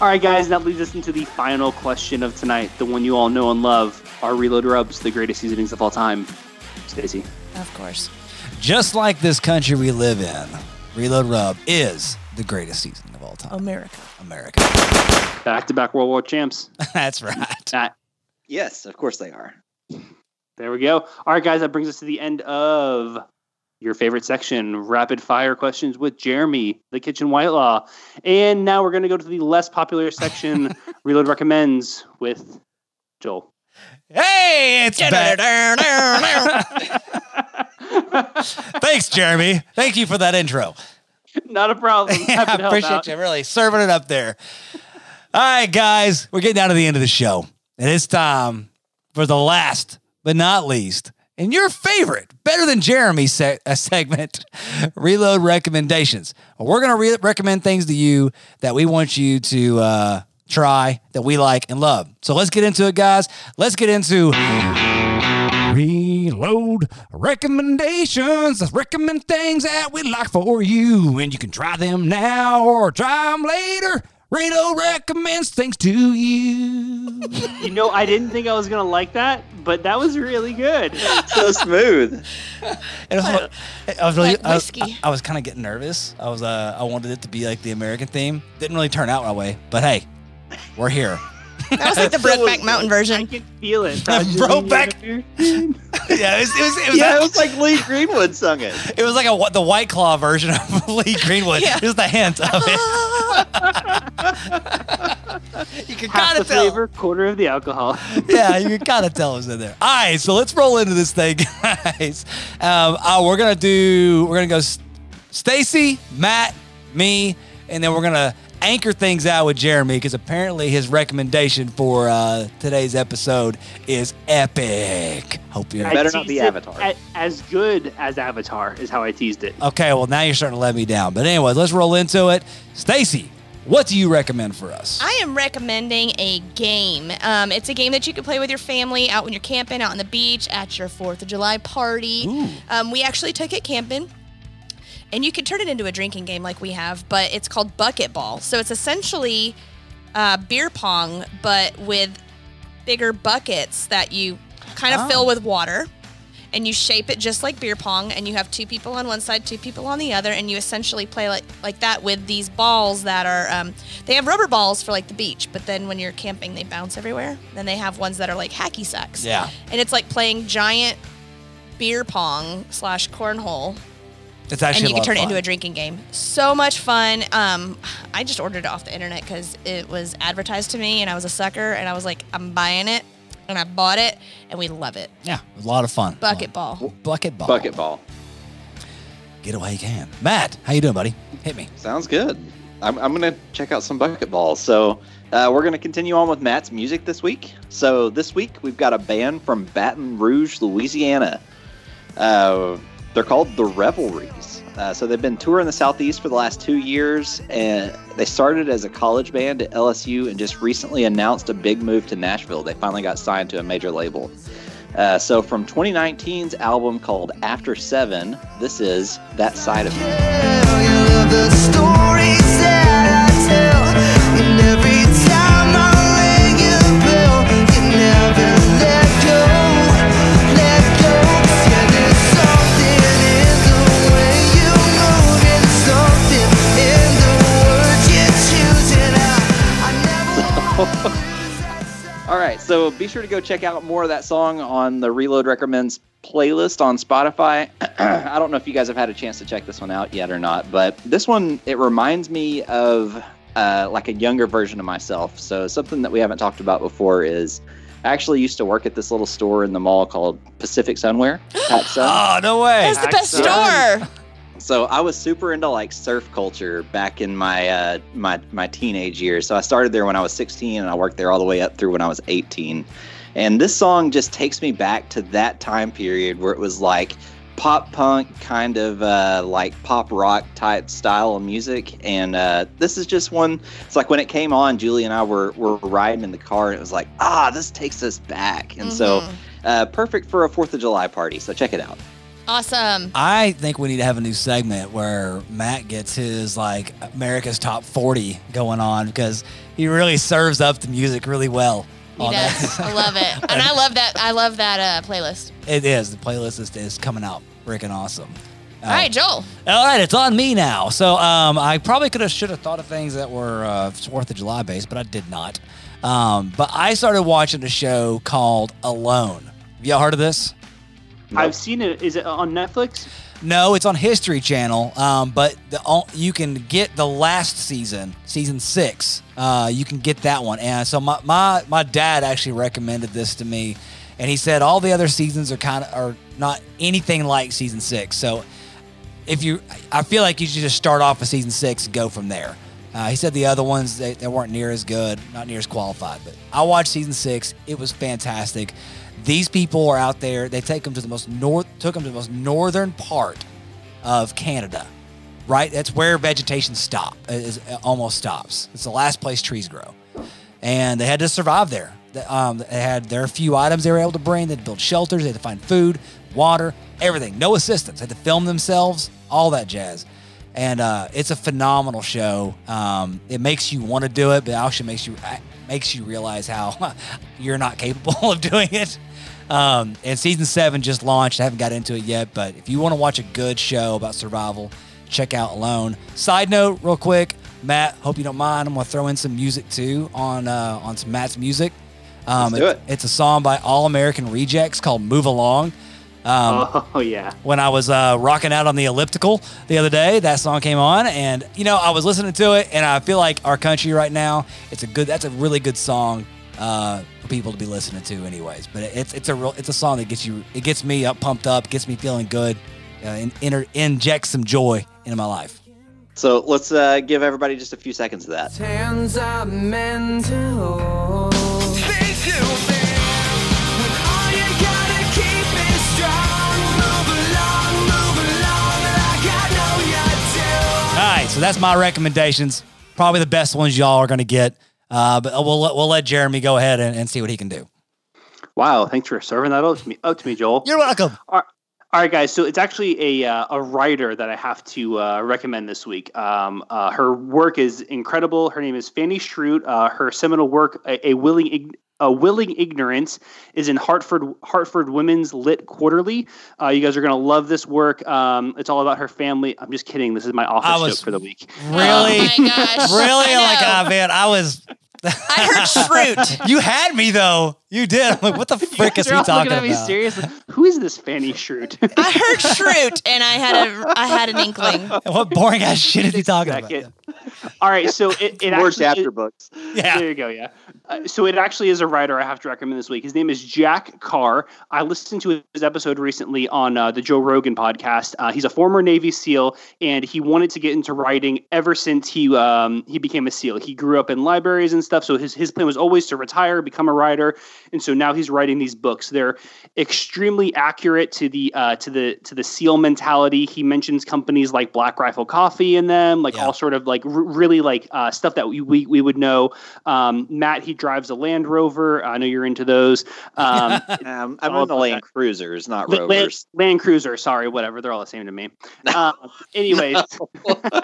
[SPEAKER 4] All right, guys, that leads us into the final question of tonight, the one you all know and love. Are Reload Rubs the greatest seasonings of all time? Stacy.
[SPEAKER 1] of course.
[SPEAKER 2] Just like this country we live in, Reload Rub is the greatest season of all time.
[SPEAKER 1] America.
[SPEAKER 2] America.
[SPEAKER 4] Back to back World War champs.
[SPEAKER 2] That's right.
[SPEAKER 4] Matt.
[SPEAKER 3] Yes, of course they are.
[SPEAKER 4] There we go. All right, guys, that brings us to the end of your favorite section rapid fire questions with Jeremy, the kitchen white law. And now we're going to go to the less popular section, Reload Recommends, with Joel.
[SPEAKER 2] Hey, it's back. Thanks, Jeremy. Thank you for that intro.
[SPEAKER 4] Not a problem. Happy
[SPEAKER 2] I
[SPEAKER 4] to help
[SPEAKER 2] appreciate
[SPEAKER 4] out.
[SPEAKER 2] you really serving it up there. All right, guys, we're getting down to the end of the show. And it's time for the last but not least in your favorite, better than Jeremy's se- uh, segment, reload recommendations. We're going to re- recommend things to you that we want you to uh, try, that we like and love. So let's get into it, guys. Let's get into reload recommendations. Let's recommend things that we like for you, and you can try them now or try them later. Reload recommends things to you.
[SPEAKER 4] You know, I didn't think I was gonna like that, but that was really good.
[SPEAKER 3] so smooth.
[SPEAKER 2] It was, I, was really,
[SPEAKER 1] like
[SPEAKER 2] I was,
[SPEAKER 1] whiskey.
[SPEAKER 2] I, I was kind of getting nervous. I was, uh, I wanted it to be like the American theme. Didn't really turn out my way, but hey, we're here.
[SPEAKER 1] That was like the Brokeback Mountain
[SPEAKER 4] I
[SPEAKER 1] version.
[SPEAKER 4] can feel it.
[SPEAKER 2] Brokeback- yeah, it was, it was, it was,
[SPEAKER 3] Yeah, it was like Lee Greenwood sung it.
[SPEAKER 2] it was like a wh- the White Claw version of Lee Greenwood.
[SPEAKER 1] Yeah.
[SPEAKER 2] Just a hint of it. you can
[SPEAKER 4] Half
[SPEAKER 2] kind
[SPEAKER 4] the
[SPEAKER 2] of tell.
[SPEAKER 4] flavor, quarter of the alcohol.
[SPEAKER 2] yeah, you can kind of tell it's in there. All right, so let's roll into this thing, guys. Um, uh, we're gonna do. We're gonna go, S- Stacy, Matt, me, and then we're gonna anchor things out with Jeremy because apparently his recommendation for uh, today's episode is epic. Hope you.
[SPEAKER 3] Better
[SPEAKER 4] I
[SPEAKER 3] not be
[SPEAKER 4] teased it
[SPEAKER 3] Avatar.
[SPEAKER 4] a- as good as Avatar is how I teased it.
[SPEAKER 2] Okay, well now you're starting to let me down. But anyway, let's roll into it. Stacy, what do you recommend for us?
[SPEAKER 1] I am recommending a game. Um, it's a game that you can play with your family out when you're camping, out on the beach, at your 4th of July
[SPEAKER 2] Ooh.
[SPEAKER 1] party. Um, we actually took it camping. And you can turn it into a drinking game like we have, but it's called Bucket Ball. So it's essentially uh, beer pong, but with bigger buckets that you kind of
[SPEAKER 2] Oh.
[SPEAKER 1] fill with water. And you shape it just like beer pong, and you have two people on one side, two people on the other, and you essentially play like, like that with these balls that are. Um, they have rubber balls for like the beach, but then when you're camping, they bounce everywhere. Then they have ones that are like hacky sacks.
[SPEAKER 2] yeah,
[SPEAKER 1] And it's like playing giant beer pong slash cornhole
[SPEAKER 2] it's actually.
[SPEAKER 1] and you
[SPEAKER 2] a
[SPEAKER 1] can
[SPEAKER 2] lot
[SPEAKER 1] turn
[SPEAKER 2] of
[SPEAKER 1] it
[SPEAKER 2] fun.
[SPEAKER 1] into a drinking game. So much fun. Um, I just ordered it off the internet because it was advertised to me, and I was a sucker, and I was like, I'm buying it, and I bought it, and we love it.
[SPEAKER 2] yeah, a lot of fun.
[SPEAKER 1] Bucket ball.
[SPEAKER 2] Bucket ball.
[SPEAKER 3] Bucket ball.
[SPEAKER 2] Get away you can. Matt, how you doing, buddy? Hit me.
[SPEAKER 3] Sounds good. I'm, I'm going to check out some bucket balls. So, uh, we're going to continue on with Matt's music this week. So, this week we've got a band from Baton Rouge, Louisiana. Uh, they're called The Revelries. Uh, so, they've been touring the Southeast for the last two years, and they started as a college band at LSU and just recently announced a big move to Nashville. They finally got signed to a major label. Uh, so, from 2019's album called After Seven, this is That Side of Me. All right, so be sure to go check out more of that song on the Reload Recommends playlist on Spotify. I don't know if you guys have had a chance to check this one out yet or not, but this one it reminds me of uh, like a younger version of myself. So something that we haven't talked about before is I actually used to work at this little store in the mall called Pacific Sunwear. Pac Sun.
[SPEAKER 2] Oh, no way.
[SPEAKER 1] That's the best
[SPEAKER 4] Excellent.
[SPEAKER 1] store.
[SPEAKER 3] So I was super into like surf culture back in my uh, my my teenage years. So I started there when I was 16, and I worked there all the way up through when I was 18. And this song just takes me back to that time period where it was like pop punk, kind of uh, like pop rock type style of music. And uh, this is just one. It's like when it came on, Julie and I were were riding in the car, and it was like, ah, this takes us back. And so
[SPEAKER 1] Mhm.
[SPEAKER 3] uh, perfect for a Fourth of July party. So check it out.
[SPEAKER 1] awesome.
[SPEAKER 2] I think we need to have a new segment where Matt gets his like America's top 40 going on because he really serves up the music really well.
[SPEAKER 1] He
[SPEAKER 2] on
[SPEAKER 1] does. I
[SPEAKER 2] that.
[SPEAKER 1] love it, and I love that. I love that uh, playlist.
[SPEAKER 2] it is. The playlist is, is coming out freaking awesome. Oh. Uh,
[SPEAKER 1] All right, Joel.
[SPEAKER 2] All right, it's on me now. So um, I probably could have should have thought of things that were uh, Fourth of July based, but I did not. Um, but I started watching a show called Alone. Have y'all heard of this?
[SPEAKER 4] I've seen it. Is it on Netflix?
[SPEAKER 2] No, it's on History Channel. Um, but the o- you can get the last season, season six. Uh, you can get that one. And so my, my my dad actually recommended this to me, and he said all the other seasons are kind of are not anything like season six. So if you, I feel like you should just start off with season six and go from there. Uh, he said the other ones they, they weren't near as good, not near as qualified. But I watched season six; it was fantastic. These people are out there. They take them to the most north, took them to the most northern part of Canada, right? That's where vegetation stop uh, is almost stops. It's the last place trees grow, and they had to survive there. They, um, they had their few items they were able to bring. They had to build shelters. They had to find food, water, everything. No assistance. They had to film themselves, all that jazz. And uh, it's a phenomenal show. Um, it makes you want to do it, but it also makes you uh, makes you realize how you're not capable of doing it. Um, and season seven just launched. I haven't got into it yet, but if you want to watch a good show about survival, check out Alone. Side note, real quick, Matt. Hope you don't mind. I'm gonna throw in some music too on uh, on some Matt's music. Um,
[SPEAKER 3] Let's do
[SPEAKER 2] it's- It's a song by All American Rejects called "Move Along." Um,
[SPEAKER 4] oh yeah.
[SPEAKER 2] when I was uh, rocking out on the elliptical the other day. That song came on, and you know I was listening to it, and I feel like our country right now. It's a good. That's a really good song uh, for people to be listening to, anyways. But it's it's a real. It's a song that gets you. It gets me up, pumped up, gets me feeling good, uh, and inter- injects some joy into my life.
[SPEAKER 3] So let's uh, give everybody just a few seconds of that.
[SPEAKER 6] hands are meant to hold.
[SPEAKER 2] All right, so that's my recommendations. Probably the best ones y'all are gonna get. Uh, but we'll let, we'll let Jeremy go ahead and, and see what he can do.
[SPEAKER 4] Wow. Thanks for serving that up to me. Up to me, Joel.
[SPEAKER 2] You're welcome.
[SPEAKER 1] Oh
[SPEAKER 4] All right, guys. So it's actually a uh, a writer that I have to uh, recommend this week. Um, uh, her work is incredible. Her name is Fanny Schrute. Uh, her seminal work, a, a willing. Ig- a willing ignorance is in Hartford Hartford Women's Lit Quarterly. Uh, you guys are gonna love this work. Um, it's all about her family. I'm just kidding. This is my
[SPEAKER 2] I
[SPEAKER 4] office
[SPEAKER 2] was-
[SPEAKER 4] joke for the week.
[SPEAKER 2] Really,
[SPEAKER 1] Oh my gosh.
[SPEAKER 2] really,
[SPEAKER 1] I
[SPEAKER 2] like
[SPEAKER 1] know.
[SPEAKER 2] ah, man, I was
[SPEAKER 1] I heard Shroot.
[SPEAKER 2] You had me though. You did. I'm like, what the frick is
[SPEAKER 4] You're
[SPEAKER 2] he
[SPEAKER 4] all
[SPEAKER 2] talking
[SPEAKER 4] looking at me
[SPEAKER 2] about?
[SPEAKER 4] seriously. Who is this Fanny Schrute?
[SPEAKER 1] I heard Shroot, and I had a I had an inkling.
[SPEAKER 2] What boring ass shit is he talking about?
[SPEAKER 4] Second. All right, so it, it
[SPEAKER 3] More
[SPEAKER 4] actually-
[SPEAKER 3] chapter books.
[SPEAKER 2] Yeah.
[SPEAKER 4] There you go. Yeah. Uh, so it actually is a writer I have to recommend this week. His name is Jack Carr. I listened to his episode recently on uh, the Joe Rogan podcast. Uh, he's a former Navy SEAL, and he wanted to get into writing ever since he um, he became a SEAL. He grew up in libraries and stuff, so his his plan was always to retire, become a writer, and so now he's writing these books. They're extremely accurate to the uh, to the to the SEAL mentality. He mentions companies like Black Rifle Coffee in them, like
[SPEAKER 2] Yeah.
[SPEAKER 4] all sort of like r- really like uh, stuff that we we, we would know. Um, Matt, he drives a Land Rover. I know you're into those. Um,
[SPEAKER 3] Um, I'm
[SPEAKER 4] all
[SPEAKER 3] on the
[SPEAKER 4] about
[SPEAKER 3] Land
[SPEAKER 4] that.
[SPEAKER 3] Cruisers, not
[SPEAKER 4] La- Land,
[SPEAKER 3] Rovers.
[SPEAKER 4] Land Cruiser, sorry, whatever. They're all the same to me. Uh, anyways.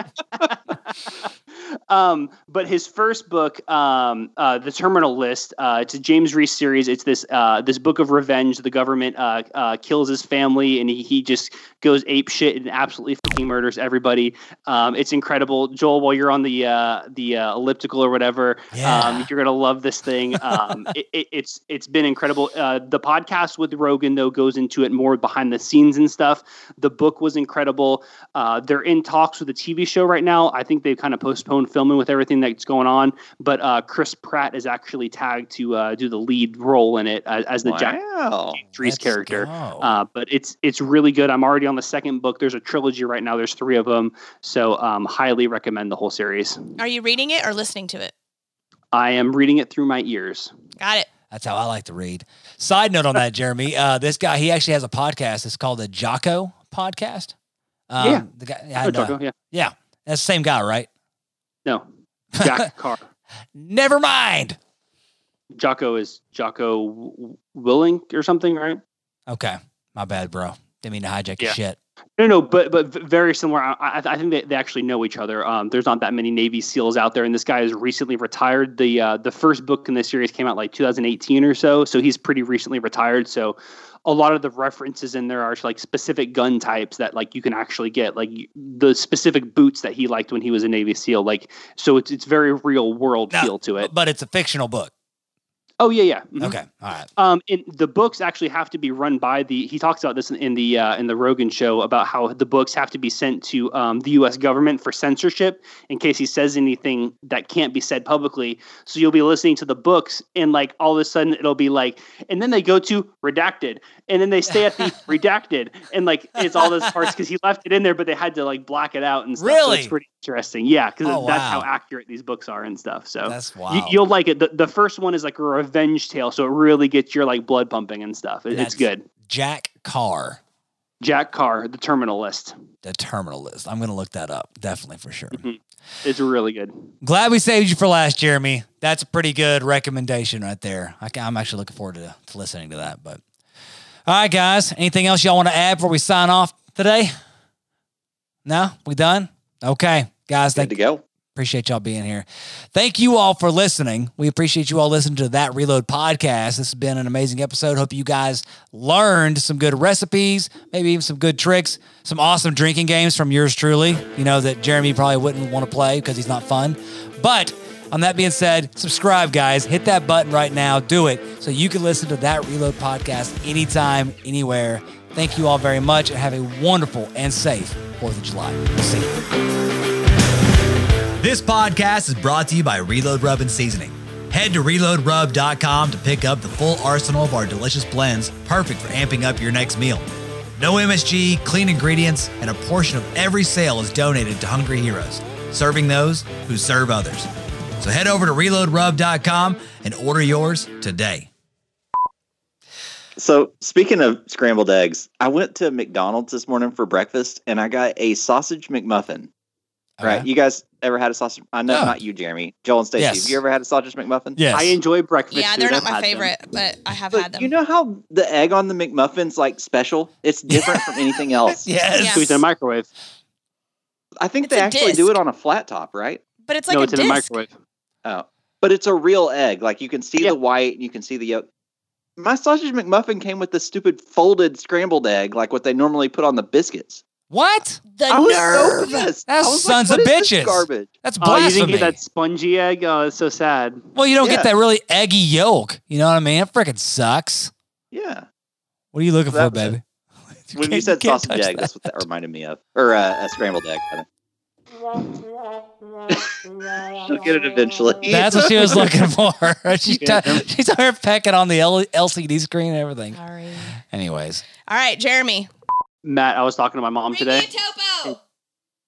[SPEAKER 4] um, but his first book, um, uh, The Terminal List, uh, it's a James Reese series. It's this uh, this book of revenge. The government uh, uh, kills his family and he, he just goes ape shit and absolutely fucking murders everybody. Um, it's incredible. Joel, while you're on the uh, the uh, elliptical or whatever,
[SPEAKER 2] Yeah.
[SPEAKER 4] um, you're gonna love this thing. Um, it, it, it's it's been incredible. Uh, the podcast with Rogan though goes into it more behind the scenes and stuff. The book was incredible. Uh, they're in talks with a TV show right now. I think they've kind of postponed filming with everything that's going on. But uh, Chris Pratt is actually tagged to uh, do the lead role in it uh, as, as the Jack
[SPEAKER 3] Wow.
[SPEAKER 4] Reese character.
[SPEAKER 2] Uh,
[SPEAKER 4] Uh, but it's it's really good. I'm already on the second book. There's a trilogy right now. There's three of them, so um, highly recommend the whole series.
[SPEAKER 1] Are you reading it or listening to it?
[SPEAKER 4] I am reading it through my ears.
[SPEAKER 1] Got it.
[SPEAKER 2] That's how I like to read. Side note on that, Jeremy. Uh, this guy, he actually has a podcast. It's called the Jocko Podcast. Um,
[SPEAKER 4] Yeah.
[SPEAKER 2] The guy, I know.
[SPEAKER 4] Oh, Jocko, yeah.
[SPEAKER 2] That's the same guy, right?
[SPEAKER 4] No, Jack Carr.
[SPEAKER 2] Never mind.
[SPEAKER 4] Jocko is Jocko W- Willink or something, right?
[SPEAKER 2] Okay, my bad, bro. Didn't mean to hijack your
[SPEAKER 4] Yeah.
[SPEAKER 2] shit.
[SPEAKER 4] No, no, but but v- very similar. I, I, I think they, they actually know each other. Um, there's not that many Navy SEALs out there, and this guy is recently retired. The uh, the first book in this series came out like 2018 or so, so he's pretty recently retired. So a lot of the references in there are like specific gun types that like you can actually get, like you- the specific boots that he liked when he was a Navy SEAL. Like so, it's it's very real world
[SPEAKER 2] Now,
[SPEAKER 4] feel to it.
[SPEAKER 2] But it's a fictional book.
[SPEAKER 4] Oh yeah, yeah. Mhm.
[SPEAKER 2] Okay. All right.
[SPEAKER 4] Um, and the books actually have to be run by the. He talks about this in, in the uh, in the Rogan show about how the books have to be sent to um, the U.S. government for censorship in case he says anything that can't be said publicly. So you'll be listening to the books, and like all of a sudden it'll be like, and then they go to redacted, and then they stay at the redacted, and like it's all those parts because he left it in there, but they had to like black it out and stuff. So
[SPEAKER 2] Really?
[SPEAKER 4] it's pretty interesting. Yeah, because
[SPEAKER 2] Oh,
[SPEAKER 4] that's
[SPEAKER 2] wow.
[SPEAKER 4] how accurate these books are and stuff. So
[SPEAKER 2] That's
[SPEAKER 4] you,
[SPEAKER 2] wild.
[SPEAKER 4] you'll like it. The, the first one is like a revenge tale, so it really gets your like blood pumping and stuff. It-
[SPEAKER 2] That's-
[SPEAKER 4] it's good.
[SPEAKER 2] Jack Carr,
[SPEAKER 4] Jack Carr, The Terminal List.
[SPEAKER 2] the terminalist. I'm going to look that up. Definitely for sure.
[SPEAKER 4] It's really good.
[SPEAKER 2] Glad we saved you for last, Jeremy. That's a pretty good recommendation right there. I can, I'm actually looking forward to, to listening to that. But all right, guys, anything else y'all want to add before we sign off today? No, we done. Okay, guys,
[SPEAKER 3] Good
[SPEAKER 2] thank
[SPEAKER 3] to go.
[SPEAKER 2] Appreciate y'all being here. Thank you all for listening. We appreciate you all listening to that Reload podcast. This has been an amazing episode. Hope you guys learned some good recipes, maybe even some good tricks, some awesome drinking games from yours truly, you know, that Jeremy probably wouldn't want to play because he's not fun. But on that being said, subscribe, guys. Hit that button right now. Do it so you can listen to that Reload podcast anytime, anywhere. Thank you all very much and have a wonderful and safe 4th of July. We'll see you. This podcast is brought to you by Reload Rub and Seasoning. Head to reloadrub.com to pick up the full arsenal of our delicious blends, perfect for amping up your next meal. No MSG, clean ingredients, and a portion of every sale is donated to Hungry Heroes, serving those who serve others. So head over to reloadrub.com and order yours today.
[SPEAKER 3] So speaking of scrambled eggs, I went to McDonald's this morning for breakfast, and I got a sausage McMuffin. Right? You guys ever had a sausage? I know
[SPEAKER 4] Oh.
[SPEAKER 2] No.
[SPEAKER 3] not you, Jeremy. Joel and Stacey.
[SPEAKER 2] Yes.
[SPEAKER 3] Have you ever had a sausage McMuffin?
[SPEAKER 2] Yes.
[SPEAKER 4] I enjoy breakfast.
[SPEAKER 1] Yeah,
[SPEAKER 4] food.
[SPEAKER 1] they're not
[SPEAKER 4] I've
[SPEAKER 1] my
[SPEAKER 4] had them.
[SPEAKER 1] favorite, but I have had
[SPEAKER 3] But
[SPEAKER 1] them.
[SPEAKER 3] you know how the egg on the McMuffin's like special? It's different from anything else.
[SPEAKER 2] yes.
[SPEAKER 1] Yeah.
[SPEAKER 4] Squeeze in a microwave.
[SPEAKER 3] I think
[SPEAKER 1] It's
[SPEAKER 3] they
[SPEAKER 1] a
[SPEAKER 3] actually do
[SPEAKER 1] disc.
[SPEAKER 3] it on a flat top, right?
[SPEAKER 1] but it's like
[SPEAKER 4] no,
[SPEAKER 1] a
[SPEAKER 4] it's in a
[SPEAKER 1] disc.
[SPEAKER 4] microwave.
[SPEAKER 3] Oh, but it's a real egg. Like you can see
[SPEAKER 4] Yeah.
[SPEAKER 3] the white and you can see the yolk. My sausage McMuffin came with this stupid folded scrambled egg, like what they normally put on the biscuits.
[SPEAKER 2] What?
[SPEAKER 1] The
[SPEAKER 3] I was
[SPEAKER 1] nerve.
[SPEAKER 3] so pissed.
[SPEAKER 2] That's
[SPEAKER 3] I was
[SPEAKER 2] sons
[SPEAKER 3] "What
[SPEAKER 2] of
[SPEAKER 3] is this
[SPEAKER 2] bitches."
[SPEAKER 3] Garbage.
[SPEAKER 2] That's
[SPEAKER 4] Oh, you didn't get that spongy egg? Oh, it's so sad.
[SPEAKER 2] well, you don't
[SPEAKER 3] Yeah.
[SPEAKER 2] get that really eggy yolk. You know what I mean? It freaking sucks.
[SPEAKER 3] Yeah.
[SPEAKER 2] What are you looking
[SPEAKER 3] That
[SPEAKER 2] for,
[SPEAKER 3] was it.
[SPEAKER 2] baby?
[SPEAKER 3] When
[SPEAKER 2] can't-
[SPEAKER 3] you said
[SPEAKER 2] can't
[SPEAKER 3] sausage
[SPEAKER 2] touch
[SPEAKER 3] egg,
[SPEAKER 2] that.
[SPEAKER 3] that's what that reminded me of, or uh, a scrambled egg. rather. She'll get it eventually.
[SPEAKER 2] That's what she was looking for. She's,
[SPEAKER 4] Yeah.
[SPEAKER 2] t- she's out here pecking on the L- LCD screen and everything.
[SPEAKER 1] Sorry.
[SPEAKER 2] Anyways,
[SPEAKER 1] All right, Jeremy.
[SPEAKER 4] Matt, I was talking to my mom
[SPEAKER 1] Bring
[SPEAKER 4] today.
[SPEAKER 1] me a topo.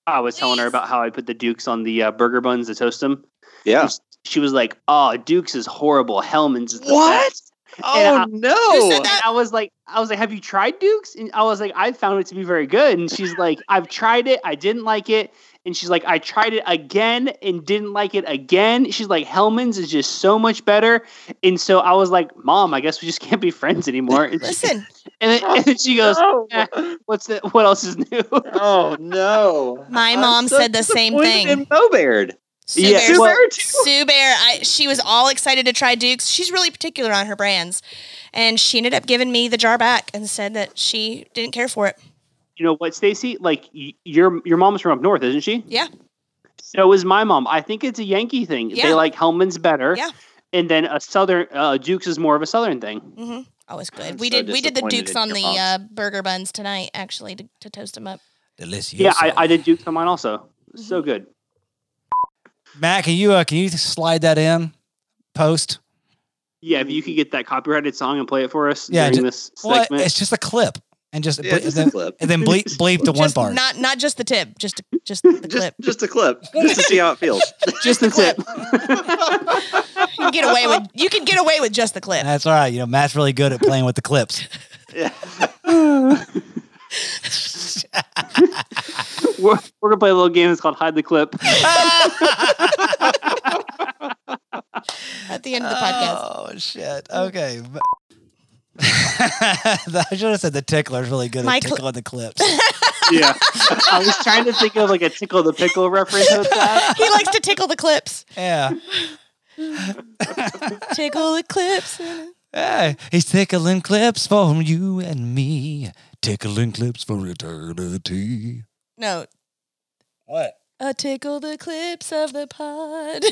[SPEAKER 4] I was telling her
[SPEAKER 1] please.
[SPEAKER 4] about how I put the Dukes on the uh, burger buns to toast them.
[SPEAKER 3] Yeah.
[SPEAKER 4] She was like, "Oh, Dukes is horrible. Hellman's is the
[SPEAKER 3] What?
[SPEAKER 4] best."
[SPEAKER 3] Oh
[SPEAKER 4] I-
[SPEAKER 1] You
[SPEAKER 3] no!
[SPEAKER 1] said that-
[SPEAKER 4] And I was like, I was like, have you tried Duke's? And I was like, I found it to be very good. And she's like, I've tried it, I didn't like it. And she's like, I tried it again and didn't like it again. She's like, Hellman's is just so much better. And so I was like, Mom, I guess we just can't be friends anymore. And, she-
[SPEAKER 1] Listen,
[SPEAKER 4] and, then, and then she goes, "Eh, What's the what else is new?
[SPEAKER 3] Oh no!
[SPEAKER 1] My
[SPEAKER 3] I'm
[SPEAKER 1] mom
[SPEAKER 3] so
[SPEAKER 1] said the same
[SPEAKER 3] disappointed
[SPEAKER 1] thing.
[SPEAKER 3] In Mobard.
[SPEAKER 1] Sue
[SPEAKER 4] Yeah,
[SPEAKER 1] Bear's-
[SPEAKER 4] well-
[SPEAKER 1] Sue Bear, I, she was all excited to try Duke's. She's really particular on her brands. And she ended up giving me the jar back and said that she didn't care for it.
[SPEAKER 4] you know what, Stacy? Like y- your your mom's from up north, isn't she?
[SPEAKER 1] Yeah.
[SPEAKER 4] So is my mom. I think it's a Yankee thing.
[SPEAKER 1] Yeah.
[SPEAKER 4] They like Hellman's better.
[SPEAKER 1] Yeah.
[SPEAKER 4] And then a southern uh, Duke's is more of a southern thing.
[SPEAKER 1] hmm Always good.
[SPEAKER 3] I'm
[SPEAKER 1] we
[SPEAKER 3] so
[SPEAKER 1] did we did the
[SPEAKER 3] disappointed
[SPEAKER 1] Dukes
[SPEAKER 3] in
[SPEAKER 1] on
[SPEAKER 3] your
[SPEAKER 1] the
[SPEAKER 3] mom.
[SPEAKER 1] uh, burger buns tonight, actually, to, to toast them up.
[SPEAKER 2] delicious.
[SPEAKER 4] Yeah, I, I did Duke's on mine also. So
[SPEAKER 1] Mm-hmm.
[SPEAKER 4] good.
[SPEAKER 2] Matt, can you uh, can you slide that in post?
[SPEAKER 4] Yeah, if you could get that copyrighted song and play it for us
[SPEAKER 2] Yeah,
[SPEAKER 4] during
[SPEAKER 2] ju-
[SPEAKER 4] this
[SPEAKER 2] What?
[SPEAKER 4] segment.
[SPEAKER 2] It's just a clip, and just,
[SPEAKER 3] Yeah,
[SPEAKER 2] ble-
[SPEAKER 3] just
[SPEAKER 2] then,
[SPEAKER 3] a clip.
[SPEAKER 2] and then bleep bleep the one
[SPEAKER 1] just
[SPEAKER 2] part.
[SPEAKER 1] Not not just the tip, just just the
[SPEAKER 3] Just,
[SPEAKER 1] clip.
[SPEAKER 3] just a clip, just to see how it feels.
[SPEAKER 4] Just the tip.
[SPEAKER 1] You can get away with you can get away with just the clip.
[SPEAKER 2] That's all right. You know, Matt's really good at playing with the clips.
[SPEAKER 3] yeah.
[SPEAKER 4] We're, we're gonna play a little game. It's called Hide the Clip.
[SPEAKER 1] At the end of the podcast.
[SPEAKER 2] Oh shit. Okay. I should have said the tickler's really good
[SPEAKER 1] My
[SPEAKER 2] at
[SPEAKER 1] cl-
[SPEAKER 2] tickling the clips.
[SPEAKER 4] yeah, I was trying to think of like a tickle the pickle reference with
[SPEAKER 3] Oh.
[SPEAKER 4] that.
[SPEAKER 1] He likes to tickle the clips.
[SPEAKER 2] yeah.
[SPEAKER 1] Tickle the clips.
[SPEAKER 2] Hey, he's tickling clips from you and me. Tickling clips for eternity.
[SPEAKER 1] No,
[SPEAKER 2] What?
[SPEAKER 1] a tickle the clips of the pod.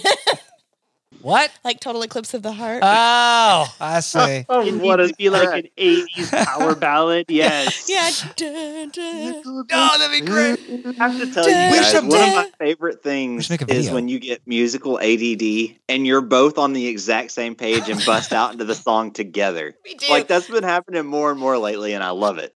[SPEAKER 2] What?
[SPEAKER 1] like Total Eclipse of the Heart.
[SPEAKER 2] Oh, I see.
[SPEAKER 4] Oh,
[SPEAKER 3] It what needs is to
[SPEAKER 4] be
[SPEAKER 3] be like
[SPEAKER 4] like
[SPEAKER 3] that?
[SPEAKER 4] an '80s power ballad. Yes.
[SPEAKER 1] yeah. Dun, dun.
[SPEAKER 2] No, Oh, that'd be great.
[SPEAKER 3] I have to tell you
[SPEAKER 2] We
[SPEAKER 3] guys,
[SPEAKER 2] should
[SPEAKER 3] one of
[SPEAKER 1] do-
[SPEAKER 3] my favorite
[SPEAKER 2] We
[SPEAKER 3] things
[SPEAKER 2] should make a
[SPEAKER 3] is
[SPEAKER 2] video.
[SPEAKER 3] when you get musical ADD and you're both on the exact same page and bust out into the song together.
[SPEAKER 1] We do.
[SPEAKER 3] Like that's been happening more and more lately, and I love it.